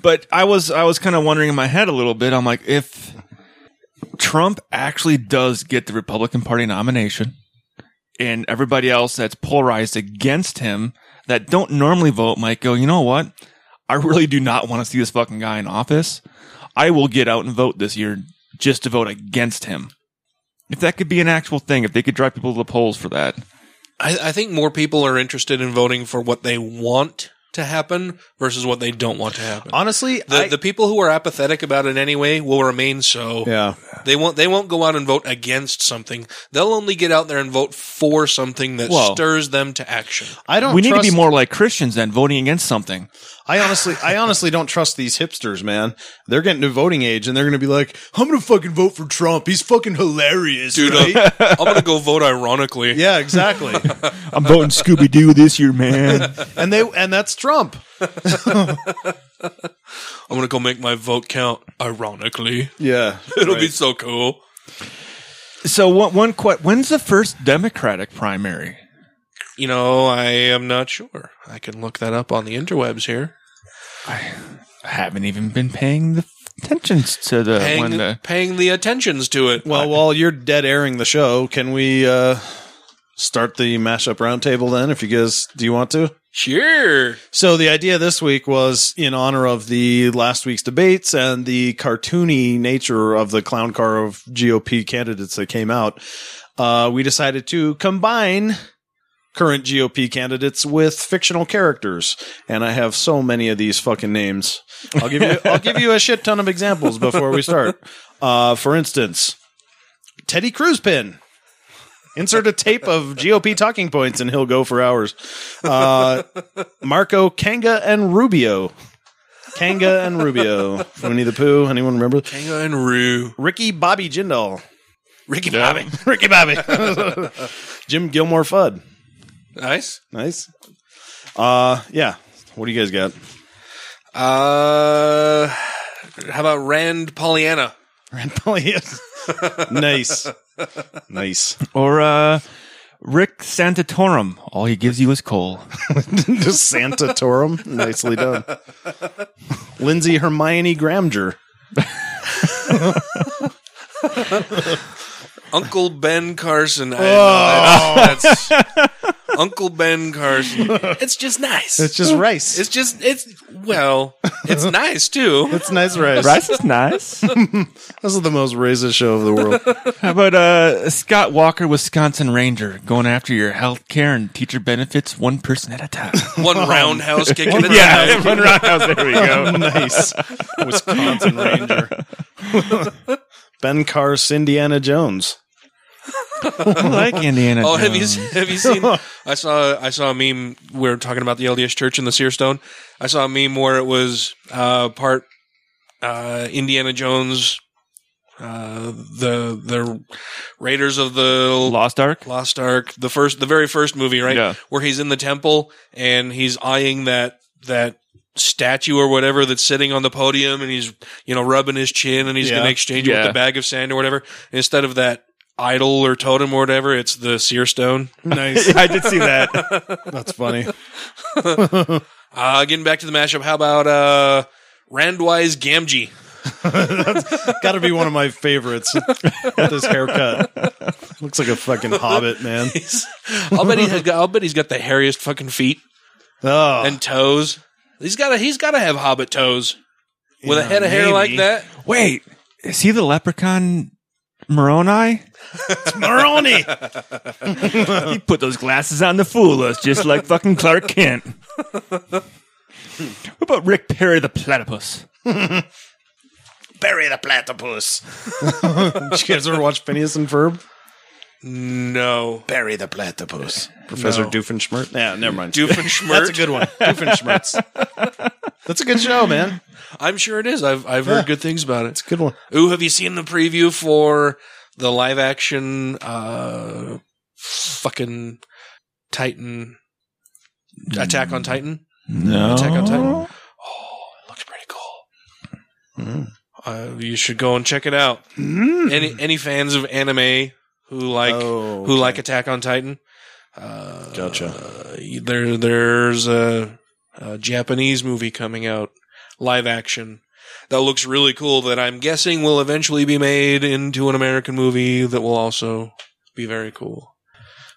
but I was I was kind of wondering in my head a little bit. I'm like, if Trump actually does get the Republican Party nomination, and everybody else that's polarized against him that don't normally vote might go, you know what? I really do not want to see this fucking guy in office. I will get out and vote this year just to vote against him. If that could be an actual thing, if they could drive people to the polls for that. I, I think more people are interested in voting for what they want to happen versus what they don't want to happen. Honestly, the, I- the people who are apathetic about it anyway will remain so. yeah. They won't. They won't go out and vote against something. They'll only get out there and vote for something that Well- stirs them to action. I don't. We need to trust- be more like Christians than voting against something. I honestly, I honestly don't trust these hipsters, man. They're getting to voting age, and they're going to be like, "I'm going to fucking vote for Trump. He's fucking hilarious, Dude, right?" I'm, I'm gonna go vote ironically. yeah, exactly. I'm voting Scooby Doo this year, man. and they, and that's Trump. I'm gonna go make my vote count ironically. Yeah, It'll be right. so cool. So one, one que- when's the first Democratic primary? You know, I am not sure. I can look that up on the interwebs here. I haven't even been paying the attention to the Paying, when the paying the attentions to it. Well, while you're dead airing the show, can we uh, start the mashup roundtable then? If you guys, do you want to? Sure. So the idea this week was in honor of the last week's debates and the cartoony nature of the clown car of GOP candidates that came out. Uh, we decided to combine current GOP candidates with fictional characters, and I have so many of these fucking names. I'll give you I'll give you a shit ton of examples before we start. Uh, for instance, Teddy Cruzpin. Insert a tape of GOP talking points, and he'll go for hours. Uh, Marco Kanga and Rubio. Kanga and Rubio. Winnie the Pooh. Anyone remember? Hang on, Rue. Ricky Bobby Jindal. Ricky Bobby. Ricky Bobby. Jim Gilmore Fudd. Nice. Nice. Uh yeah. What do you guys got? Uh, how about Rand Pollyanna? Rand Polyus. nice. Nice. or uh, Rick Santorum. All he gives you is coal. Just Santatorum. Nicely done. Lindsay Hermione Gramger. Uncle Ben Carson. I know, that's, that's Uncle Ben Carson. It's just nice. It's just rice. It's just it's Well, it's nice too. It's nice rice. Rice is nice. This is the most racist show of the world. How about uh, Scott Walker, Wisconsin Ranger, going after your health care and teacher benefits one person at a time? One roundhouse kick in the yeah, run roundhouse. There we go. nice. Wisconsin Ranger. ben Carr's Indiana Jones. I like Indiana. Oh, have you Jones. have you seen? I saw I saw a meme. We are talking about the LDS Church and the Seer Stone. I saw a meme where it was uh, part uh, Indiana Jones, uh, the the Raiders of the Lost Ark? Lost Ark, the first, the very first movie, right? Yeah. Where he's in the temple and he's eyeing that that statue or whatever that's sitting on the podium, and he's you know rubbing his chin, and he's Yeah. going to exchange it with Yeah. the bag of sand or whatever. And instead of that idol or totem or whatever, it's the seer stone. Nice. I did see that. That's funny. Uh, getting back to the mashup, how about uh, Randwise Gamgee? Got to be one of my favorites with his haircut. Looks like a fucking hobbit, man. I'll bet he's got, I'll bet he's got the hairiest fucking feet Oh, and toes. He's got to he's got to have hobbit toes with a head of hair like maybe. that. Wait, is he the leprechaun Moroni? Maroney. He put those glasses on to fool us, just like fucking Clark Kent. what about Rick Perry the platypus? Bury the platypus. Did you guys ever watch Phineas and Ferb? No, Bury the platypus. Professor No. Doofenshmirtz. Yeah, never mind. Doofenshmirtz. That's a good one. Doofenshmirtz. That's a good show, man. I'm sure it is. I've I've heard Yeah. good things about it. It's a good one. Ooh, have you seen the preview for the live action uh fucking Titan Attack on Titan? Mm. No. Attack on Titan. Oh, it looks pretty cool. Mm. Uh, you should go and check it out. Any any fans of anime who like Oh, who like Attack on Titan? Gotcha. Uh, there there's a, a Japanese movie coming out, live action. That looks really cool. That I'm guessing will eventually be made into an American movie. That will also be very cool.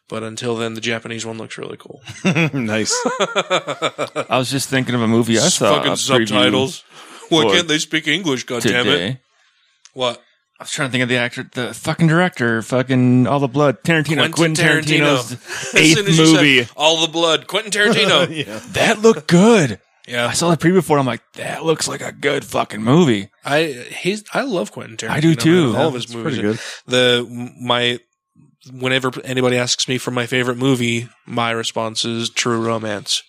But until then, the Japanese one looks really cool. nice. I was just thinking of a movie I saw. fucking a preview subtitles. Why for can't they speak English? God damn today. it! What? I was trying to think of the actor, the fucking director, fucking all the blood, Tarantino, Quentin, Tarantino's As soon eighth as you said, movie. All the blood. Quentin Tarantino. yeah. That looked good. I yeah. saw the preview for it. I'm like, that looks like a good fucking movie. I he's I love Quentin Tarantino. I do too. All of his movies. Pretty good. The my whenever anybody asks me for my favorite movie, my response is True Romance.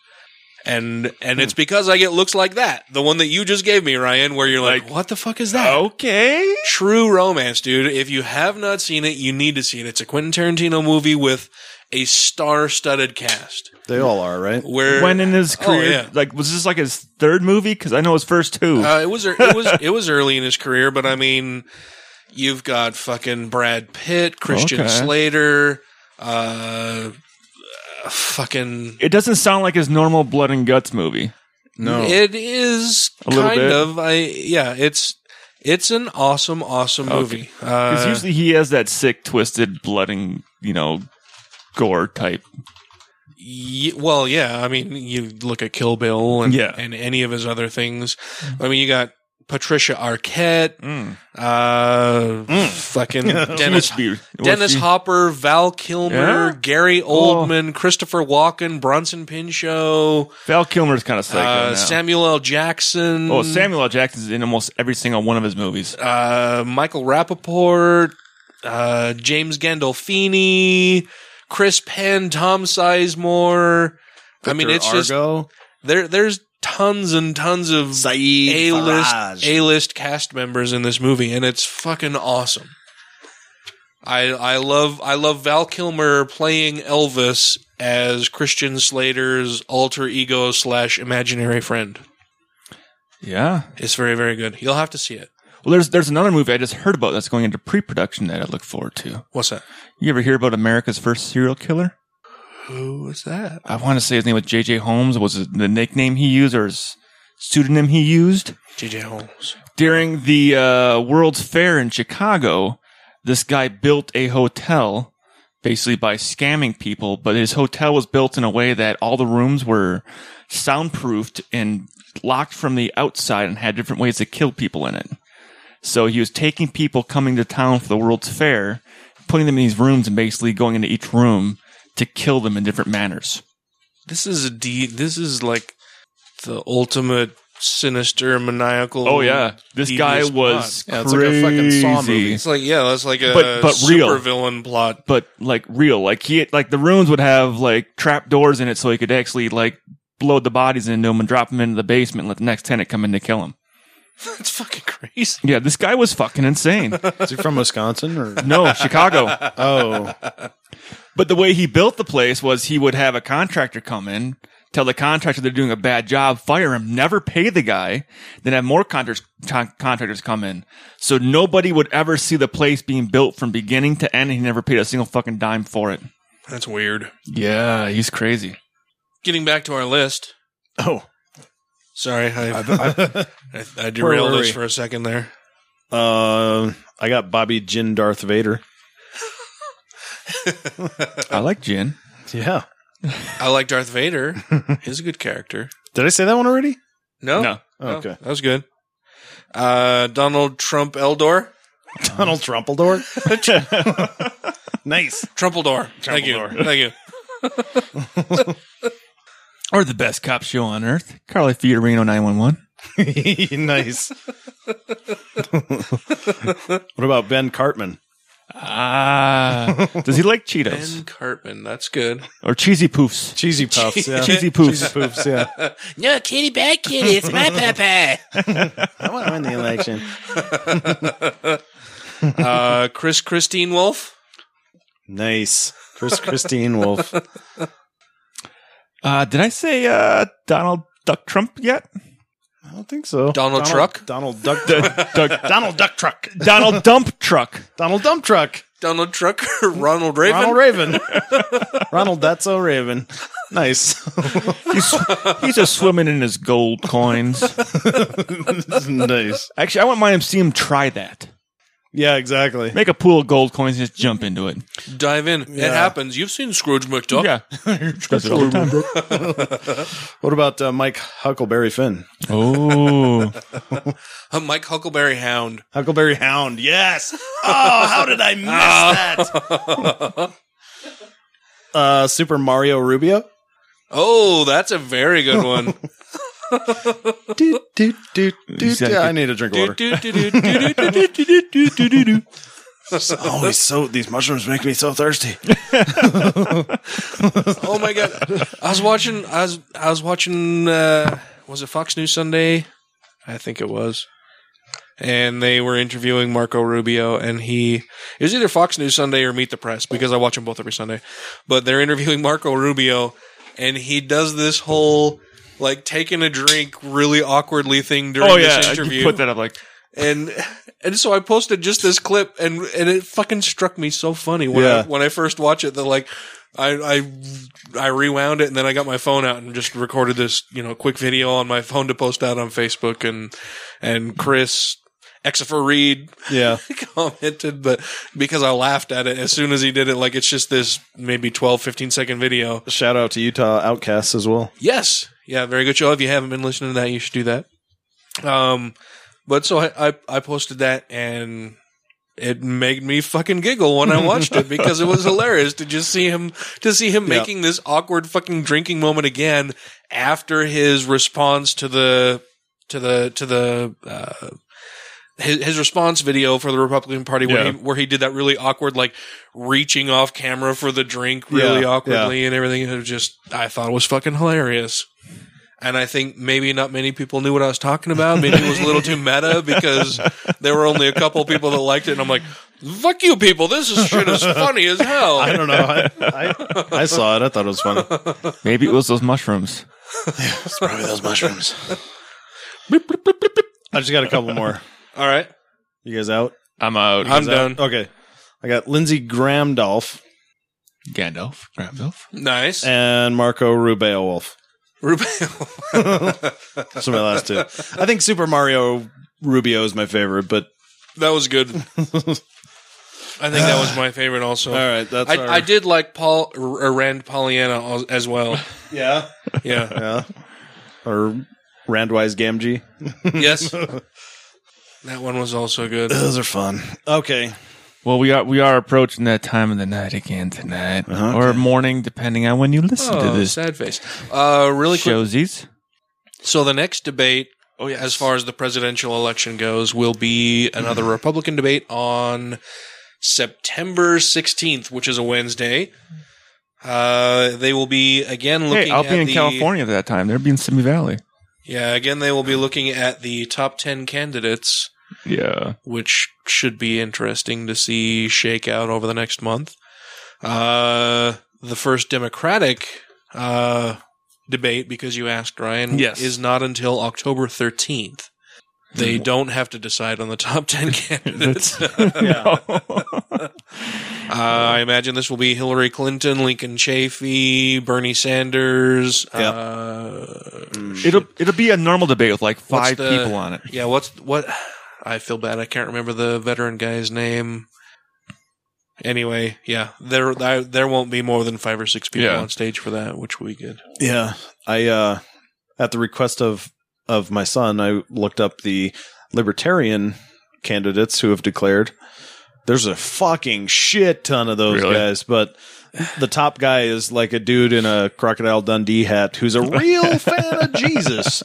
And and Hmm. it's because I get looks like that. The one that you just gave me, Ryan, where you're like, what the fuck is that? oh. Okay. True Romance, dude. If you have not seen it, you need to see it. It's a Quentin Tarantino movie with a star-studded cast. They all are, right? Where When in his Oh, career, yeah. like, was this like his third movie? Because I know his first two. Uh, it was it was it was early in his career, but I mean, you've got fucking Brad Pitt, Christian Okay. Slater, uh, uh, fucking. it doesn't sound like his normal blood and guts movie. No. It is A little kind bit. of I yeah. It's it's an awesome awesome movie. Because Uh, usually he has that sick, twisted blood and you know, gore type. Ye- well, yeah. I mean, you look at Kill Bill and Yeah. and any of his other things. I mean, you got Patricia Arquette, uh, fucking Dennis Mm. Must be- Dennis must be- Hopper, Val Kilmer, Yeah? Oh. Gary Oldman, Christopher Walken, Bronson Pinchot, Val Kilmer's kind of psycho. now. uh, Samuel L. Jackson, oh, Samuel L. Jackson's in almost every single one of his movies. uh, Michael Rappaport, uh, James Gandolfini, Chris Penn, Tom Sizemore. I mean, it's just Argo, there. There's tons and tons of Saeed A-list, Faraj. A-list cast members in this movie, and it's fucking awesome. I I love I love Val Kilmer playing Elvis as Christian Slater's alter ego slash imaginary friend. yeah. It's very very good. You'll have to see it. Well, there's there's another movie I just heard about that's going into pre-production that I look forward to. What's that? You ever hear about America's first serial killer? Who is that? I want to say his name was J.J. Holmes. Was it the nickname he used or his pseudonym he used? J.J. Holmes. during the uh, World's Fair in Chicago, this guy built a hotel basically by scamming people, but his hotel was built in a way that all the rooms were soundproofed and locked from the outside and had different ways to kill people in it. So he was taking people coming to town for the World's Fair, putting them in these rooms and basically going into each room to kill them in different manners. This is a D. This is like the ultimate sinister maniacal. Oh, yeah. This guy devious was plot. Yeah, it's like a fucking Saw It's like, movie. yeah, that's like a But- but real. supervillain plot. but like real. Like he like the rooms would have like trap doors in it, so he could actually like blow the bodies into them and drop them into the basement. And let the next tenant come in to kill him. That's fucking crazy. Yeah, this guy was fucking insane. Is he from Wisconsin or? No, Chicago. Oh, But the way he built the place was he would have a contractor come in, tell the contractor they're doing a bad job, fire him, never pay the guy, then have more contractors, con- contractors come in. So nobody would ever see the place being built from beginning to end. And he never paid a single fucking dime for it. That's weird. Yeah, he's crazy. Getting back to our list. oh. Sorry, I I, I Where derailed were us we? for a second there. Uh, I got Bobby Jin Darth Vader. I like gin. Yeah. I like Darth Vader. He's a good character. Did I say that one already? No, No. Okay. that was good. Uh, Donald Trump Eldor, Donald Trumpledore. nice. Trumpledor. Thank you, Trumpledore. thank you. Or the best cop show on earth, Carly Fiorino 911. nice. what about Ben Cartman? Ah. Does he like Cheetos? Ben Cartman, that's good. Or cheesy poofs? Cheesy puffs. Yeah. Cheesy poofs. poofs. Yeah. No, kitty, bad kitty, it's my papa. I want to win the election. Uh, Chris Christine Wolf. Nice. Chris Christine Wolf. Uh, did I say uh, Donald Duck Trump yet? I don't think so. Donald Truck? Donald Duck. Donald Duck Truck. Donald Dump Truck. Donald Dump Truck. Donald Truck or Ronald Raven? Ronald Raven. Ronald That's So Raven. Nice. He's, he's just swimming in his gold coins. nice. Actually, I wouldn't mind him see him try that. Yeah, exactly. Make a pool of gold coins and just jump into it. Dive in. It happens. You've seen Scrooge McDuck. Yeah. Does it all the time. What about uh, Mike Huckleberry Finn? Oh. Uh, Mike Huckleberry Hound. Huckleberry Hound. Yes. Oh, how did I miss that? Oh. uh, Super Mario Rubio. Oh, that's a very good one. Doot, doot, doot, doot. gotta Yeah, get- I need a drink of Do, do, water. do, do, do, do, do, do, do, do, do, do, do. Oh, he's so these mushrooms make me so thirsty. oh my god. I was watching I was I was watching uh was it Fox News Sunday? I think it was. And they were interviewing Marco Rubio and he it was either Fox News Sunday or Meet the Press because I watch them both every Sunday. But they're interviewing Marco Rubio and he does this whole like taking a drink really awkwardly thing during oh, yeah. this You interview put that up like, and and so I posted just this clip, and and it fucking struck me so funny when I, Yeah. when I first watched it that like I I I rewound it and then I got my phone out and just recorded this you know quick video on my phone to post out on Facebook and and Chris. Exifer Reed Yeah. commented, but because I laughed at it as soon as he did it, like it's just this maybe 12, 15 second video. Shout out to Utah Outcasts as well. Yes. Yeah, very good show. If you haven't been listening to that, you should do that. Um, but so I, I, I posted that and it made me fucking giggle when I watched it because it was hilarious to just see him, to see him Yeah. making this awkward fucking drinking moment again after his response to the, to the, to the, uh, his, his response video for the Republican Party where, Yeah. he, where he did that really awkward, like reaching off camera for the drink really Yeah, awkwardly and everything. It was just, I thought it was fucking hilarious. And I think maybe not many people knew what I was talking about. Maybe it was a little too meta because there were only a couple people that liked it. And I'm like, fuck you people. This is shit is funny as I hell. don't know. I, I, I saw it. I thought it was funny. maybe it was those mushrooms. It's probably those mushrooms. I just got a couple more. All right. You guys out? I'm out. I'm done. Okay. I got Lindsey Gramdolf Gandalf. Gandalf. Nice. and Marco Rubio Wolf. Rubio. Those are my last two. I think Super Mario Rubio is my favorite, but that was good. I think that was my favorite also. all right, that's I, our- I did like Paul uh, or Rand Pollyanna al- as well. yeah, Yeah. yeah, or Randwise Gamgee. Yes. that one was also good. Those are fun. Okay. Well, we are we are approaching that time of the night again tonight, or morning, depending on when you listen to Oh, this. sad face. Uh, really quick. Showsies. So the next debate, oh yeah, as far as the presidential election goes, will be another Mm-hmm. Republican debate on September 16th, which is a Wednesday. Uh, they will be again looking. Hey, I'll at be in the- California at that time. They'll be in Simi Valley. Yeah, again they will be looking at the top 10 candidates, Yeah. which should be interesting to see shake out over the next month. Uh, the first Democratic uh, debate, because you asked Ryan, Yes. is not until October 13th. They don't have to decide on the top 10 candidates. uh, I imagine this will be Hillary Clinton, Lincoln Chafee, Bernie Sanders. Yep. Uh, It'll it'll be a normal debate with like what's five the- people on it. Yeah, what's what? I feel bad. I can't remember the veteran guy's name. Anyway, yeah, there there, there won't be more than five or six people Yeah. on stage for that, which we get. Yeah. I uh at the request of of my son, I looked up the libertarian candidates who have declared. There's a fucking shit ton of those Really? guys, but the top guy is like a dude in a crocodile Dundee hat who's a real fan of Jesus.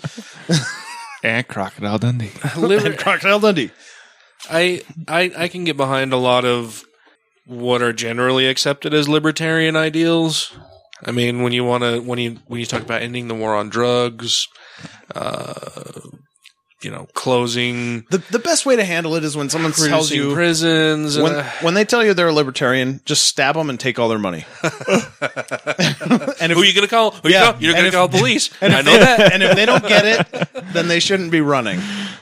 And Crocodile Dundee. and crocodile Dundee. I, I I can get behind a lot of what are generally accepted as libertarian ideals. I mean, when you want to when you when you talk about ending the war on drugs, uh, you know, closing, The the best way to handle it is when someone tells reducing you prisons. when, uh, when they tell you they're a libertarian, just stab them and take all their money. and who are you going to call? Who Yeah, you call? You're going and to if- call police. and I if know they- that. and if they don't get it, then they shouldn't be running.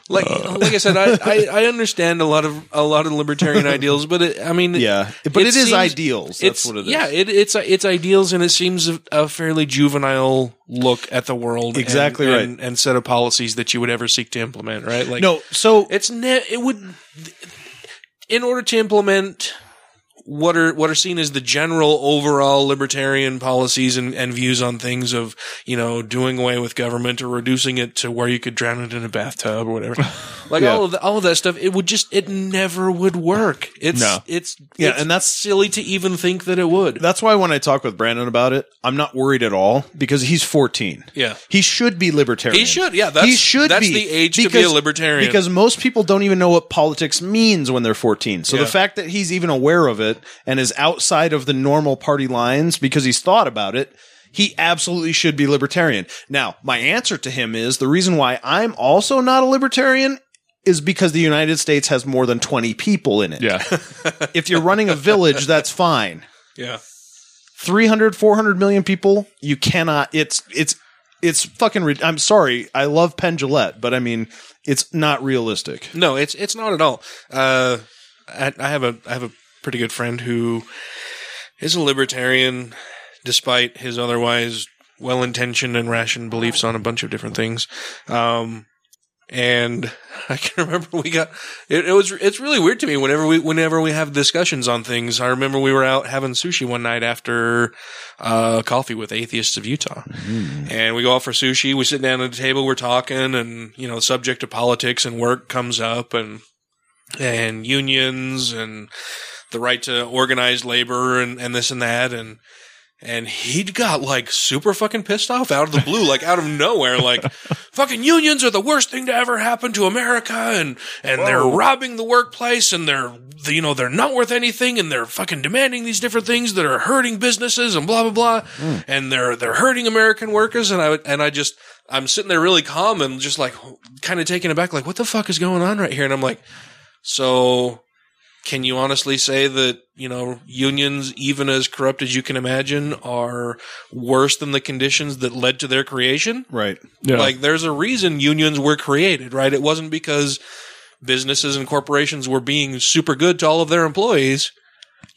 Like like I said, I, I, I understand a lot of a lot of libertarian ideals, but it, I mean, Yeah, but it is seems- ideals. That's it's- what it is. Yeah, it, it's it's ideals, and it seems a, a fairly juvenile look at the world. and- Exactly right. and, and set of policies that you would ever seek to implement. Right? Like No, so it's ne- it would in order to implement what are what are seen as the general overall libertarian policies and, and views on things of you know doing away with government or reducing it to where you could drown it in a bathtub or whatever like all of the, all of that stuff it would just it never would work it's No. it's Yeah, it's and that's- silly to even think that it would that's why when I talk with Brandon about it, I'm not worried at all because he's 14. Yeah. he should be libertarian. He should, yeah, that's- he should. that's be, the age to be a libertarian. because most people don't even know what politics means when they're 14. So Yeah. the fact that he's even aware of it and is outside of the normal party lines because he's thought about it. He absolutely should be libertarian. Now, my answer to him is the reason why I'm also not a libertarian is because the United States has more than 20 people in it. Yeah. If you're running a village, that's fine. yeah 300 400 million people you cannot it's it's it's fucking re- i'm sorry i love penn Jillette, but i mean it's not realistic No, it's it's not at all. Uh, I, I have a I have a pretty good friend who is a libertarian, despite his otherwise well intentioned and rationed beliefs on a bunch of different things. Um, and I can remember we got it, it was it's really weird to me whenever we whenever we have discussions on things. I remember we were out having sushi one night after uh, coffee with atheists of Utah, and we go out for sushi. We sit down at a table, we're talking, and you know, the subject of politics and work comes up, and and unions and the right to organize labor and and this and that and. And he got like super fucking pissed off out of the blue, like out of nowhere, like fucking unions are the worst thing to ever happen to America and, and they're robbing the workplace and they're, the- you know, they're not worth anything and they're fucking demanding these different things that are hurting businesses and blah, blah, blah. And they're, they're hurting American workers. And I would, and I just, I'm sitting there really calm and just like kind of taken aback, like, what the fuck is going on right here? And I'm like, so can you honestly say that you know unions even as corrupt as you can imagine are worse than the conditions that led to their creation right Yeah. like there's a reason unions were created right it wasn't because businesses and corporations were being super good to all of their employees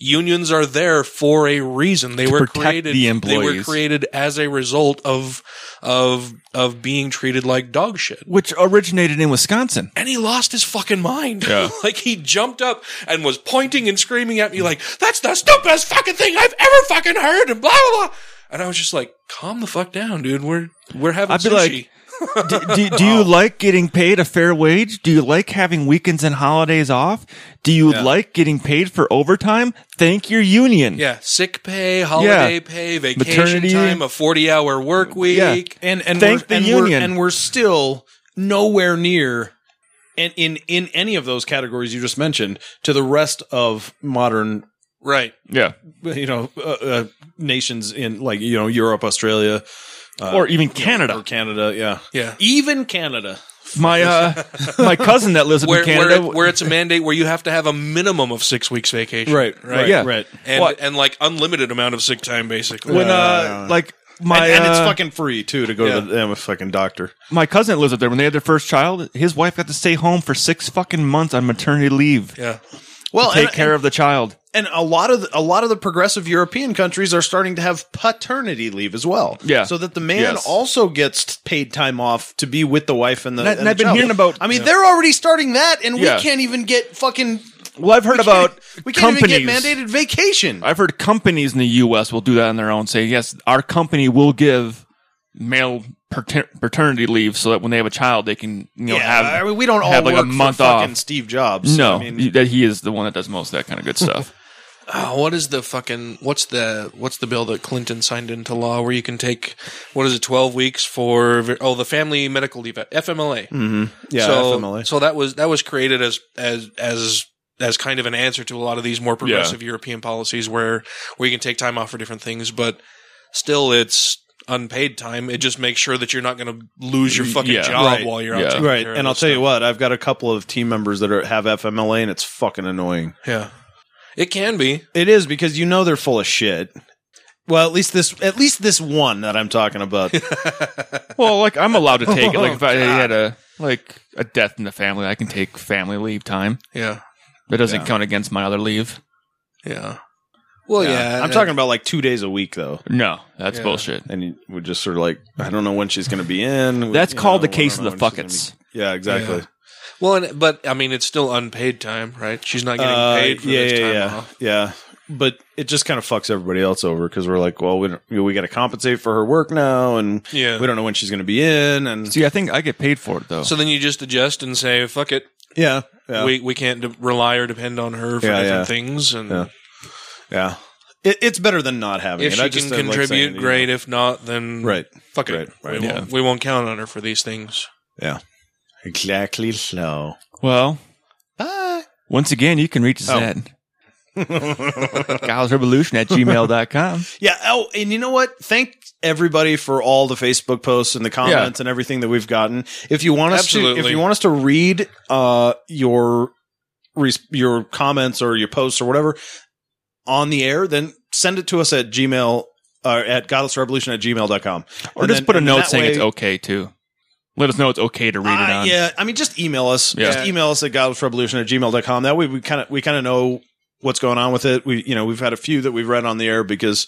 unions are there for a reason they were protect created the they were employees. created as a result of of of being treated like dog shit Which originated in Wisconsin. and he lost his fucking mind. Yeah. like he jumped up and was pointing and screaming at me like, that's the stupidest fucking thing I've ever fucking heard and blah blah blah. And I was just like, calm the fuck down, dude. We're we're having I'd be sushi. like, do, Uh, do, do oh. you like getting paid a fair wage? Do you like having weekends and holidays off? Do you like getting paid for overtime? Thank your union. Yeah, sick pay, holiday Yeah. pay, vacation Maternity. time, a forty-hour work week. Yeah. and and Thank we're, the and union. we're, and we're still nowhere near and in in any of those categories you just mentioned to the rest of modern Right. Yeah. you know uh, uh, nations in like you know Europe, Australia, uh, Or even Canada. or Canada, yeah, Yeah. even Canada. My uh, my cousin that lives Where, in Canada. where, it- where it's a mandate where you have to have a minimum of six weeks vacation, right, Yeah. right. And What? and like unlimited amount of sick time, basically. when uh, like my and, and it's uh, fucking free too to go Yeah. to the damn fucking doctor. my cousin that lives up there. When they had their first child, his wife got to stay home for six fucking months on maternity leave to yeah, Well, take and, care of the child. and a lot of the, a lot of the progressive European countries are starting to have paternity leave as well. Yeah. so that the man Yes. also gets paid time off to be with the wife and the. And I- and the I've been child. hearing about- I mean, they're already starting that, and Yeah. we can't even get fucking. Well, I've heard we can't- about we can't companies. even get mandated vacation. I've heard companies in the U.S. will do that on their own. Say, yes, our company will give male pater- paternity leave so that when they have a child, they can you know have. I mean, we don't all have like work a month for fucking off. Steve Jobs. no, I mean, that he is the one that does most of that kind of good stuff. Oh, what is the fucking what's the what's the bill that Clinton signed into law where you can take what is it twelve weeks for oh the family medical leave FMLA Mm, yeah, so FMLA. so that was that was created as as as as kind of an answer to a lot of these more progressive European policies where where you can take time off for different things but still it's unpaid time it just makes sure that you're not going to lose your fucking Yeah. job Right. while you're Yeah. out taking right, care of and I'll this tell you stuff. what, I've got a couple of team members that are, have FMLA, and it's fucking annoying. yeah it can be It is because you know they're full of shit. Well, at least this, at least this one that I'm talking about. well, like I'm allowed to take like if I had a like a death in the family, I can take family leave time. yeah That doesn't count against my other leave. yeah well yeah, I'm uh, talking about like two days a week though, No, that's Yeah. bullshit. and you would just sort of like, I don't know when she's going to be in. That's You know, called the I case don't of know the when she's fuckets. gonna be- Yeah, exactly. Yeah. Well, and, but I mean, it's still unpaid time, right? She's not getting Uh, paid for yeah, this yeah, time yeah, off. yeah. But it just kind of fucks everybody else over because we're like, well, we don't, we got to compensate for her work now, and Yeah. we don't know when she's going to be in, and See, I think I get paid for it though. So then you just adjust and say, "Fuck it, yeah, yeah. we we can't de- rely or depend on her for Yeah, different yeah. things." And Yeah. Yeah. It, it's better than not having if it. she I can just, uh, like contribute, saying, you great. If not, then know, Right. fuck it. Right, right, we, yeah. won't, we won't count on her for these things. Yeah. Exactly so. well, Ah. once again, you can reach us Oh. at gowsrevolution at gmail.com. Yeah. Oh, and you know what? Thank everybody for all the Facebook posts and the comments and everything that we've gotten. If you want us to, Absolutely. if you want us to read uh, your res- your comments or your posts or whatever on the air, then send it to us at Gmail uh, at godlessrevolution at gmail.com. Or just put a note saying it's okay too. Ah, Let us know it's okay to read it Uh, on. Yeah, I mean, just email us. Yeah. Just email us at godlessrevolution at gmail.com. That way we kind of we kind of know what's going on with it. We you know we've had a few that we've read on the air because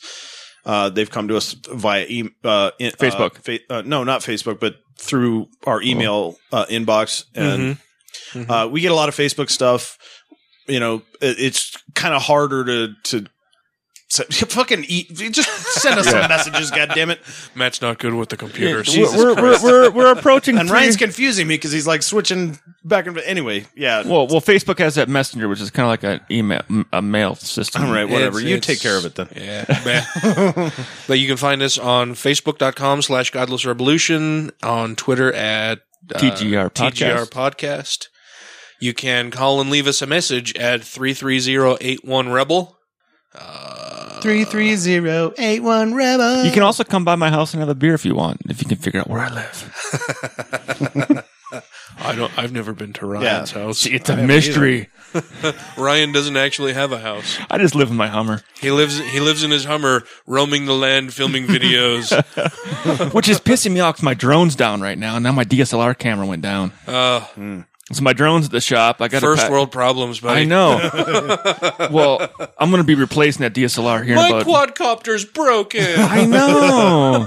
uh, they've come to us via e- uh, in, Facebook. Uh, fa- uh, no, not Facebook, but through our email uh, inbox, Mm-hmm. and Uh, we get a lot of Facebook stuff. You know, it, it's kind of harder to to. So, fucking eat, just send us some messages, goddammit. Matt's not good with the computer. so- Jesus we're, we're, Christ. we're, we're approaching And three- Ryan's confusing me because he's like switching back and anyway. Yeah, well, well, Facebook has that messenger, which is kind of like an email, a mail system. All right, whatever. It's- you it's- take care of it then. Yeah. man. but you can find us on Facebook.com slash Godless Revolution, on Twitter at uh, TGR Podcast. TGR Podcast. You can call and leave us a message at 330-81-REBEL. Three three zero eight one rebel. You can also come by my house and have a beer if you want, if you can figure out where I live. I don't, I've never been to Ryan's Ryan's house. It's a mystery. Ryan doesn't actually have a house. I just live in my Hummer, He lives, he lives in his Hummer, roaming the land, filming videos. which is pissing me off 'cause my drone's down right now, and now my DSLR camera went down. Mm. Uh, So my drone's at the shop. I got first a pa- world problems, buddy. I know. well, I'm going to be replacing that DSLR here in My about. quadcopter's broken. I know.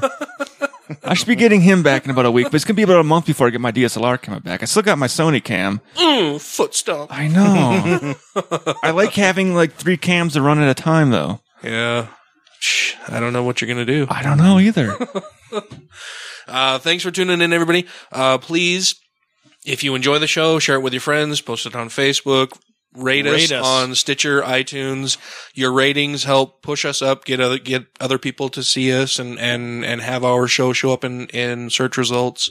I should be getting him back in about a week, but it's going to be about a month before I get my DSLR camera back. I still got my Sony cam. mm, foot stomp. I know. I like having like three cams to run at a time, though. Yeah. Shh, I don't know what you're going to do. I don't know either. Uh, thanks for tuning in, everybody. Uh, please, if you enjoy the show, share it with your friends, post it on Facebook, rate, Rate us, us. on Stitcher, iTunes. Your ratings help push us up, get other get other people to see us, and and and have our show show up in in search results.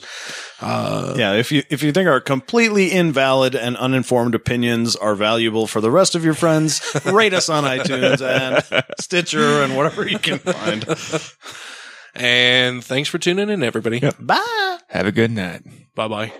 Uh, Yeah, if you if you think our completely invalid and uninformed opinions are valuable for the rest of your friends, rate us on iTunes and Stitcher and whatever you can find. and thanks for tuning in, everybody. Bye. Have a good night. Bye bye.